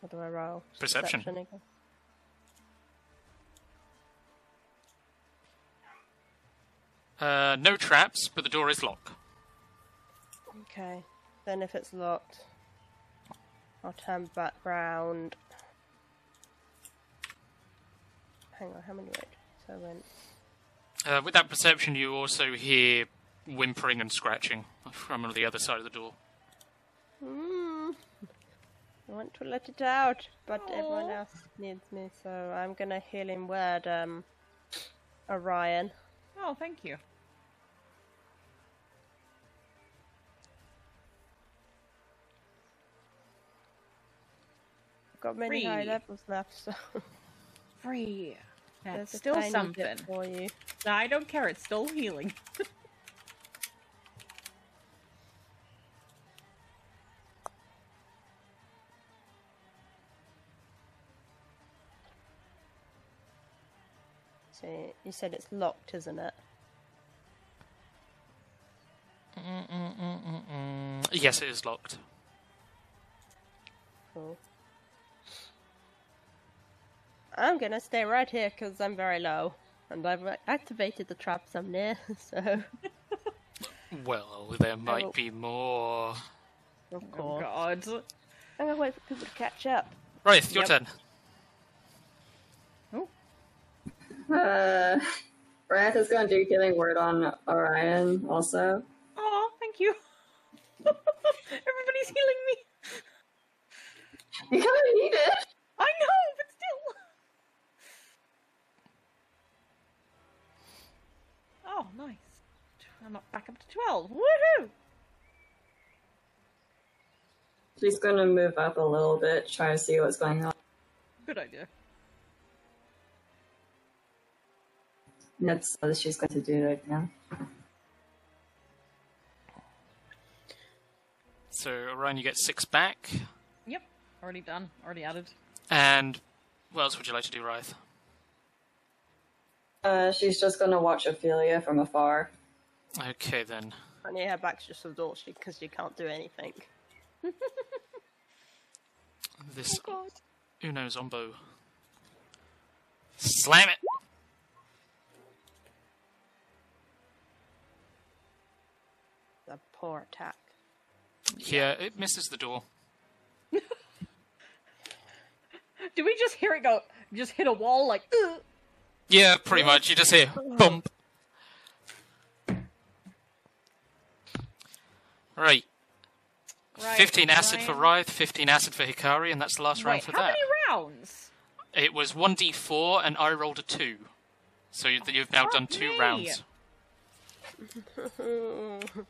B: What do I roll?
D: Perception.
B: again.
D: Uh, no traps, but the door is locked.
B: Okay. Then if it's locked, I'll turn back round. Hang on, how many went? So I went.
D: Uh, with that perception, you also hear whimpering and scratching from the other side of the door.
B: Hmm. I want to let it out, but everyone else needs me, so I'm gonna heal him word, um, Orion.
E: Oh, thank you.
B: I've got many high
E: Three.
B: levels left, so
E: Free. That's
B: there's a
E: still
B: tiny
E: something.
B: bit for you.
E: No, I don't care. It's still healing.
B: So you said it's locked, isn't it?
D: Yes, it is locked.
B: Cool. I'm gonna stay right here because I'm very low, and I've like, activated the traps I'm near. So
D: Well, there
B: will-
D: might be more.
B: of
E: Oh,
B: course,
E: God.
B: I'm gonna wait for people to catch up.
D: Right, your
E: Yep.
D: turn.
F: Uh, Wrath is going to do healing word on Orion also.
E: Oh, thank you. Everybody's healing me.
F: You kind of need it.
E: I know, but still. Oh, nice. I'm up- back up to 12. Woohoo!
F: She's going to move up a little bit, try to see what's going on.
E: Good idea.
F: That's what she's going to do right now.
D: So, Orion, you get six back.
E: Yep. Already done. Already added.
D: And what else would you like to do, Ryth?
F: Uh, she's just going to watch Ophelia from afar.
D: Okay, then.
B: I need her back just to the door because she can't do anything.
D: This Uno Zombo. Slam it!
B: The poor attack.
D: Yeah, it misses the door.
E: Do we just hear it go, just hit a wall like, "Ugh."
D: Yeah, pretty much. You just hear bump. Right.
E: Right,
D: 15 acid for
E: Ryan.
D: Ryth, 15 acid for Hikari, and that's the last round
E: Wait,
D: for
E: how
D: that.
E: many rounds?
D: It was 1d4, and I rolled a 2. So you, you've now
E: Fuck
D: done two
E: me.
D: rounds.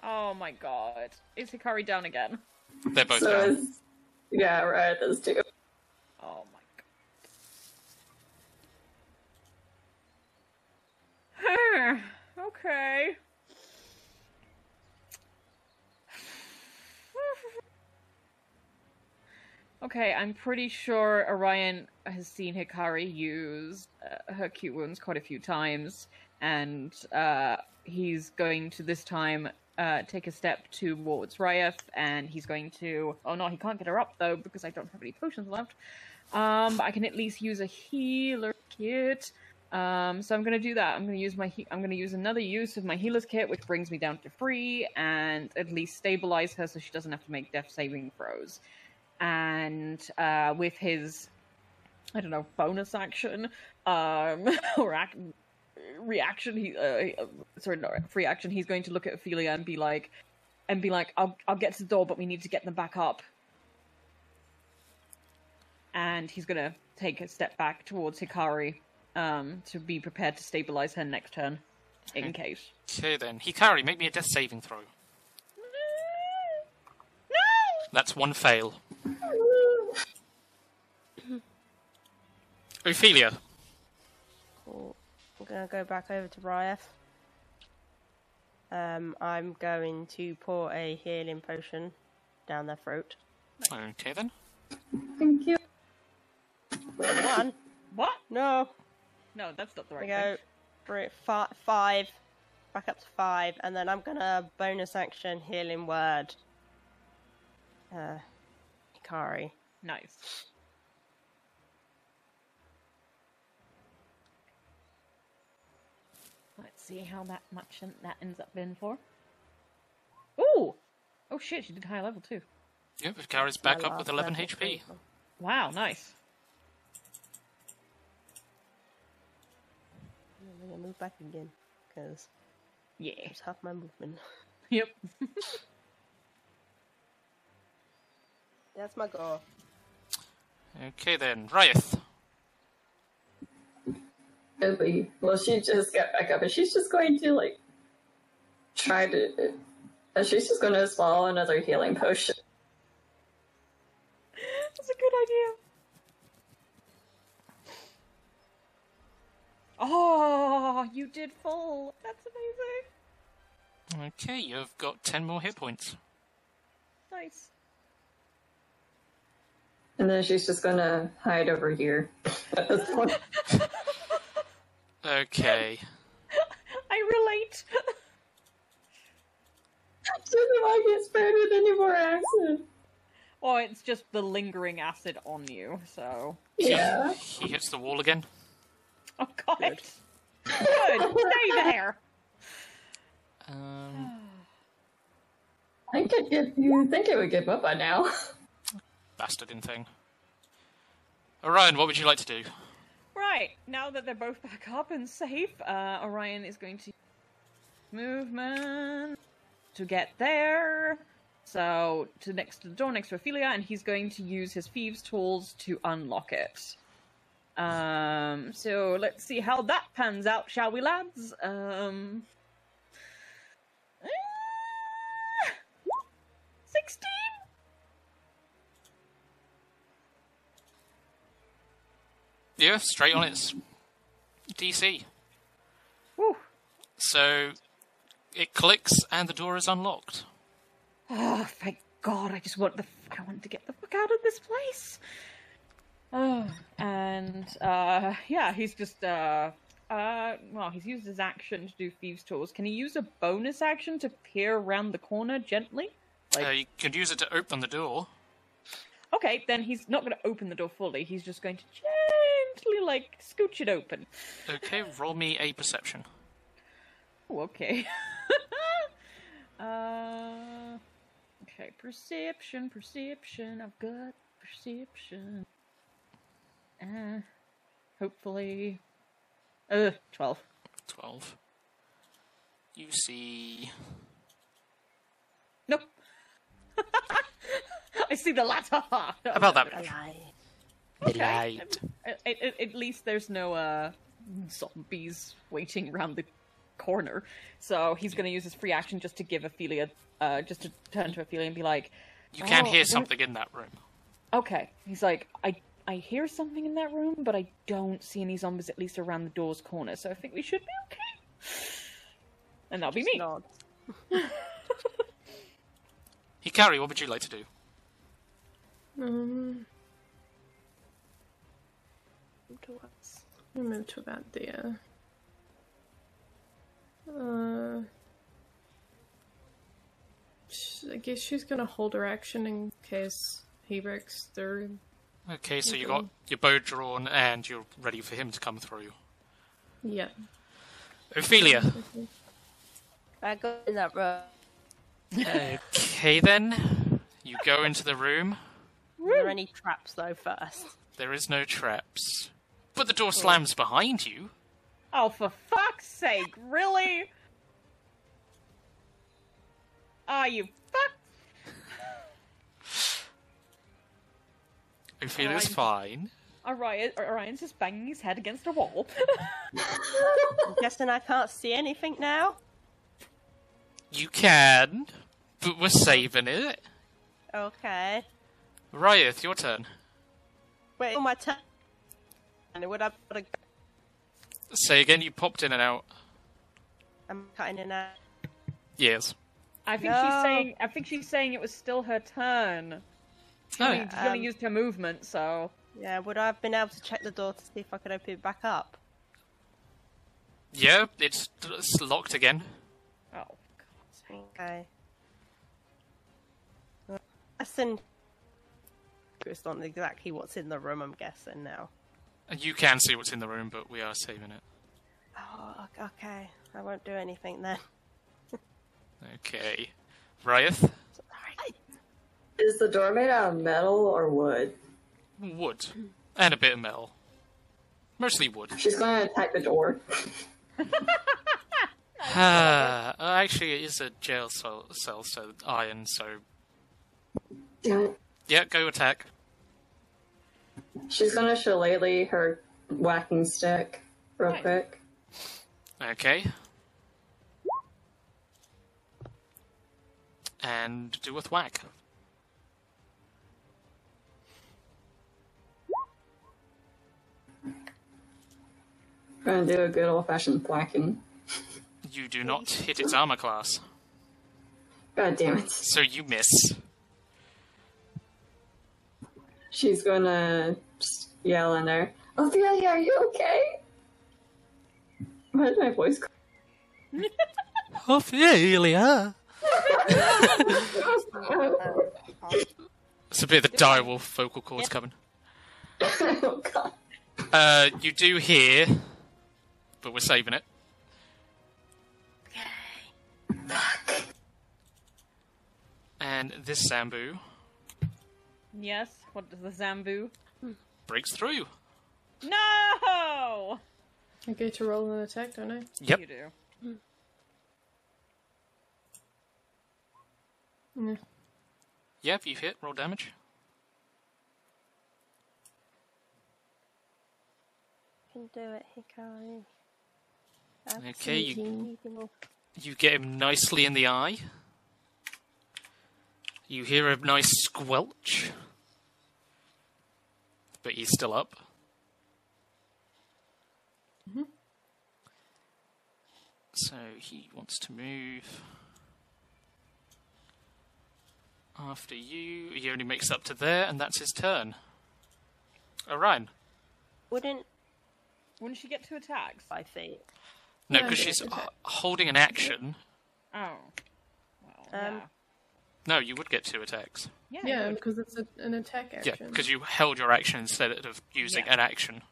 E: Oh my god. Is Hikari down again?
D: They're both
F: So
D: down.
F: it's, yeah, Wrath is too.
E: Oh my god. Hmm, okay. Okay, I'm pretty sure Orion has seen Hikari use uh, her cute wounds quite a few times, and uh, he's going to this time uh, take a step towards Ryef, and he's going to. Oh no, he can't get her up though because I don't have any potions left. Um, but I can at least use a healer kit. Um, so I'm gonna do that. I'm gonna use my. He- I'm gonna use another use of my healer's kit, which brings me down to free, and at least stabilize her so she doesn't have to make death saving throws. And uh, with his, I don't know, bonus action um, or ac- reaction, he uh, uh, sorry, not free action. He's going to look at Ophelia and be like, and be like, I'll I'll get to the door, but we need to get them back up and he's gonna take a step back towards Hikari um, to be prepared to stabilize her next turn, in case.
D: Okay, then. Hikari, make me a death saving throw. That's one fail. Ophelia,
B: Cool. I'm gonna go back over to Ryef. Um, I'm going to pour a healing potion down their throat.
D: Okay then.
F: Thank you.
B: One.
E: What?
B: No.
E: No, that's not the
B: We
E: right
B: go
E: thing.
B: three, fi- five, back up to five, and then I'm gonna bonus action healing word. Uh, Hikari.
E: Nice. Let's see how that much that ends up being for. Ooh! Oh shit, she did high level too.
D: Yep, Kara's back
B: my
D: up with
B: last
D: 11
B: level
D: HP.
B: spell.
E: Wow, nice.
B: I'm gonna move back again because
E: Yeah.
B: it's half my movement.
E: Yep.
B: That's my goal.
D: Okay then, Ryeth.
F: Italy. Well, she just got back up, and she's just going to like try to. And she's just going to swallow another healing potion.
E: That's a good idea. Oh, you did full. That's amazing.
D: Okay, you've got 10 more hit points.
E: Nice.
F: And then she's just going to hide over here. At this point,
D: Okay.
E: I relate.
F: she doesn't want to get sprayed with any more acid.
E: oh, it's just the lingering acid on you, so.
F: Yeah.
D: He hits the wall again.
E: Oh, God. Good. Stay there.
D: Um,
F: I think it give you think it would give up by now.
D: bastarding thing. Orion, what would you like to do?
E: Right, now that they're both back up and safe, uh, Orion is going to movement to get there. So to next to the door, next to Ophelia, and he's going to use his thieves' tools to unlock it. Um, so let's see how that pans out, shall we, lads? Um, eh, sixteen.
D: Yeah, straight on its DC.
E: Whew.
D: So it clicks and the door is unlocked.
E: Oh, thank God! I just want the I want to get the fuck out of this place. Oh, and uh, yeah, he's just uh, uh, well, he's used his action to do thieves' tools. Can he use a bonus action to peer around the corner gently?
D: uh, you could use it to open the door.
E: Okay, then he's not going to open the door fully. He's just going to gently like scooch it open.
D: Okay, roll me a perception.
E: Oh, okay. uh, okay, perception, perception. I've got perception. Uh, hopefully. Uh, 12.
D: 12. You see.
E: Nope. I see the latter. No,
D: About that
E: no,
D: much.
E: Okay. At, at- at least there's no uh, zombies waiting around the corner. So he's going to use his free action just to give Ophelia, uh, just to turn to Ophelia and be like,
D: You can
E: "Oh, I
D: hear
E: don't-
D: something in that room.
E: Okay. He's like, I I hear something in that room, but I don't see any zombies at least around the door's corner, so I think we should be okay. And that'll be me.
B: Nod.
D: Hikari, what would you like to do?
C: Um, move to what's- we move to about there. Uh, sh- I guess she's gonna hold her action in case he breaks through.
D: Okay, so you got your bow drawn and you're ready for him to come through.
C: Yeah.
D: Ophelia.
B: I go in that room.
D: okay then. You go into the room.
B: Are there any traps though first?
D: There is no traps. But the door slams behind you.
E: Oh, for fuck's sake, really? Ah, you fuck!
D: Ophelia's
E: Fine.
D: fine.
E: Orion, Orion's just banging his head against a wall.
B: I'm guessing I can't see anything now.
D: You can, but we're saving it.
B: Okay.
D: Ryeth, your turn.
B: Wait, on my turn. Would I put a
D: Say again, you popped in and out.
B: I'm cutting in out.
D: Yes.
E: I think she's
B: No.
E: saying. I think she's saying it was still her turn. She
D: Oh,
E: only, she only
B: Um,
E: used her movement, so
B: Yeah, would I have been able to check the door to see if I could open it back up?
D: Yeah, it's, it's locked again.
E: oh,
B: Okay. Listen, it's not exactly what's in the room. I'm guessing now.
D: And You can see what's in the room, but we are saving it.
B: Oh, o- okay. I won't do anything then.
D: Okay. Ryeth?
F: Is the door made out of metal or wood?
D: Wood. And a bit of metal. Mostly wood.
F: She's going to attack the door.
D: Ah, actually, it is a jail cell, cell, so iron, so.
F: Damn it.
D: Yeah, go attack.
F: She's going to shillelagh her whacking stick real quick.
D: Okay. And do with whack.
F: going to do a good old fashioned whacking.
D: You do not hit its armor class,
F: God damn it.
D: so you miss.
F: She's going to yell in there, Ophelia, are you okay? Why did my voice go?
D: Ophelia! It's a bit of the direwolf vocal cords coming.
F: oh, God.
D: Uh, you do hear, but we're saving it. And this Sambu
E: yes. What does the Zambu?
D: breaks through.
E: Hmm. No. Oh.
C: I get to roll an attack, don't I?
D: Yep.
E: You do.
D: Yep, you hit. Roll damage.
B: You can do it, Hikari.
D: Okay, you-
B: Unbelievable.
D: You get him nicely in the eye. You hear a nice squelch. But he's still up.
C: Mm-hmm.
D: So he wants to move. After you, he only makes up to there, and that's his turn. Orion.
B: Wouldn't
E: Wouldn't she get two attacks?
B: I think?
D: No,
C: No,
D: because
C: but
D: she's
C: it's a-
D: uh, holding an action.
E: Oh. Well,
B: Um,
D: No, you would get two attacks.
E: yeah. Yeah.
C: Yeah, because it's a, an attack
D: Yeah,
C: action.
D: because you held your action instead of using
E: Yeah.
D: an action.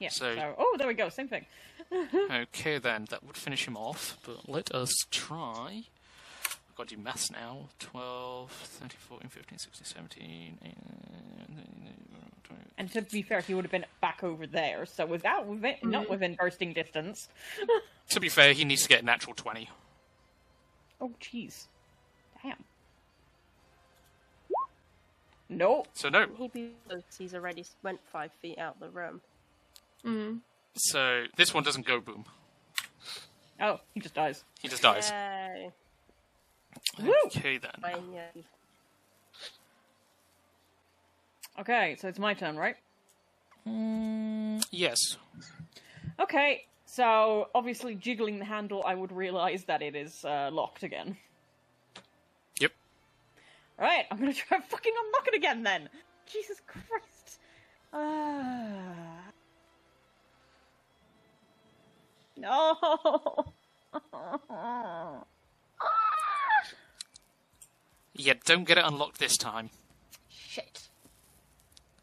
E: yeah.
D: so-
E: so, oh, there we go. Same thing.
D: Okay, then that would finish him off. But let us try. I've got to do maths now. 12, 13, 14, 15, 16, 17. eh,
E: And to be fair, he would have been back over there, so without within, not within bursting distance.
D: To be fair, he needs to get a natural 20.
E: Oh, jeez. Damn. Nope.
D: So, no.
B: He be- he's already s- went five feet out the room.
D: So, this one doesn't go boom.
E: Oh, he just dies.
D: He just dies.
B: Yay!
D: Okay, then.
B: Fine, yeah.
E: Okay, so it's my turn, right?
D: Mm, Yes.
E: Okay, so obviously jiggling the handle, I would realize that it is uh, locked again.
D: Yep.
E: Right, I'm gonna try and fucking unlock it again then. Jesus Christ. Uh... No.
D: Yeah, don't get it unlocked this time.
E: Shit.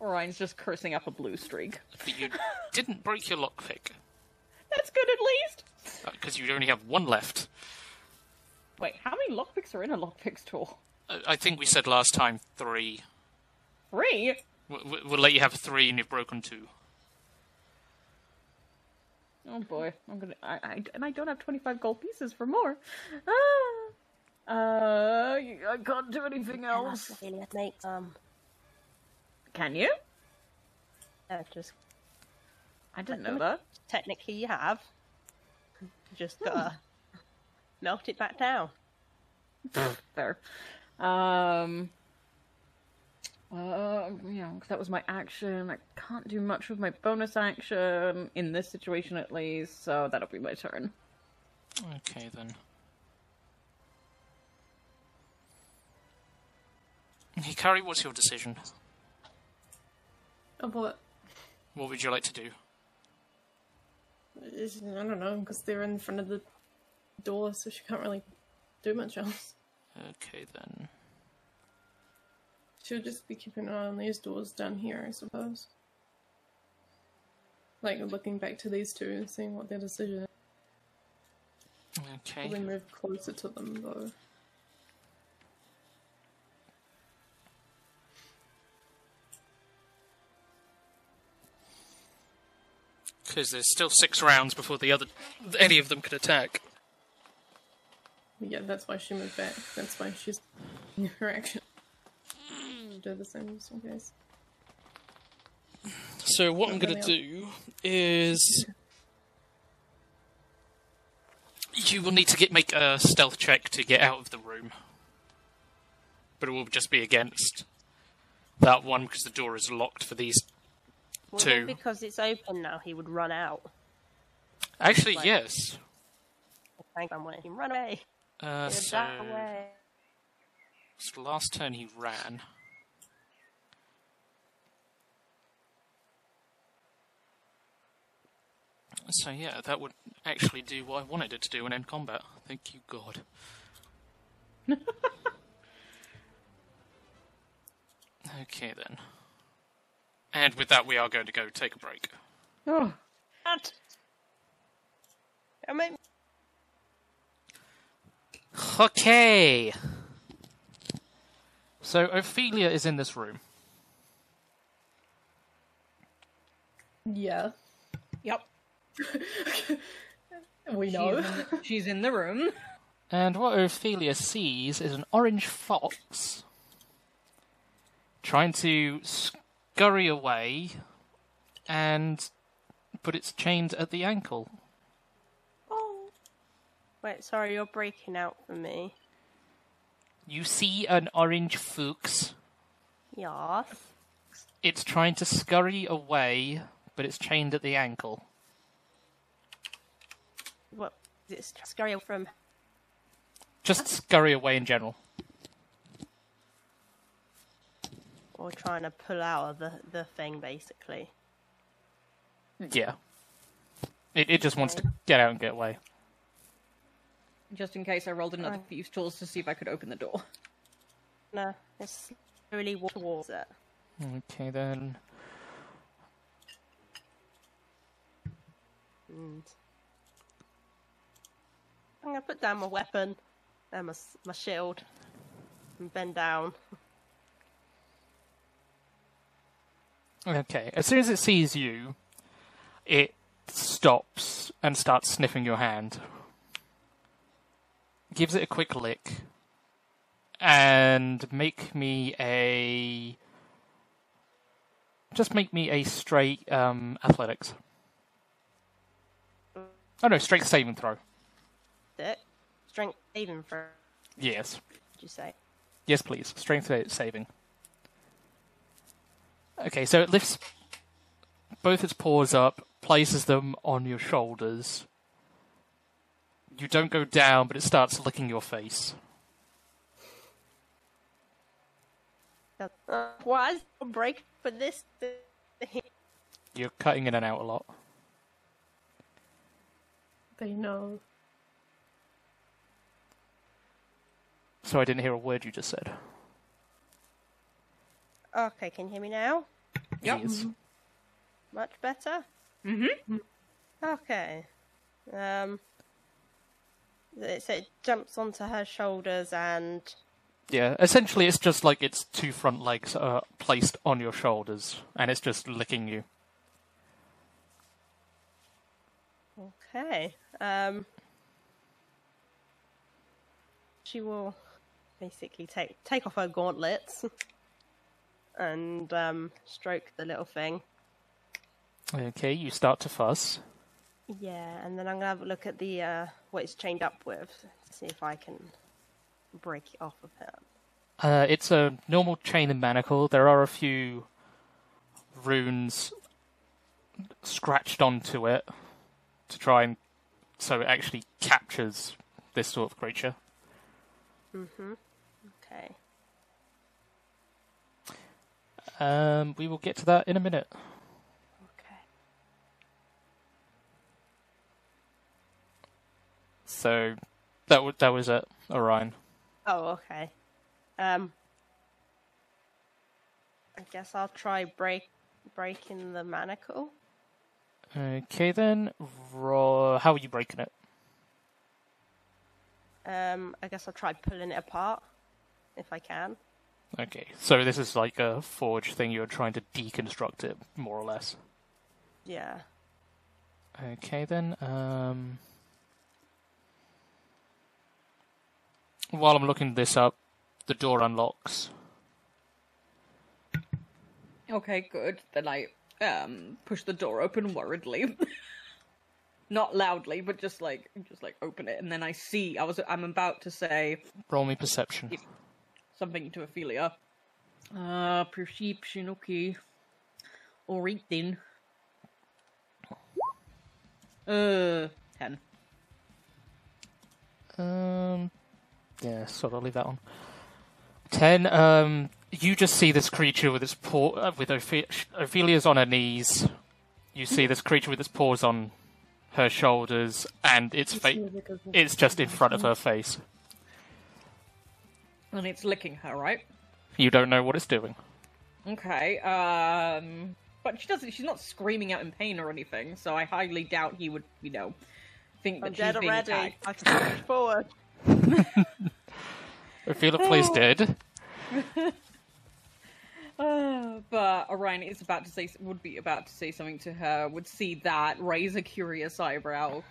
E: Orion's just cursing up a blue streak.
D: But you didn't break your lockpick.
E: That's good at least.
D: Because you only have one left.
E: Wait, how many lockpicks are in a lockpicks tool?
D: Uh, I think we said last time three.
E: Three?
D: W- w- We'll let you have three and you've broken two.
E: Oh boy, I'm gonna. I, I and I don't have 25 gold pieces for more. Ah. Uh, I can't do anything else.
B: Ophelia, make um.
E: Can you?
B: Yeah, uh, just
E: I didn't know that. Hmm.
B: technically you have. You Just gotta melt it back down.
E: Fair. Um. Uh, yeah, 'cause that was my action. I can't do much with my bonus action in this situation, at least. So that'll be my turn.
D: Okay then. Hikari, what's your decision?
C: Oh, but
D: What would you like to do?
C: it's- I don't know because they're in front of the door, so she can't really do much else.
D: Okay then.
C: She'll just be keeping an eye on these doors down here, I suppose. Like looking back to these two and seeing what their decision is.
D: Okay.
C: Probably move closer to them though.
D: Because there's still six rounds before the other, any of them could attack.
C: Yeah, that's why she moved back. That's why she's in her action. She'll Do the same just in case.
D: So what I'm
C: Okay,
D: going to
C: Leo.
D: do is, you will need to get make a stealth check to get out of the room, but it will just be against that one because the door is locked for these
B: Well,
D: two.
B: because it's open now, he would run out.
D: Actually,
B: Right.
D: yes.
B: Thank someone. He run away.
D: Uh,
B: Get
D: so
B: that away.
D: so last turn he ran. So yeah, that would actually do what I wanted it to do and end combat. Thank you, God. okay then. And with that, we are going to go take a break.
E: Oh,
B: Dad! I mean,
D: Okay. So Ophelia is in this room.
C: Yeah.
E: yep.
C: We know.
E: She's in, the- she's in the room.
D: And what Ophelia sees is an orange fox trying to scurry away, and but it's chained at the ankle.
B: wait, sorry, you're breaking out for me.
D: You see an orange fox.
B: Yes.
D: It's trying to scurry away, but it's chained at the ankle.
B: What? It's scurry from.
D: Just scurry away in general.
B: Or trying to pull out of the, the thing, basically.
D: Yeah. It it just wants to get out and get away.
E: Just in case, I rolled another fuse tools to see if I could open the door.
B: No, it's slowly walk towards it.
D: Okay then.
B: And I'm gonna put down my weapon and my, s- my shield and bend down.
D: Okay. As soon as it sees you, it stops and starts sniffing your hand. Gives it a quick lick. And make me a. Just make me a straight um, athletics. Oh no, straight saving throw.
B: It. Strength saving throw,
D: Yes.
B: did you say?
D: Yes, please. Strength sa- saving. Okay, so it lifts both its paws up, places them on your shoulders. You don't go down, but it starts licking your face.
B: That- Uh, why is it break for this? thing?
D: You're cutting in and out a lot.
C: they know.
D: So I didn't hear a word you just said.
B: Okay, can you hear me now?
D: Yes.
B: Much better? Mm-hmm. Okay. Um. It, so it jumps onto her shoulders and
D: Yeah, essentially it's just like its two front legs are placed on your shoulders, and it's just licking you.
B: Okay. Um, she will basically take take off her gauntlets and um, stroke the little thing.
D: Okay, you start to fuss.
B: Yeah, and then I'm gonna have a look at the uh, what it's chained up with, see if I can break it off of her.
D: Uh, it's a normal chain and manacle. There are a few runes scratched onto it to try and so it actually captures this sort of creature.
B: Mm-hmm. Okay.
D: Um, we will get to that in a minute. So that w- that was it, Orion.
B: Oh, okay. Um, I guess I'll try break breaking the manacle.
D: Okay then, Ro- how are you breaking it?
B: Um, I guess I'll try pulling it apart if I can.
D: Okay, so this is like a forge thing. You're trying to deconstruct it, more or less.
B: Yeah.
D: Okay then. Um, while I'm looking this up, the door unlocks.
E: Okay, good. Then I um push the door open worriedly. Not loudly, but just like just like open it and then I see I was I'm about to say
D: Roll me perception.
E: something to Ophelia. Uh perception, okay. Alright then. Uh ten.
D: Um, yeah, so I'll leave that on. Ten. Um, you just see this creature with its paw, uh, with Ophe- Ophelia's on her knees. You see this creature with its paws on her shoulders, and its face. It's just in front of her face.
E: And it's licking her, right?
D: You don't know what it's doing.
E: Okay. Um but she doesn't she's not screaming out in pain or anything, so I highly doubt he would, you know, think
B: I'm
E: that
B: dead
E: she's being
B: already.
E: attacked.
B: I can push forward.
D: Ophelia, please,
E: Oh.
D: dead.
E: Uh, but Orion is about to say would be about to say something to her. Would see that, raise a curious eyebrow,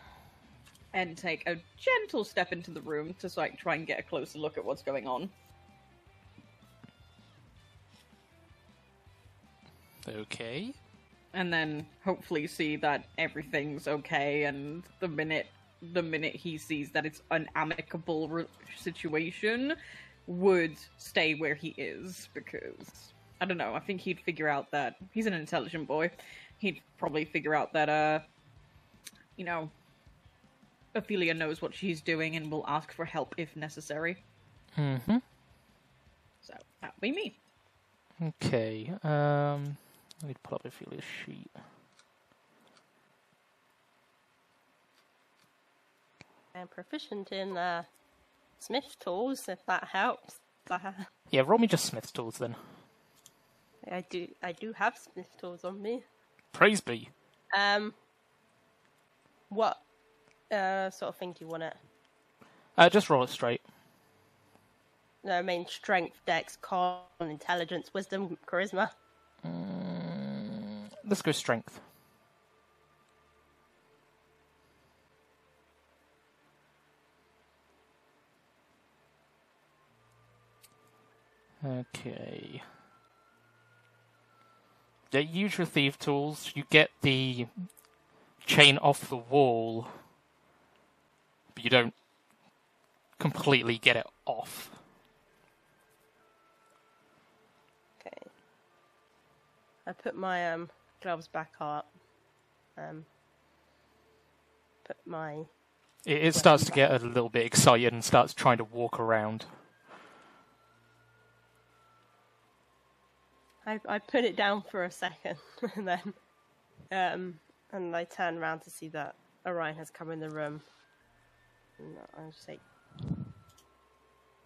E: and take a gentle step into the room to like try and get a closer look at what's going on.
D: Okay.
E: and then hopefully see that everything's okay and the minute the minute he sees that it's an amicable re- situation would stay where he is because i don't know i think he'd figure out that he's an intelligent boy he'd probably figure out that uh you know ophelia knows what she's doing and will ask for help if necessary
D: Mm-hmm.
E: so that would be me
D: Okay. Um, let me pull up Ophelia's sheet.
B: I'm proficient in uh, smith tools, if that helps. I
D: Yeah, roll me just Smith's tools then.
B: do. I do have smith tools on me.
D: Praise be.
B: Um, what uh, sort of thing do you want it?
D: Uh, just roll it straight.
B: No, I mean strength, dex, con, intelligence, wisdom, charisma.
D: Mm, let's go strength. Okay. Yeah, use your thief tools. You get the chain off the wall, but you don't completely get it off.
B: Okay. I put my um, gloves back up. Um, put my
D: It, it starts to get a little bit excited and starts trying to walk around.
B: I, I put it down for a second and then um and I turn around to see that Orion has come in the room. And I just say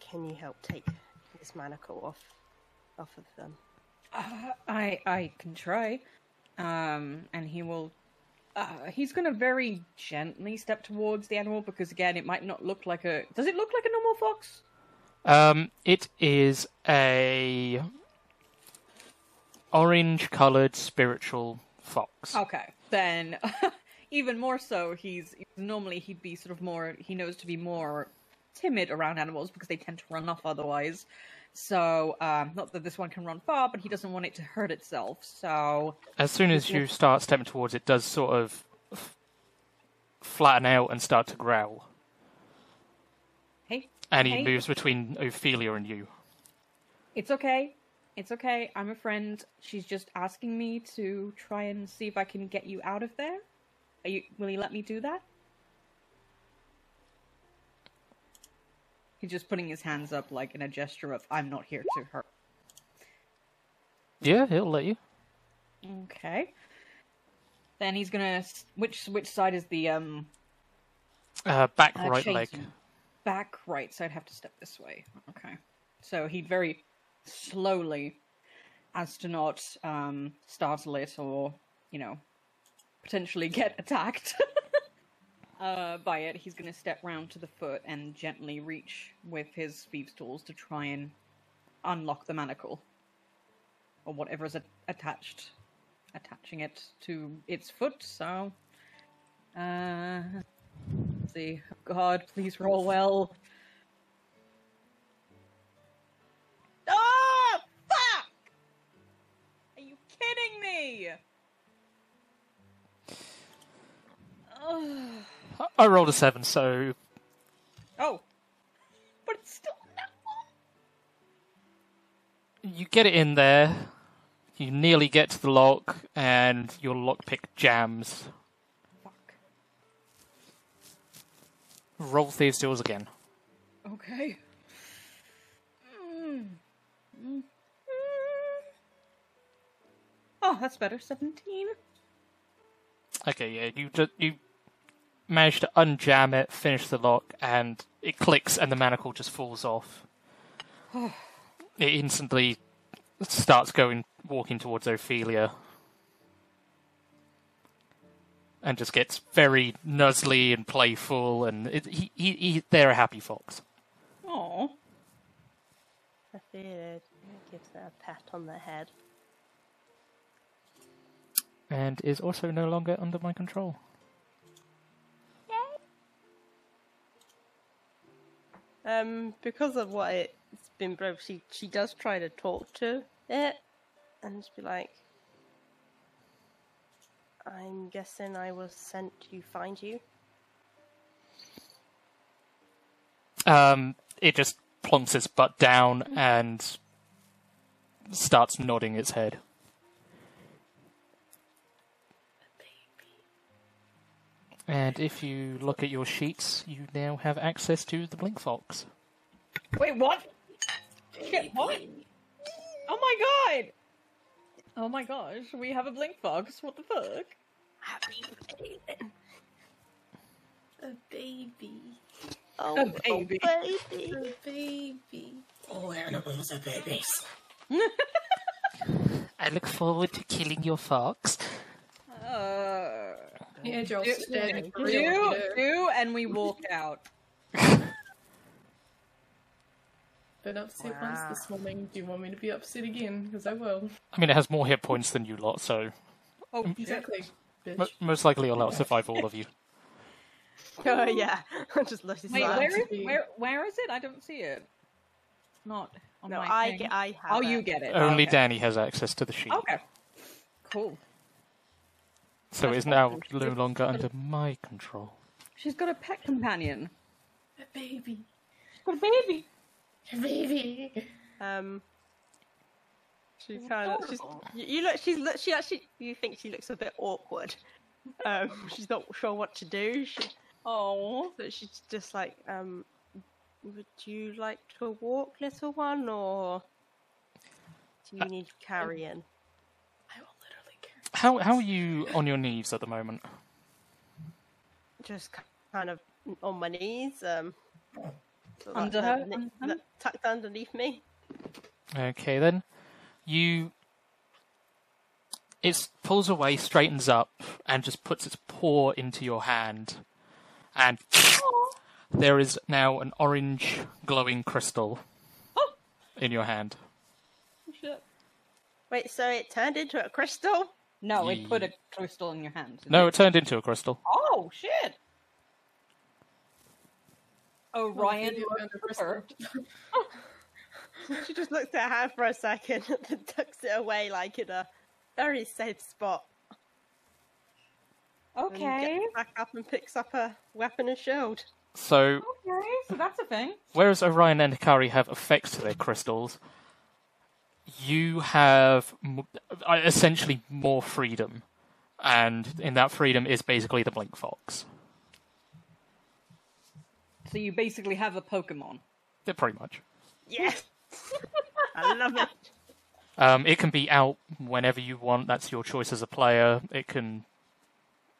B: Can you help take this manacle off off of them?
E: Uh, I I can try, um, and he will. Uh, he's gonna very gently step towards the animal because again, it might not look like a. Does it look like a normal fox?
D: Um, it is a orange-coloured spiritual fox.
E: Okay, then even more so, he's normally he'd be sort of more. He knows to be more timid around animals because they tend to run off otherwise. So, um, not that this one can run far, but he doesn't want it to hurt itself. So,
D: As soon as you
E: Yeah.
D: start stepping towards it, it does sort of f- flatten out and start to growl,
E: hey,
D: and he
E: hey.
D: moves between Ophelia and you.
E: It's okay. It's okay. I'm a friend. She's just asking me to try and see if I can get you out of there. Are you will you let me do that? He's just putting his hands up like in a gesture of I'm not here to hurt.
D: Yeah, it'll let you.
E: Okay. Then he's gonna s- which which side is the um
D: Uh, back
E: uh,
D: right
E: chain
D: leg.
E: to- Back right, so I'd have to step this way. Okay. So he very slowly, as to not um, startle it or, you know, potentially get attacked uh, by it, he's going to step round to the foot and gently reach with his thieves' tools to try and unlock the manacle or whatever is a- attached, attaching it to its foot. So, uh, let's see. God, please roll well. Oh, fuck! Are you kidding me? Ugh.
D: I- I rolled a seven, so
E: Oh, but it's still
D: you get it in there. You nearly get to the lock, and your lockpick jams. Fuck. Roll thieves' tools again.
E: Okay. Mm. Mm. Oh, that's better. 17.
D: Okay, yeah, you just you manage to unjam it, finish the lock, and it clicks, and the manacle just falls off. It instantly starts going walking towards Ophelia, and just gets very nuzzly and playful, and it, he, he, he they're a happy fox.
E: Oh.
B: I feel gives her a pat on the head.
D: and is also no longer under my control.
B: Um, because of what it's been broke, she she does try to talk to it and just be like, "I'm guessing I was sent to find you."
D: Um, it just plonks its butt down and starts nodding its head. And if you look at your sheets, you now have access to the Blink Fox.
E: Wait, what? Shit, what? Oh my god! Oh my gosh, we have a blink fox. What the fuck?
C: A baby.
B: Oh,
E: A baby.
B: oh, baby.
C: A baby.
I: All animals are babies.
D: I look forward to killing your fox.
E: Uh,
C: Yeah, Joel's
E: do,
C: standing for
E: do,
C: real
E: do,
C: here.
E: do, and we walk out.
C: Been upset once this morning. Do you want me to be upset again? Because I will.
D: I mean, it has more hit points than you lot, so
E: Oh,
C: exactly. Bitch.
D: mo- most likely I'll survive all of you.
B: Oh yeah, I just lost his
E: Wait,
B: mind.
E: where is, where, where is it? I don't see it. Not on
B: No,
E: my
B: I
E: thing.
B: get, I have.
E: Oh, you
B: it.
E: get it.
D: Only
E: okay.
D: Danny has access to the sheet,
E: Okay. Cool.
D: so it is now no longer under my control.
E: She's got a pet companion.
C: A baby.
E: She's got a baby.
C: A baby.
B: Um, she kind of she's you, you look she's look, she actually you think she looks a bit awkward. Um, she's not sure what to do. She,
E: Oh.
B: but she's just like, um, would you like to walk, little one, or do you need carrying?
C: I will literally care.
D: How how are you on your knees at the moment?
B: Just kind of on my knees, um, sort of
E: Under
B: like,
E: her?
B: underne-
E: Under her?
B: like, tucked underneath me.
D: Okay then, you. It pulls away, straightens up, and just puts its paw into your hand, and there is now an orange glowing crystal
E: Oh.
D: in your hand.
E: Shit.
B: Wait, so it turned into a crystal?
E: No, it put a crystal in your hand.
D: No, it turned into a crystal.
E: Oh shit! Orion
C: Baby under
E: looked
C: crystal.
E: perturbed.
B: Oh, She just looks at her hand for a second and then tucks it away like in a very safe spot. And
E: Okay.
B: Gets back up and picks up her weapon and shield.
D: So
E: Okay, so that's a thing.
D: whereas Orion and Hikari have effects to their crystals, you have m- uh, essentially more freedom, and in that freedom is basically the blink fox.
E: So you basically have a Pokemon.
D: Yeah, Pretty much.
B: Yes! I love it.
D: Um, it can be out whenever you want. That's your choice as a player. It can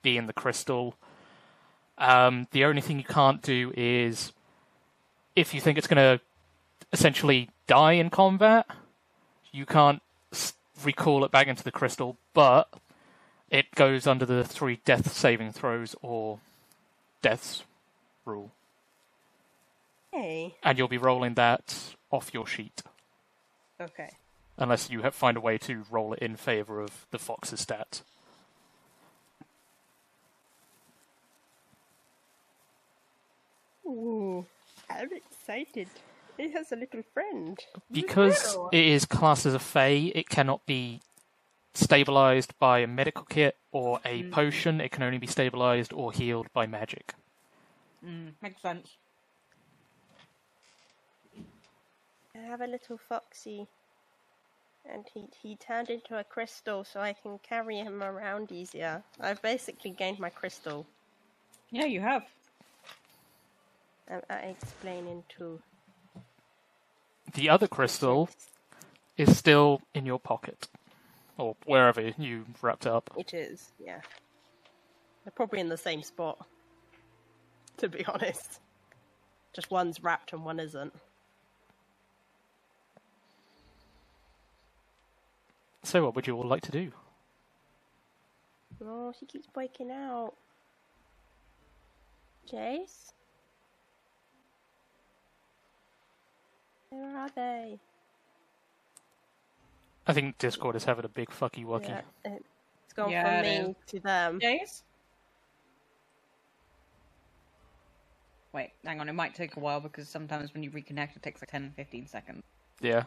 D: be in the crystal. Um, the only thing you can't do is if you think it's going to essentially die in combat, you can't s- recall it back into the crystal, but it goes under the three death saving throws or deaths rule.
B: Hey.
D: And you'll be rolling that off your sheet
B: Okay.
D: unless you ha find a way to roll it in favor of the fox's stat.
B: Ooh, I'm excited. It has a little friend.
D: Because
B: Wow.
D: it is classed as a fey, it cannot be stabilized by a medical kit or a
E: Mm.
D: potion. It can only be stabilized or healed by magic.
E: Mm, makes sense.
B: I have a little foxy. And he, he turned into a crystal so I can carry him around easier. I've basically gained my crystal.
E: Yeah, you have.
B: I'm, i explaining to.
D: The other crystal is still in your pocket or wherever you wrapped it up.
B: It is, yeah. They're probably in the same spot. To be honest. Just one's wrapped and one isn't.
D: So, what would you all like to do?
B: Oh, she keeps breaking out. Jace? Where are they?
D: I think Discord is having a big fucky wucky.
B: Yeah, it- it's gone
E: Yeah,
B: from
E: it
B: me to them.
E: Jace? Wait, hang on, it might take a while because sometimes when you reconnect it takes like 10 15 seconds.
D: yeah.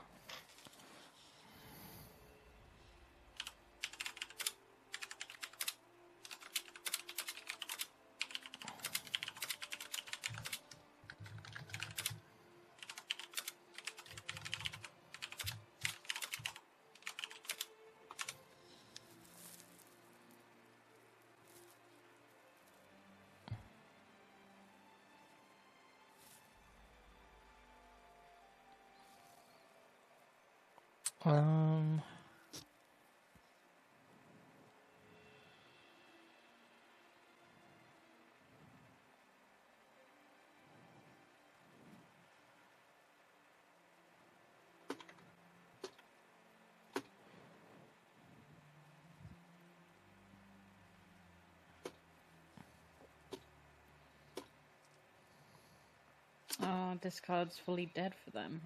D: Um.
E: Oh, Discard's fully dead for them.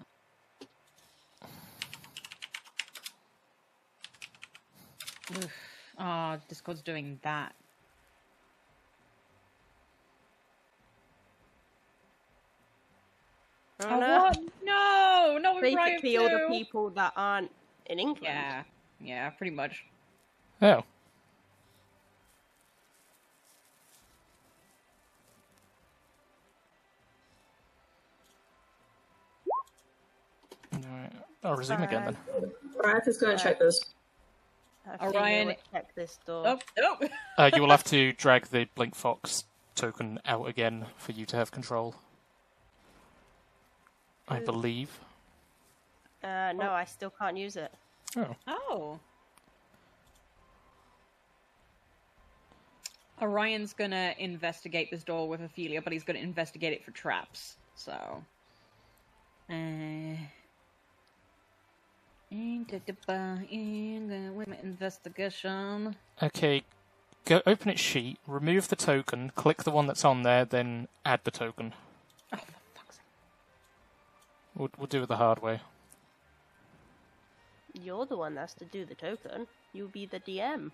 E: Oof. Oh, Discord's doing that.
B: Oh,
E: Oh,
B: no.
E: what? No! Not with Riot
B: Basically, all the
E: 2.
B: people that aren't in England.
E: Yeah, yeah, pretty much.
D: Oh. Alright, I'll resume again then.
F: Wrath is going to check this.
E: Orion-
B: check this door.
E: Oh, oh.
D: Uh, you will have to drag the Blink Fox token out again for you to have control. I
B: Mm.
D: believe.
B: Uh, no, I still can't use it.
D: Oh.
E: Oh. Orion's gonna investigate this door with Ophelia, but he's gonna investigate it for traps. So. Uh, in the- the- uh, in the- wait a minute, investigation.
D: Okay, go open its sheet, remove the token, click the one that's on there, then add the token. Oh, We'll, we'll do it the hard way.
B: You're the one that's to do the token. You'll be the DM.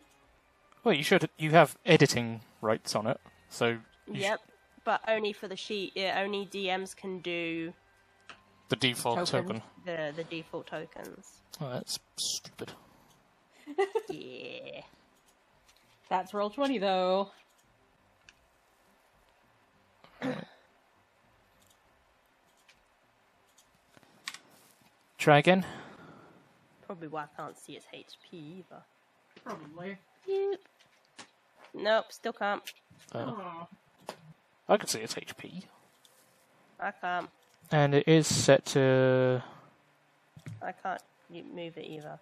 D: Well, you should. You have editing rights on it, so you sh-
B: Yep, but only for the sheet. Yeah, only DMs can do
D: the default token.
B: the the default tokens.
D: Oh, that's stupid.
B: yeah.
E: That's roll 20 though.
D: Try again.
B: probably why I can't see its HP either.
J: Probably.
B: Yep. Nope, still can't.
D: Oh. I can see its HP.
B: I can't.
D: And it is set to.
B: I can't y- move it either.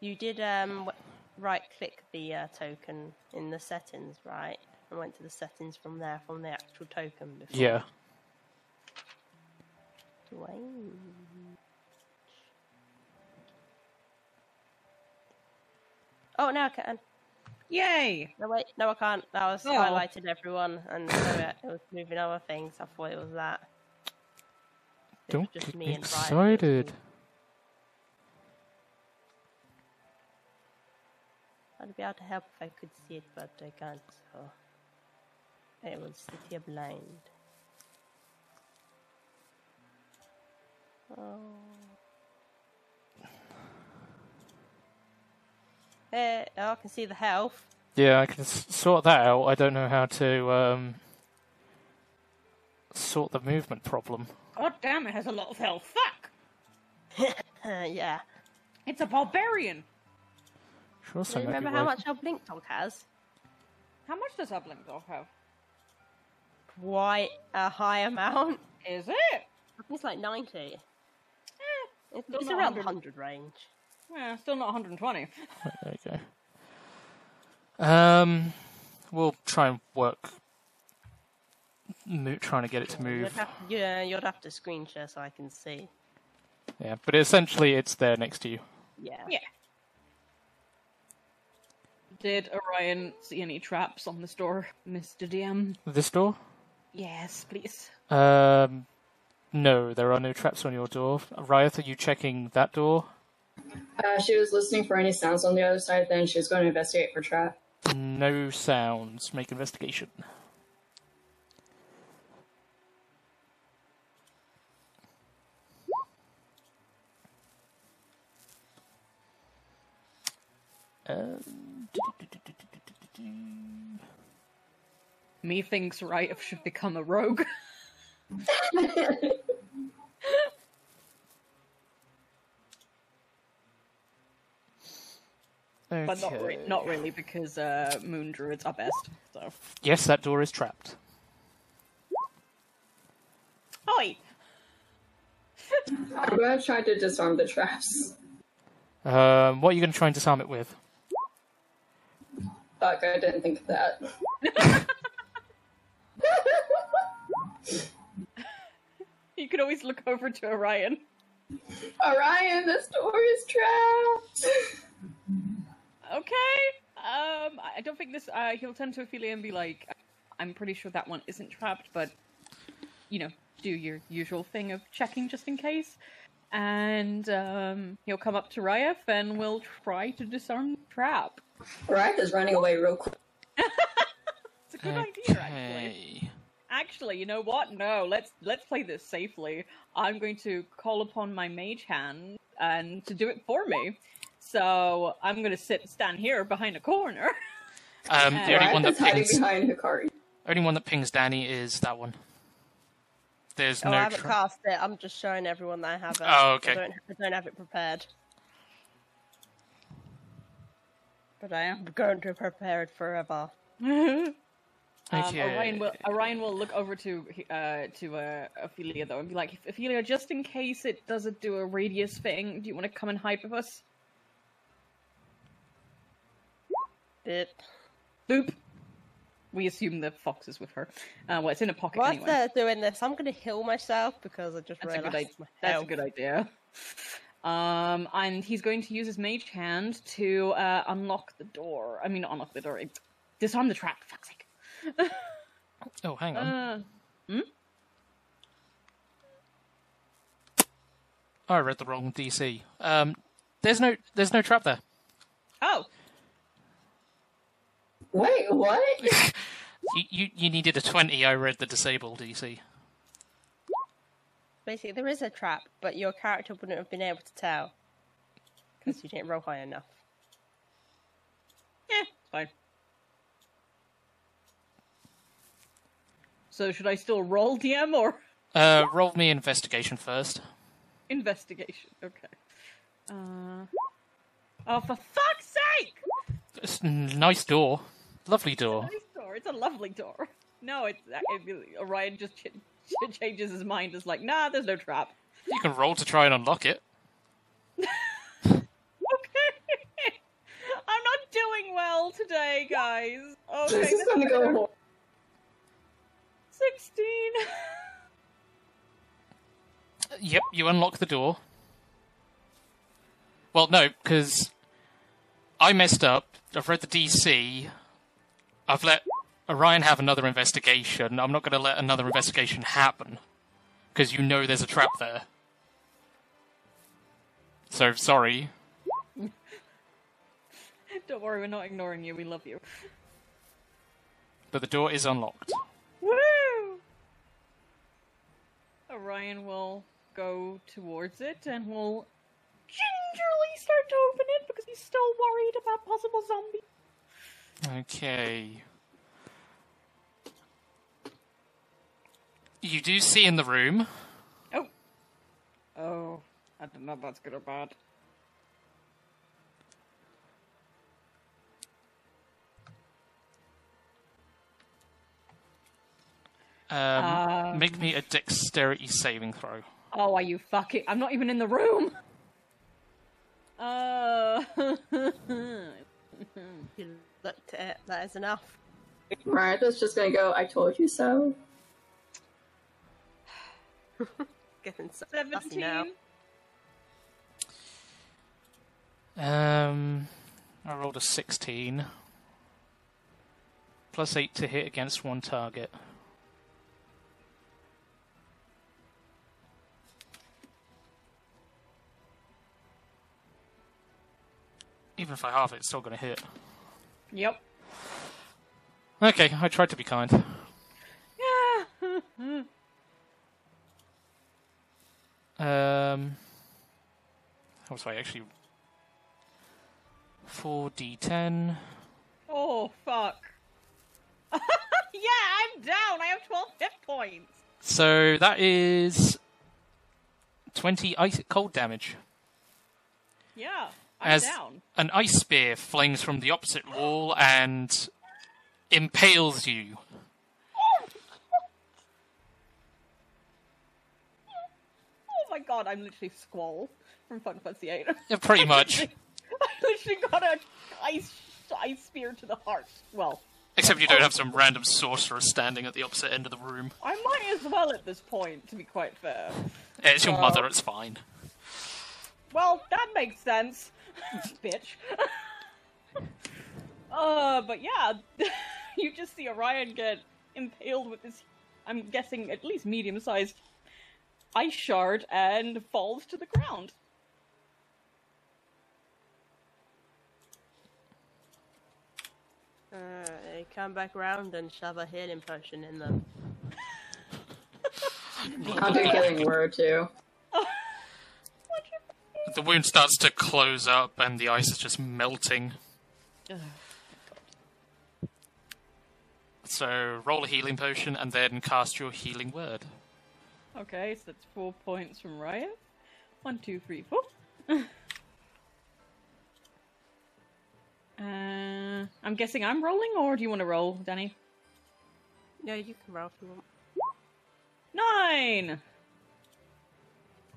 B: You did um, right click the uh, token in the settings, right? I went to the settings from there, from the actual token. Before.
D: Yeah.
B: Dwayne. Oh, now I can.
E: Yay!
B: No, wait, no, I can't. That was
E: Oh.
B: highlighted everyone, and so it, it was moving other things. I thought it was that.
D: Don't
B: just
D: get
B: me and Brian.
D: excited.
B: I'd be able to help if I could see it, but I can't, Oh. so. I will sit here blind. Oh. Eh, oh, I can see the health.
D: Yeah, I can s- sort that out. I don't know how to um, sort the movement problem.
E: God damn, it has a lot of health. Fuck!
B: yeah.
E: It's a barbarian.
D: Sure, so maybe
B: remember how
D: wait-
B: much our Blink Dog has?
E: How much does our blink dog have?
B: Quite a high amount.
E: Is it?
B: I think it's like 90. it's
E: still
B: it's
E: not
B: around
E: 100.
B: 100 range.
E: Yeah, Eh, still not 120.
D: wait, there you go. Um, we'll try and work. Mo- trying to get it to
B: You'd
D: move.
B: have, yeah, you'd have to screen share so I can see.
D: Yeah, but essentially it's there next to you.
B: Yeah.
E: Yeah. Did Orion see any traps on this door, Mr. DM?
D: This door?
E: Yes, please.
D: Um, no, there are no traps on your door. Riot, are you checking that door?
F: Uh, she was listening for any sounds on the other side, then she was going to investigate for trap.
D: No sounds. Make investigation. Um,
E: Me thinks Riot should become a rogue. But not, re-
D: Okay.
E: not really, because uh, moon druids are best. So,
D: Yes, that door is trapped.
E: oi!
F: I'm going to try to disarm the traps.
D: Um, what are you going to try and disarm it with?
F: Fuck, I didn't think of that.
E: You can always look over to Orion.
F: Orion, this door is trapped!
E: Okay. Um, I don't think this. Uh, he'll turn to Ophelia and be like, "I'm pretty sure that one isn't trapped, but you know, do your usual thing of checking just in case." And um, he'll come up to Ryef and we'll try to disarm the trap.
F: Rath is running away real quick.
E: It's a good idea, actually. Actually, you know what? No, let's let's play this safely. I'm going to call upon my mage hand and to do it for me. So I'm going to sit stand here behind a corner.
D: Um, the only
E: Right,
D: one that
E: it's hiding
D: pings.
E: behind
F: Hikari.
D: Only one that pings Danny is that one. There's
B: Oh,
D: no.
B: I haven't
D: tra-
B: cast it. I'm just showing everyone that I have it.
D: Oh, okay.
B: I don't, I don't have it prepared. But I am going to prepare it forever.
E: um,
B: Okay.
E: Orion will Orion will look over to uh, to uh, Ophelia though and be like, Ophelia, just in case it doesn't do a radius thing, do you want to come and hide with us?
B: Bit.
E: Boop. We assume the fox is with her. Uh, well, it's in a pocket
B: Whilst
E: anyway.
B: they're doing this, I'm going to heal myself because I just
E: That's a good
B: realised
E: idea.
B: my
E: That's a
B: health.
E: good idea. Um, and he's going to use his mage hand to uh, unlock the door. I mean, not unlock the door. eh, Disarm the trap. Fuck's sake.
D: Oh, hang on.
E: Uh, hmm?
D: Oh, I read the wrong DC. Um, there's no, there's no trap there.
E: Oh,
F: Wait, what?
D: You, you, you needed a twenty. I read the E disable DC.
B: Basically, there is a trap, but your character wouldn't have been able to tell because you didn't roll high enough.
E: yeah, it's fine. So should I still roll DM or?
D: Uh, roll me investigation first.
E: Investigation. Okay. Uh, oh, for fuck's sake!
D: It's a nice door. Lovely door.
E: Nice door. It's a lovely door. No, it's it really, Orion just ch- ch- changes his mind. It's like, nah, there's no trap.
K: You can roll to try and unlock it.
E: Okay. I'm not doing well today, guys. Okay,
F: This is gonna go horrible.
E: Sixteen.
D: Yep, you unlock the door. Well, no, because I messed up. I've read the DC. I've let Orion have another investigation. I'm not going to let another investigation happen because you know there's a trap there. So sorry.
E: Don't worry, we're not ignoring you. We love you.
D: but the door is unlocked.
E: Woo! Orion will go towards it and will gingerly start to open it because he's still worried about possible zombies.
D: Okay. You do see in the room
E: Oh, I don't know if that's good or bad.
D: um, make me a dexterity saving throw.
E: Oh, are you fucking? I'm not even in the room. Uh,
B: Oh. you looked at it. That is enough.
F: Miranda just gonna go. I told you so.
B: Getting so fussy now.
E: seventeen.
D: Um, I rolled a 16. Plus 8 to hit against one target. Even if I halve it, it's still going to hit.
E: Yep.
D: Okay, I tried to be kind.
E: Yeah.
K: oh,
D: Um, how was I actually? 4d10.
E: oh fuck. yeah, I'm down. I have twelve hit points.
D: So that is 20 ice cold damage.
E: Yeah, I'm
D: as
E: down.
D: an ice spear flings from the opposite wall and impales you.
E: Oh my god, I'm literally Squall from Fun Fancy Eight.
D: Yeah, pretty much.
E: I literally got a ice ice spear to the heart. Well,
K: Except you don't have some random sorcerer standing at the opposite end of the room.
E: I might as well at this point, to be quite fair.
K: Eh, It's your
E: Uh,
K: mother, it's fine.
E: Well, that makes sense, bitch. uh, but yeah, you just see Orion get impaled with this, I'm guessing at least medium-sized ice shard, and falls to the ground.
B: Uh, they come back round and shove a healing potion in them.
F: I'll do healing word too.
K: The wound starts to close up and the ice is just melting. So roll a healing potion and then cast your healing word.
E: Okay, so that's four points from Ryan. One, two, three, four. uh, I'm guessing I'm rolling, or do you want to roll, Danny?
B: Yeah, you can roll if you want.
E: Nine!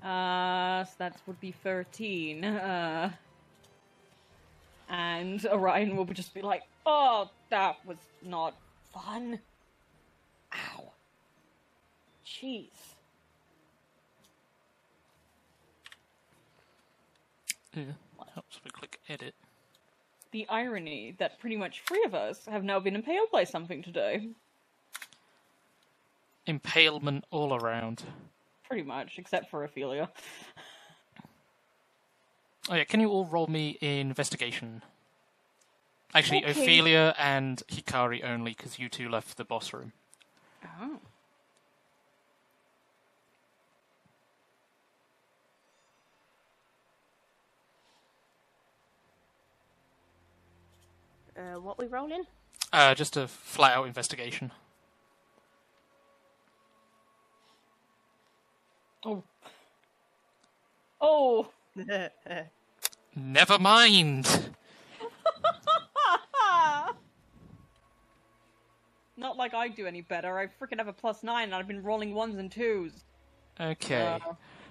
E: Uh, so that would be 13. Uh, and Orion will just be like, oh, that was not fun. Ow. Jeez.
D: Yeah, helps if I click edit.
E: The irony that pretty much three of us have now been impaled by something today.
D: Impalement all around.
E: Pretty much, except for Ophelia.
D: Oh yeah, can you all roll me investigation? Actually,
E: Okay.
D: Ophelia and Hikari only, because you two left the boss room.
E: Oh.
B: Uh, what we rolling?
D: Uh, just a flat out investigation.
E: Oh. Oh.
D: Never mind.
E: Not like I do any better. I freaking have a plus nine and I've been rolling ones and twos.
D: Okay.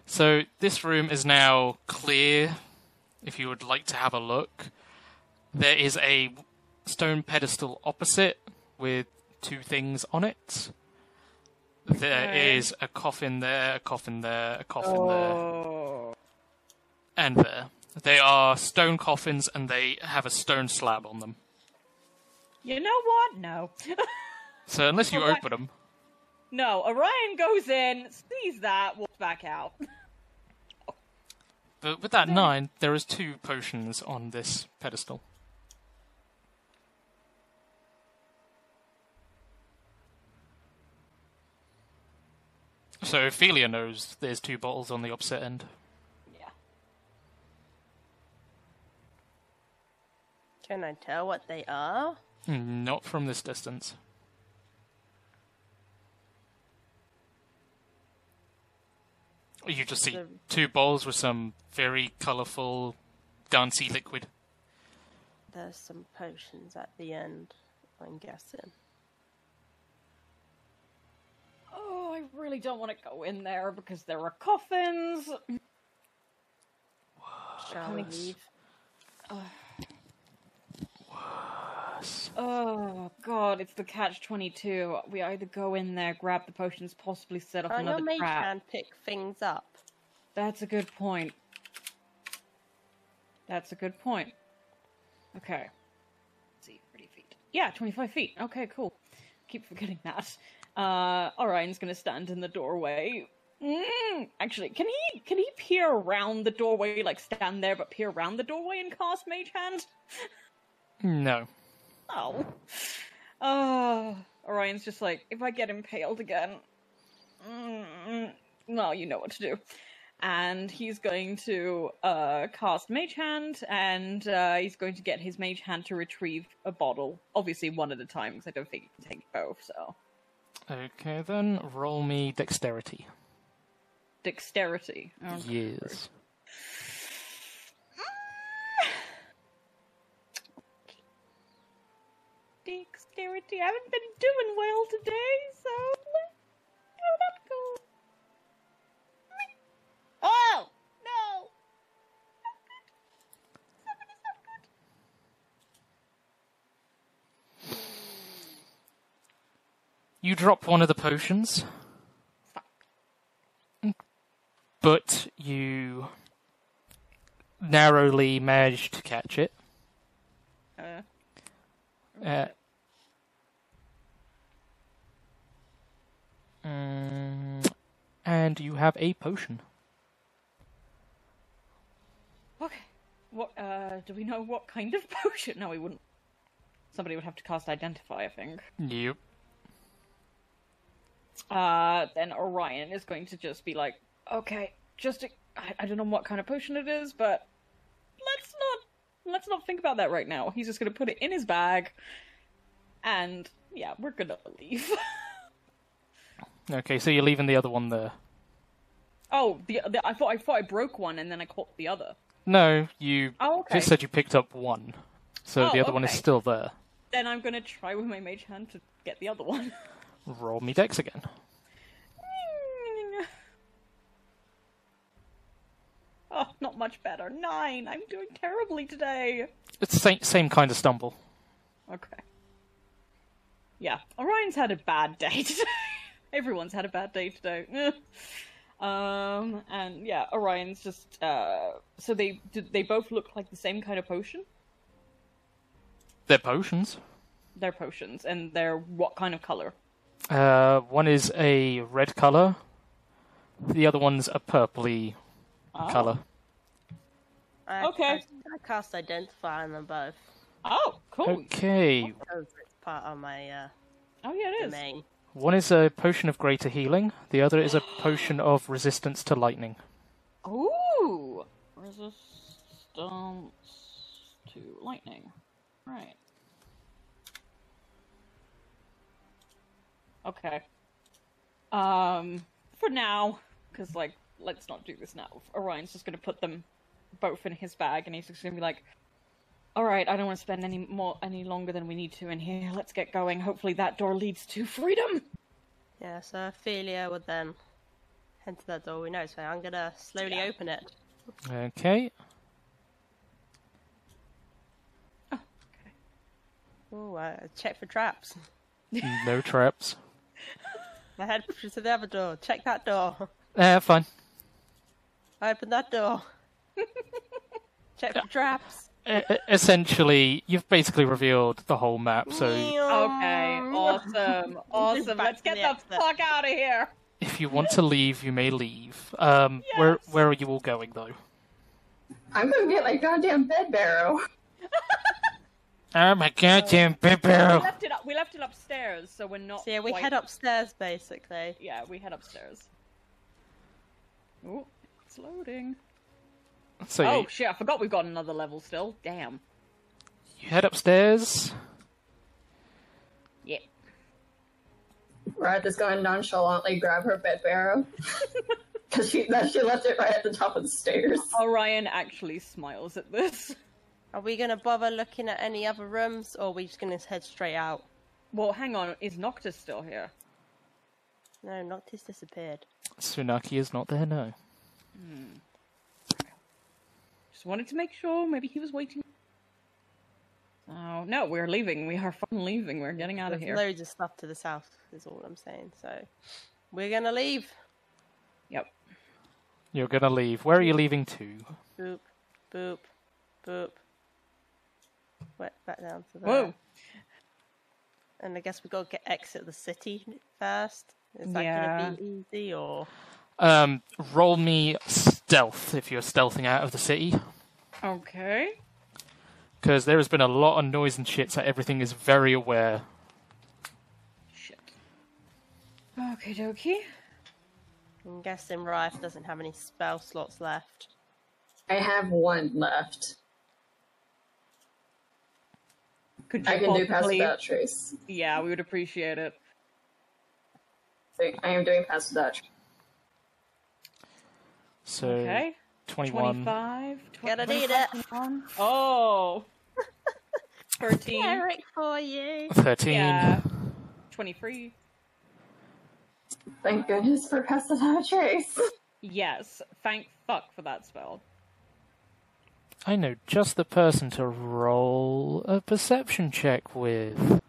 D: So this room is now clear. If you would like to have a look, there is a stone pedestal opposite with two things on it. There
L: Okay.
D: is a coffin there, a coffin there, a coffin
E: there,
D: and there. They are stone coffins and they have a stone slab on them.
E: You know what? No.
D: So unless you
E: Alright.
D: open them,
E: no, Orion goes in, sees that, walks back out.
D: But with that nine, there is two potions on this pedestal. So Ophelia knows there's two bottles on the opposite end.
B: Can I tell what they are?
D: Mm, Not from this distance. Oh, You just see
B: So-
D: two bowls with some very colourful, dancey liquid.
B: There's some potions at the end, I'm guessing.
E: Oh, I really don't want to go in there because there are coffins.
B: Shall we leave?
E: Oh god, it's the catch twenty two. We either go in there, grab the potions, possibly set off
B: Can't your
E: another
B: mage
E: trap.
B: hand pick things up?
E: That's a good point. That's a good point. Okay. Let's see, 30 feet. Yeah, 25 feet. Okay, cool. Keep forgetting that. Uh, Orion's gonna stand in the doorway. Mm, actually, can he can he peer around the doorway, like stand there but peer around the doorway and cast Mage Hand?
D: No.
E: Oh. Oh. Orion's just like, if I get impaled again, mm, well, you know what to do. And he's going to uh, cast Mage Hand, and uh, he's going to get his Mage Hand to retrieve a bottle. Obviously, one at a time, because I don't think he can take both, so.
D: Okay, then roll me dexterity.
E: Dexterity. Okay.
D: Yes.
E: Dexterity. I haven't been doing well today, so. How that go? Oh! No!
D: You drop one of the potions. But you narrowly managed to catch it.
E: Uh,
D: Uh, mm, and you have a potion.
E: okay. What, uh, do we know what kind of potion? No, we wouldn't. Somebody would have to cast Identify, I think.
D: Yep.
E: Uh, then Orion is going to just be like, okay, just, I, I don't know what kind of potion it is, but let's not, let's not think about that right now. He's just going to put it in his bag, and yeah, we're going to leave.
D: Okay, so you're leaving the other one there.
E: oh, the, the, I thought, I thought I broke one, and then I caught the other.
D: No, you
E: Oh, okay.
D: just said you picked up one. So
E: Oh,
D: the other one is
E: okay.
D: still there.
E: Then I'm going to try with my mage hand to get the other one.
D: Roll me dex again.
E: oh, not much better. Nine. I'm doing terribly today.
D: It's the same, same kind of stumble.
E: Okay. Yeah, Orion's had a bad day today. Everyone's had a bad day today. Eh. um, and yeah, Orion's just uh. So they do they both look like the same kind of potion.
D: They're potions.
E: They're potions, and they're what kind of color?
D: Uh, one is a red color. The other one's a purpley
E: Oh.
D: color.
B: I, okay. I, I cast identify on them both.
E: Oh, cool.
D: Okay.
B: Because it's part of my uh,
E: oh yeah, it
B: is. domain.
D: One is a potion of greater healing. The other is a potion of resistance to lightning.
E: Ooh, resistance to lightning. Right. Okay. Um, for now, because like let's not do this now. Orion's just going to put them both in his bag, and he's just going to be like, "All right, I don't want to spend any more, any longer than we need to in here. Let's get going. Hopefully, that door leads to freedom."
B: Yeah, so Ophelia would then head to that door we know, so I'm gonna slowly open it.
D: Okay.
B: Oh, uh, check for traps.
D: No traps.
B: I head to the other door, check that door.
D: Yeah, Uh, fine.
B: Open that door. check for traps.
D: E- e- essentially, you've basically revealed the whole map. So
E: Okay, awesome, awesome. Let's get the fuck out of here.
D: if you want to leave, you may leave. Um, where where are you all going though?
F: I'm gonna get my goddamn bed barrow.
D: Oh my goddamn
E: We left it up. We left it upstairs, so we're not.
B: So yeah, we
E: quite-
B: head upstairs basically.
E: Yeah, we head upstairs. Oh, it's loading.
D: So
E: oh
D: you,
E: shit! I forgot we've got another level still. Damn.
D: you head upstairs.
E: Yeah.
F: Right, is going to nonchalantly grab her bed barrow because she that she left it right at the top of the stairs.
E: Orion actually smiles at this.
B: Are we gonna bother looking at any other rooms, or are we just gonna head straight out?
E: Well, hang on. Is Noctis still here?
B: No, Noctis disappeared.
D: Tsunaki is not there. No.
E: Hmm. Just wanted to make sure. Maybe he was waiting. Oh no, we're leaving. We are fucking leaving. We're getting out of
B: There's
E: here.
B: loads of stuff to the south, is all I'm saying. So we're gonna leave.
E: Yep.
D: You're gonna leave. Where are you leaving to?
B: Boop, boop, boop. Wet back down to there.
E: Whoa.
B: And I guess we gotta get exit the city first. Is that gonna be easy or
D: Um, roll me stealth if you're stealthing out of the city,
E: Okay.
D: because there has been a lot of noise and shit, so everything is very aware.
E: Okay, dokie.
B: I'm guessing Rife doesn't have any spell slots left.
F: I have one left.
E: Could
F: I
E: you
F: can do pass
E: possibly-
F: without trace.
E: Yeah, we would appreciate it.
F: So I am doing pass without trace.
D: So
E: Okay.
D: twenty-one.
E: 25.
B: Gotta need it.
E: Oh. 13.
B: Eric for you.
D: 13.
E: Yeah. 23.
F: Thank goodness for pass without trace.
E: Yes. Thank fuck for that spell.
D: I know just the person to roll a perception check with.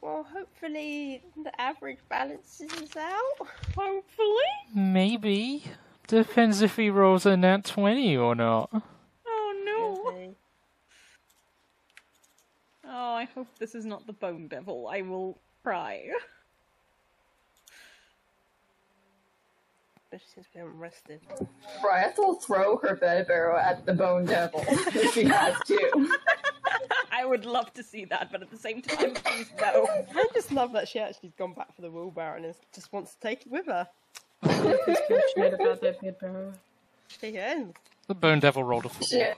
B: Well, hopefully the average balances us out.
E: Hopefully.
D: Maybe. Depends if he rolls a nat 20 or not.
E: Oh no. Oh, I hope this is not the bone devil. I will cry.
B: Especially since we haven't rested.
F: Bryeth will throw her bed barrow at the bone devil if she has to.
E: I would love to see that, but at the same time, please no.
B: I just love that she actually's gone back for the wheelbarrow and is, just wants to take it with her.
C: Fortunate about that bed barrow.
B: She is.
D: The Bone Devil rolled a 4.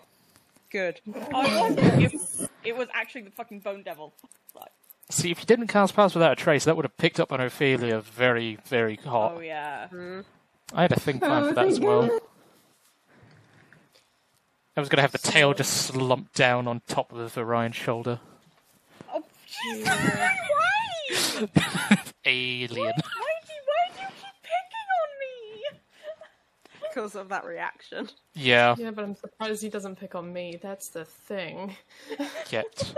B: Good.
E: I wondered if it was actually the fucking bone devil. Fuck.
D: See, if you didn't cast Pass Without a Trace, that would have picked up on Ophelia very, very hot.
E: Oh yeah.
D: I had a thing planned for that as well. I was going to have the tail just slump down on top of Orion's shoulder.
E: Oh Jesus! Why? Why
D: Alien.
E: do Why do you keep picking on me?
B: Because of that reaction.
D: Yeah,
C: Yeah, but I'm surprised he doesn't pick on me. That's the thing.
D: yet.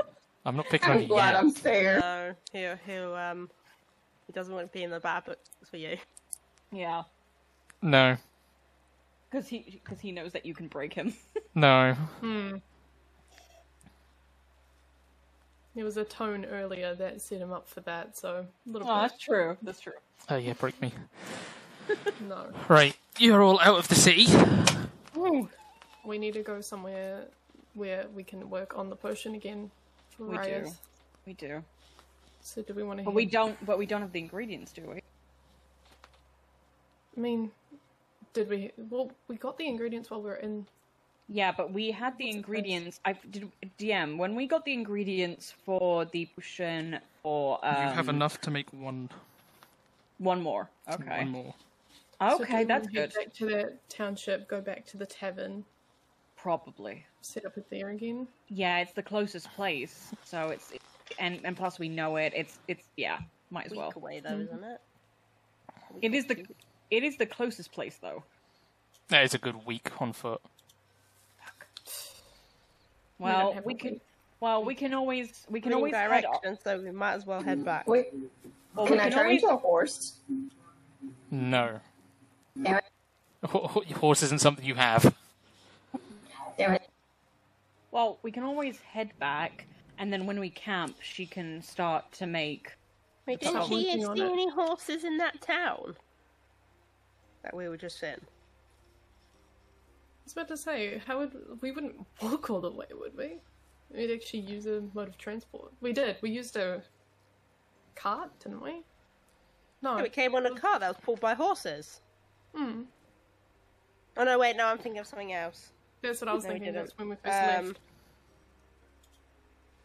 D: I'm not picking on you yet.
F: fair.
B: No, who, who, um, he doesn't want to be in the bad books for you.
E: Yeah,
D: No,
E: because he because he knows that you can break him.
D: no.
C: Hmm. There was a tone earlier that set him up for that, so a little
E: Oh,
C: bit.
E: that's true. That's true.
D: Oh, yeah, break me.
C: No.
D: Right, you're all out of the city.
C: We need to go somewhere where we can work on the potion again for
E: We do.
C: Riot.
E: We do.
C: So do we want to
E: But we don't. But we don't have the ingredients, do we?
C: I mean, did we well we got the ingredients while we were in
E: Yeah, but we had the ingredients. I did DM when we got the ingredients for the potion for um,
D: you have enough to make one,
E: one more. Okay.
D: one more.
E: Okay,
C: do
E: that's
C: we head
E: good.
C: Back to the township, go back to the tavern,
E: probably.
C: set up at there again.
E: Yeah, it's the closest place, so it's and and plus we know it. It's it's yeah, might as
B: Week
E: well.
B: away
C: Mm.
B: though, isn't it?
E: It is the it is the closest place though.
D: That is a good week on foot.
B: We don't
E: Well,
B: have
E: we
B: a
E: can. Well, we can always we can
B: Green
E: always head
B: direction, so we might as well head back.
F: Mm. Wait,
E: Well,
F: can
E: we
F: I
E: can
F: turn
E: always- Oh,
F: into a horse?
D: No.
F: Damn it.
D: Ho- ho- Horse isn't something you have.
F: Damn it.
E: Well, we can always head back, and then when we camp, she can start to make.
B: Wait,
E: start
B: didn't she?
E: working
B: It's
E: on
B: the
E: it.
B: only horses in that town that we were just in.
C: I was about to say, how would we wouldn't walk all the way, would we? We'd actually use a mode of transport. We did. We used a cart, didn't we? No,
B: Yeah, we came on a cart that was pulled by horses.
C: Hmm.
B: Oh no, wait, no, I'm thinking of something else.
C: That's what I was
B: No, we
C: thinking.
B: didn't. Um,
C: That's when we first left.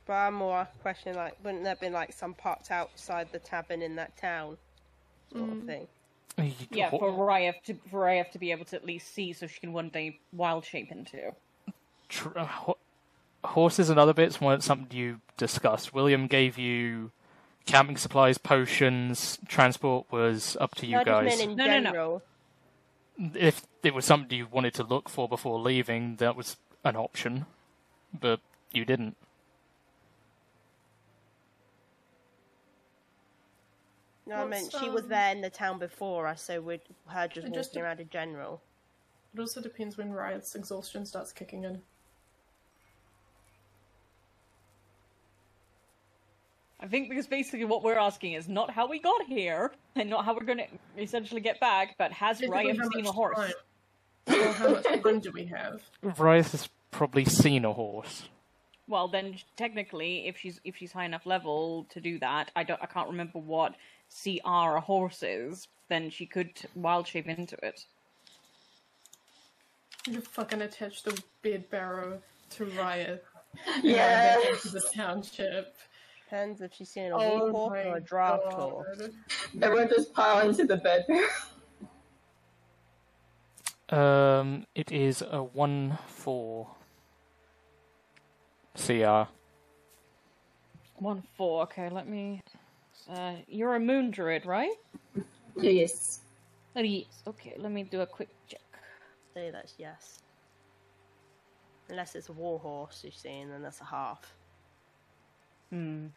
B: But I'm more questioning, like, wouldn't there have been like some parked outside the tavern in that town, sort of
C: Hmm.
E: Mm.
B: thing?
E: Yeah,
D: Ho-
E: for Ryev to for Ryev to be able to at least see, so she can one day wild shape into.
D: tr- uh, ho- horses and other bits weren't something you discussed. William gave you camping supplies, potions, transport was up to you
B: I
D: guys.
B: just meant in
E: No, no, no.
B: general.
D: If it was something you wanted to look for before leaving, that was an option, but you didn't.
B: No, I meant
C: What's,
B: she was
C: um,
B: there in the town before us, so with her just
C: It
B: walking
C: just de-
B: around in general.
C: It also depends when Riot's exhaustion starts kicking in.
E: I think because basically what we're asking is not how we got here and not how we're going to essentially get back, but has
C: Basically,
E: Ryev
C: how
E: seen
C: much
E: a horse?
C: time? Or how much time do we have?
D: Rias has probably seen a horse.
E: Well, then technically, if she's if she's high enough level to do that, I don't I can't remember what CR a horse is. Then she could wild shape into it.
C: You fucking attach the bed barrow to Riot.
F: Yeah.
C: To the township.
B: Depends if she's seen a
C: Oh
B: lead horse or
C: my
B: a draft
C: God.
B: horse.
F: Everyone just pile into the bed barrel.
D: Um, it is a one four CR.
E: One four. Okay, let me. Uh, you're a moon druid, right?
F: Yes.
E: Oh, yes. Okay, let me do a quick check.
B: Say that's yes. Unless it's a war horse you've seen, then that's a half.
E: Hmm.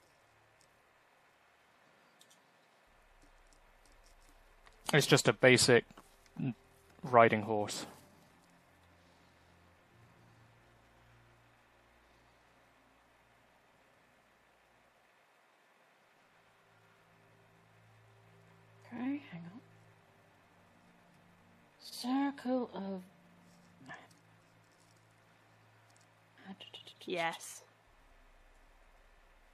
D: It's just a basic riding horse.
E: Okay, hang on. Circle of.
C: Ah,
B: Yes.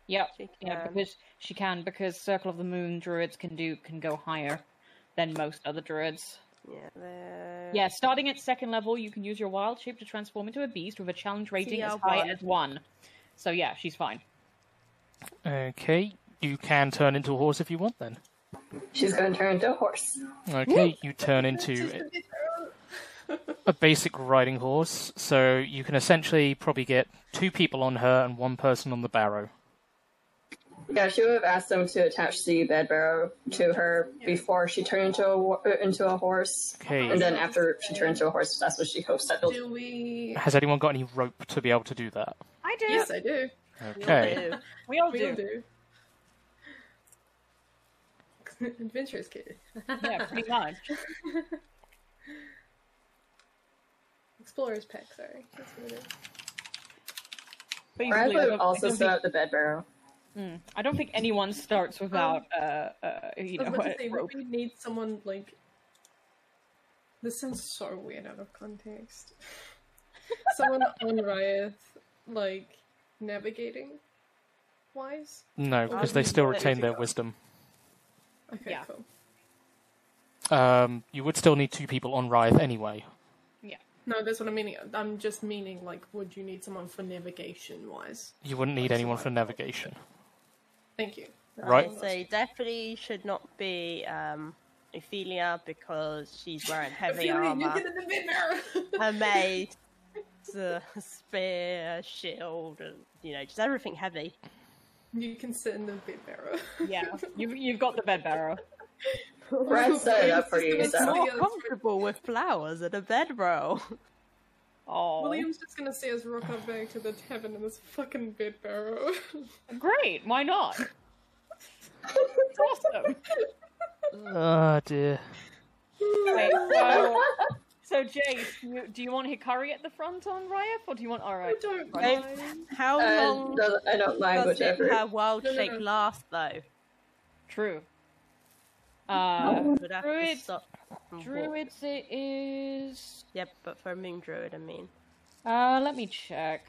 E: Yep. Yeah,
B: can.
E: because she can because Circle of the Moon druids can do can go higher than most other druids.
B: Yeah. there-
E: Yeah, starting at second level, you can use your wild shape to transform into a beast with a challenge rating as
B: CR1.
E: high as one. So yeah, she's fine.
D: Okay, you can turn into a horse if you want then.
F: She's going to turn into a horse.
D: Okay, you turn into a basic riding horse, so you can essentially probably get two people on her and one person on the barrow.
F: Yeah, she would have asked them to attach the bed barrow to her before she turned into a wa- uh, into a horse.
D: Okay.
F: And then after she turned into a horse, that's when she hopes that they'll.
C: Do we?
D: Has anyone got any rope to be able to do that?
E: I do.
C: Yes, I do.
D: Okay.
E: We all
C: We all
E: do.
C: do. Adventurous kid.
E: yeah, pretty much.
C: Explorer's pack, sorry. That's what it is.
F: Or I
E: Basically, I
F: would
E: don't-
F: also
E: I don't
F: set
E: think-
F: up the bed barrow.
E: Mm. I don't think anyone starts without uh, uh you
C: I
E: know
C: was about to
E: a
C: say,
E: rope.
C: we need someone like. This sounds so weird out of context. someone on Riot, like navigating wise.
D: No, because they still retain their wisdom.
C: Okay,
E: Yeah.
C: cool.
D: Um, you would still need two people on Rythe anyway.
E: Yeah.
C: No, that's what I'm meaning. I'm just meaning like, would you need someone for navigation wise?
D: You wouldn't need anyone for navigation.
C: Thank you.
D: Right.
B: So definitely should not be um, Ophelia because she's wearing heavy
C: Ophelia, you
B: armor.
C: get in the mirror.
B: her maid, the spear, shield, and you know, just everything heavy.
C: You can sit in the bed barrow.
E: Yeah, you've, you've got the bed barrow.
F: Brad set it up for you,
B: It's
F: so.
B: more comfortable with flowers and a bedroll.
E: Oh,
C: William's just gonna see us rock up back to the tavern in this fucking bed barrow.
E: great. Why not? It's awesome.
L: Oh dear.
E: Okay, so, so Jace, you, do you want Hikari at the front on Ryef, or do you want Ara? I
C: don't
B: How
F: Uh,
B: long
F: no, I don't mind
B: does it,
F: whichever.
B: her wild
E: No, no,
B: shape
E: no.
B: last, though?
E: True. Uh,
B: Would have to
E: Druid,
B: stop. Oh, and walk.
E: Druids it is.
B: Yep, but for a moon druid, I mean.
E: Uh, let me check.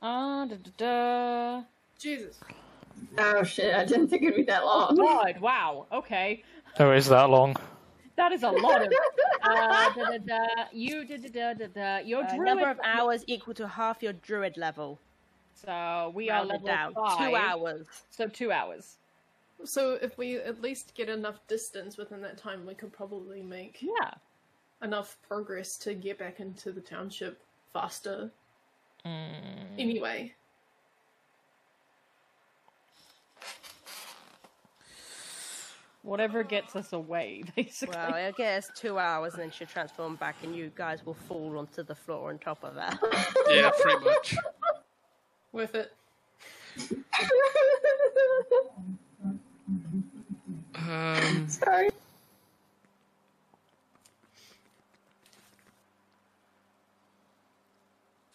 E: Ah, da da da.
C: Jesus.
F: Oh shit, I didn't think it'd be that
E: Oh,
F: long.
E: God, wow. Okay.
L: Oh, is that long?
E: That is a lot of. Uh, da da da. You da da da da da. Your
B: Uh,
E: druid.
B: number of hours equal to half your druid level.
E: So we are
B: Round it
E: level
B: down.
E: five.
B: Two hours.
E: So two hours.
C: So if we at least get enough distance within that time, we could probably make
E: Yeah.
C: enough progress to get back into the township faster. Mm.
E: Mm.
C: Anyway,
E: Whatever gets us away, basically.
B: Well, I guess two hours, and then she'll transform back, and you guys will fall onto the floor on top of her.
D: Yeah, pretty much.
C: worth it.
D: Um,
F: Sorry.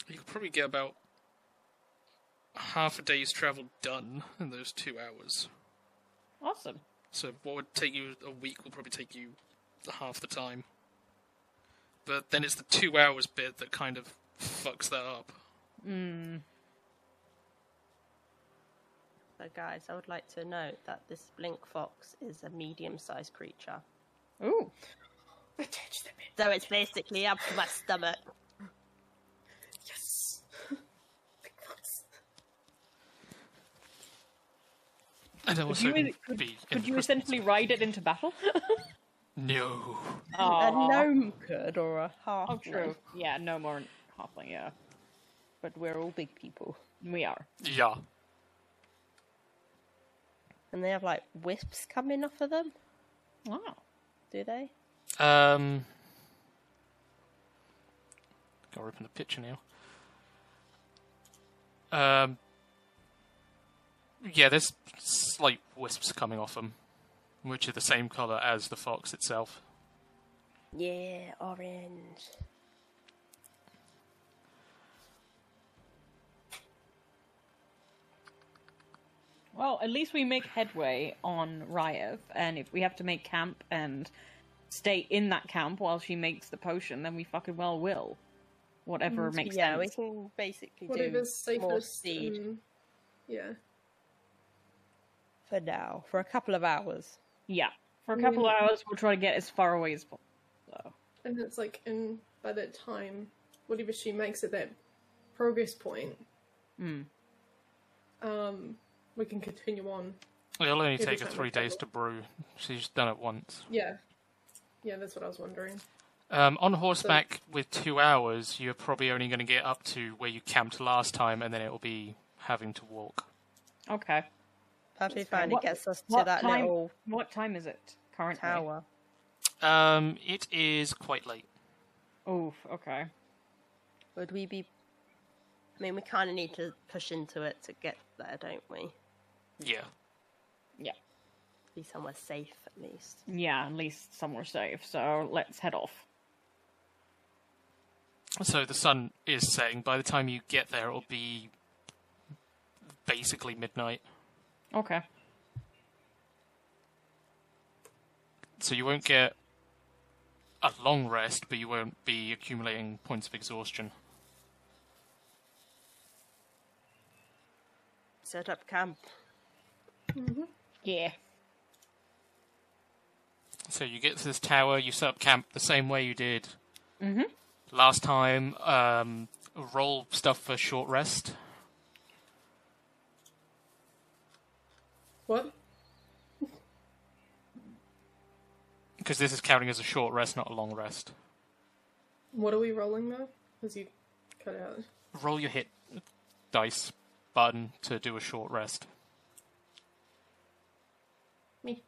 D: you could probably get about half a day's travel done in those two hours.
E: awesome.
D: So what would take you a week will probably take you half the time. But then it's the two hours bit that kind of fucks that up.
F: Hmm.
E: Mm.
B: So, guys, I would like to note that this blink fox is a medium sized creature.
E: Ooh.
C: Attach them in.
B: So, it's basically up to my stomach.
C: Yes. Big fox.
D: And
E: Could
D: also
E: you, e- could,
D: be
E: could you essentially ride it into battle?
D: no.
B: A
E: Aw.
B: gnome could, or a half.
E: Oh, true. Yeah, no more halfling. Yeah,
B: But we're all big people.
E: we are.
D: Yeah.
B: And they have like wisps coming off of them,
E: Wow.
B: do they?
L: Um, gotta open the picture now. Um, yeah, there's slight wisps coming off them, which are the same color as the fox itself.
B: Yeah, orange.
E: Well, at least we make headway on Ryev, and if we have to make camp and stay in that camp while she makes the potion, then we fucking well will. Whatever makes
B: Mm, yeah,
E: sense.
B: we can basically
C: Whatever's
B: do more
C: safest.
B: seed
C: and- yeah.
B: for now, for a couple of hours. Mm.
E: Yeah, for a couple of hours, we'll try to get as far away as possible. So.
C: And it's like, in by that time, whatever she makes at that progress point,
E: Mm.
C: um, we can continue on.
L: It'll only
C: Maybe
L: take her
C: something
L: three
C: like
L: days
C: that.
L: to brew. She's done it once.
C: Yeah. Yeah, that's what I was wondering.
L: Um, on horseback with two hours, you're probably only going to get up to where you camped last time, and then it'll be having to walk.
E: Okay.
B: Perfectly
E: fine.
B: fine.
E: What-
B: it gets us to
E: what
B: that
E: time-
B: little
E: What time is it currently?
B: tower.
L: Um, it is quite late.
E: Oof. Okay.
B: Would we be? I mean, we kind of need to push into it to get there, don't we?
D: Yeah.
E: Yeah.
B: Be somewhere safe at least.
E: Yeah. At least somewhere safe. So let's head off.
L: So the sun is setting. By the time you get there, it'll be basically midnight.
E: Okay.
L: So you won't get a long rest, but you won't be accumulating points of exhaustion.
B: Set up camp.
C: Mm-hmm.
E: Yeah.
L: So you get to this tower, you set up camp the same way you did
E: Mhm.
L: last time. Um, roll stuff for short rest.
C: What?
D: because this is counting as a short rest, not a long rest.
C: What are we rolling though? Because you cut out.
D: Roll your hit dice button to do a short rest.
C: Me.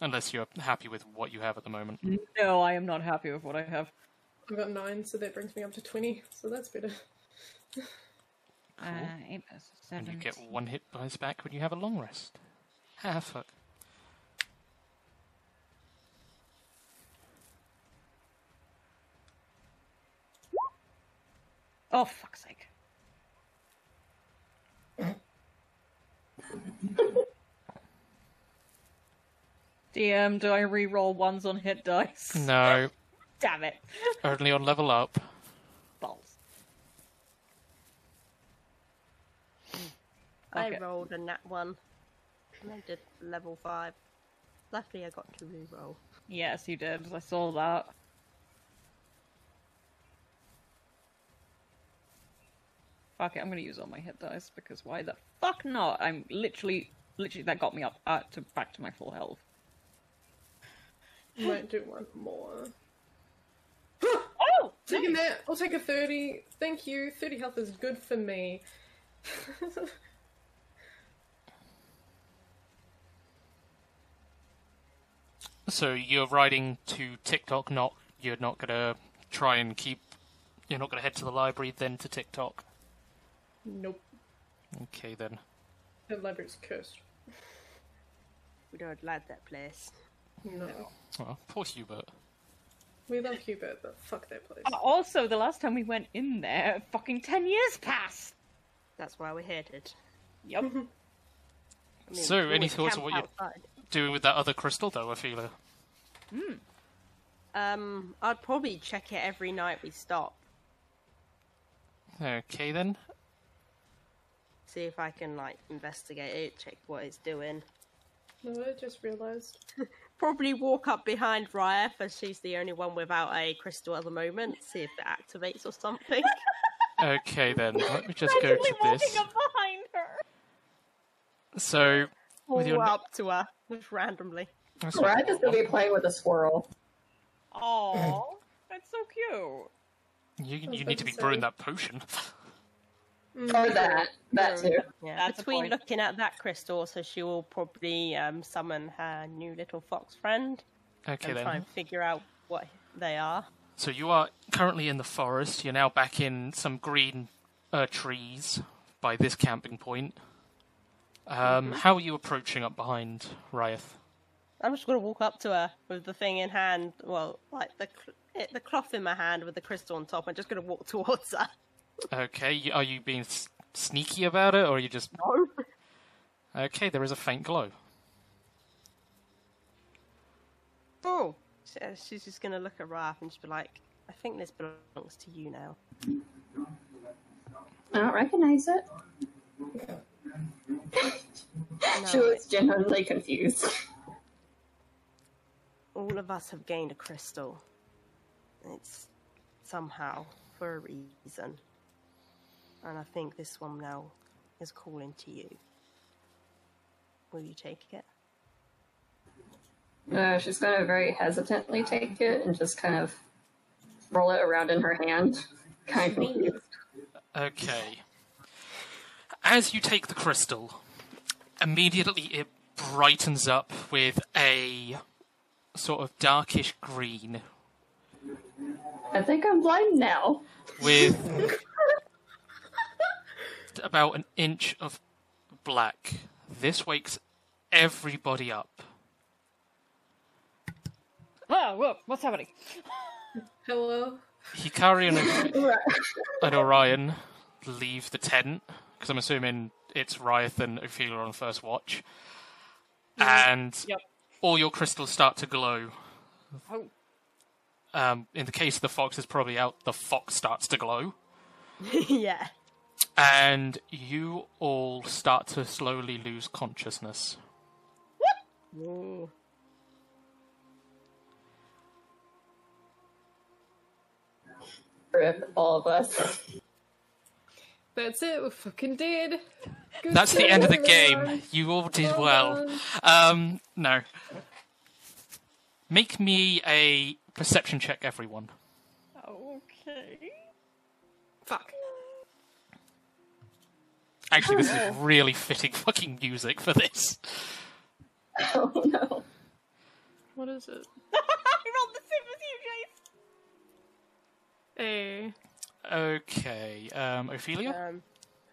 D: Unless you're happy with what you have at the moment.
E: Mm-hmm.
B: Mm.
E: No, I am not happy with what I have.
C: I've got nine, so that brings me up to twenty. So that's better.
E: Uh, eight plus
D: And you
E: seven.
D: get one hit dice back when you have a long rest. Ah, fuck.
E: Oh, fuck's sake. DM, do I re-roll ones on hit dice?
D: No,
E: Damn it.
D: only on level up.
E: Balls.
B: I
E: Okay.
B: rolled a nat one, and I did level five. Luckily, I got to re-roll.
E: Yes, you did. I saw that. Fuck it, I'm gonna use all my hit dice because why the fuck not? I'm literally, literally, that got me up uh, to back to my full health.
C: Might do one more.
E: oh,
C: taking that. I'll take a thirty. Thank you. Thirty health is good for me.
D: So you're riding to TikTok. Not you're not gonna try and keep. You're not gonna head to the library then to TikTok.
C: nope.
D: Okay then.
C: The library's cursed.
B: We don't like that place.
C: No.
D: Oh, poor Hubert.
C: We love Hubert, but fuck that place.
E: Uh, Also, the last time we went in there, fucking ten years passed.
B: That's why we hated.
E: Yep.
D: so any thoughts on what you're doing with that other crystal though, uh, Ophelia?
B: Mm. Um, I'd probably check it every night we stop,
D: Okay then.
B: see if I can like investigate it, check what it's doing.
C: No, I just realised.
B: Probably walk up behind Raya, as she's the only one without a crystal at the moment. See if it activates or something.
D: Okay then. Let me just go to this.
E: behind her.
D: So with your
B: Walk up to her just randomly.
D: That's
F: Or I just gonna be playing with a squirrel.
E: Oh, that's so cute.
D: you,
E: I was
D: you
E: about
D: need to
E: to
D: be
E: say.
D: brewing that potion.
E: Oh,
C: Mm.
F: Or Oh, that. That too.
B: Yeah,
E: That's a
B: between
E: point.
B: looking at that crystal, so she will probably um, summon her new little fox friend
D: Okay
B: and
D: then.
B: try and figure out what they are.
D: So you are currently in the forest. You're now back in some green uh, trees by this camping point. Um, How are you approaching up behind Ryeth?
B: I'm just gonna walk up to her with the thing in hand, well, like the cl- eh, the cloth in my hand with the crystal on top. I'm just gonna walk towards her.
D: Okay, y- are you being s- sneaky about it, or are you just?
B: No.
D: Okay, there is a faint glow.
B: Oh, so she's just gonna look at Raph and just be like, "I think this belongs to you now."
F: I don't recognize it. she was genuinely confused.
B: All of us have gained a crystal. It's somehow for a reason, and I think this one now is calling to you. Will you take it?
F: No, Uh, she's gonna very hesitantly take it and just kind of roll it around in her hand. Kind of confused.
D: Okay. As you take the crystal, immediately it brightens up with a sort of darkish green
F: I think I'm blind now.
D: with about an inch of black. This wakes everybody up.
E: Oh, whoa, what's happening?
C: Hello.
D: Hikari and, and Orion leave the tent because I'm assuming it's Ryeth and Ophelia on first watch, and all your crystals start to glow.
E: Oh,
D: Um, in the case of the fox, is probably out. The fox starts to glow.
B: yeah.
D: and you all start to slowly lose consciousness.
C: oh.
B: Ooh.
F: Rip all of us.
C: That's it. We're fucking dead. Good
D: That's the
C: job,
D: end of the
C: everyone.
D: Um, game. You all did
C: Well
D: well. Um, no. Make me a perception check, everyone.
E: Okay.
C: Fuck.
D: Actually, this is really fitting fucking music for this.
M: Oh no.
C: What is it?
E: I rolled the same
C: Hey.
E: as you, Jace.
D: Okay, um, Ophelia?
B: Um,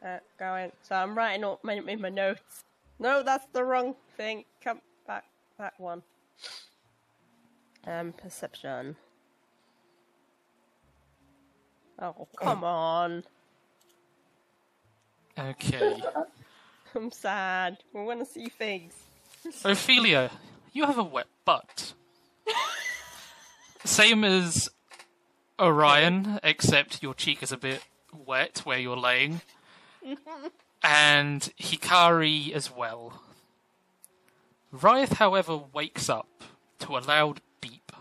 B: uh, going. So I'm writing all my, in my notes. No, that's the wrong thing. Come back, that one. Um, perception. Oh come on!
D: Okay.
B: I'm sad. We want to see things.
D: Ophelia, you have a wet butt. Same as Orion, except your cheek is a bit wet where you're laying, and Hikari as well. Riot, however, wakes up to a loud beep.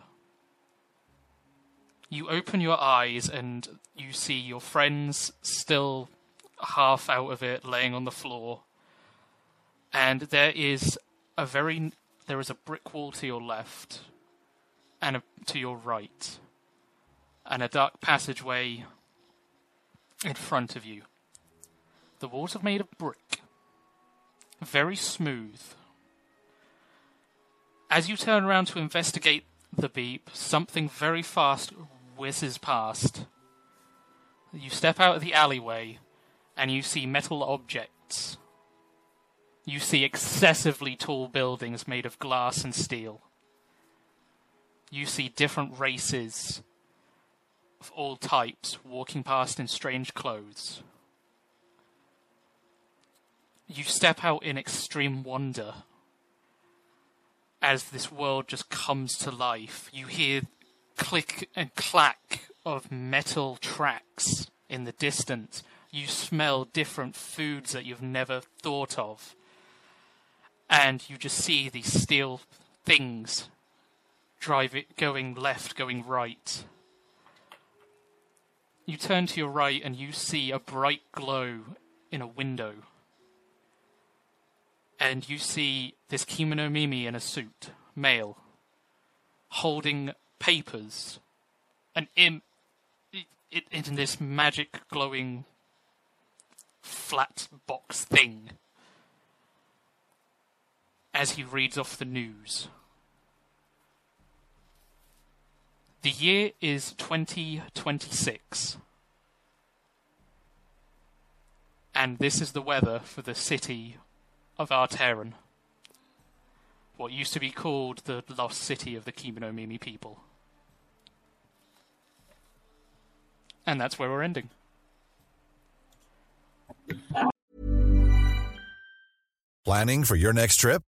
D: You open your eyes and you see your friends still half out of it, laying on the floor. And there is a very there is a brick wall to your left, and a, to your right, and a dark passageway in front of you. The walls are made of brick, very smooth. As you turn around to investigate the beep, something very fast whizzes past. You step out of the alleyway and you see metal objects. You see excessively tall buildings made of glass and steel. You see different races of all types walking past in strange clothes. You step out in extreme wonder as this world just comes to life. You hear click and clack of metal tracks in the distance. You smell different foods that you've never thought of. And you just see these steel things drive it going left, going right. You turn to your right and you see a bright glow in a window. And you see this Kimono Mimi in a suit, male, holding papers, an im- i- i- in this magic glowing flat box thing as he reads off the news. The year is 2026. And this is the weather for the city of Arteran. What used to be called the lost city of the Kimono Mimi people. And that's where we're ending.
N: Planning for your next trip?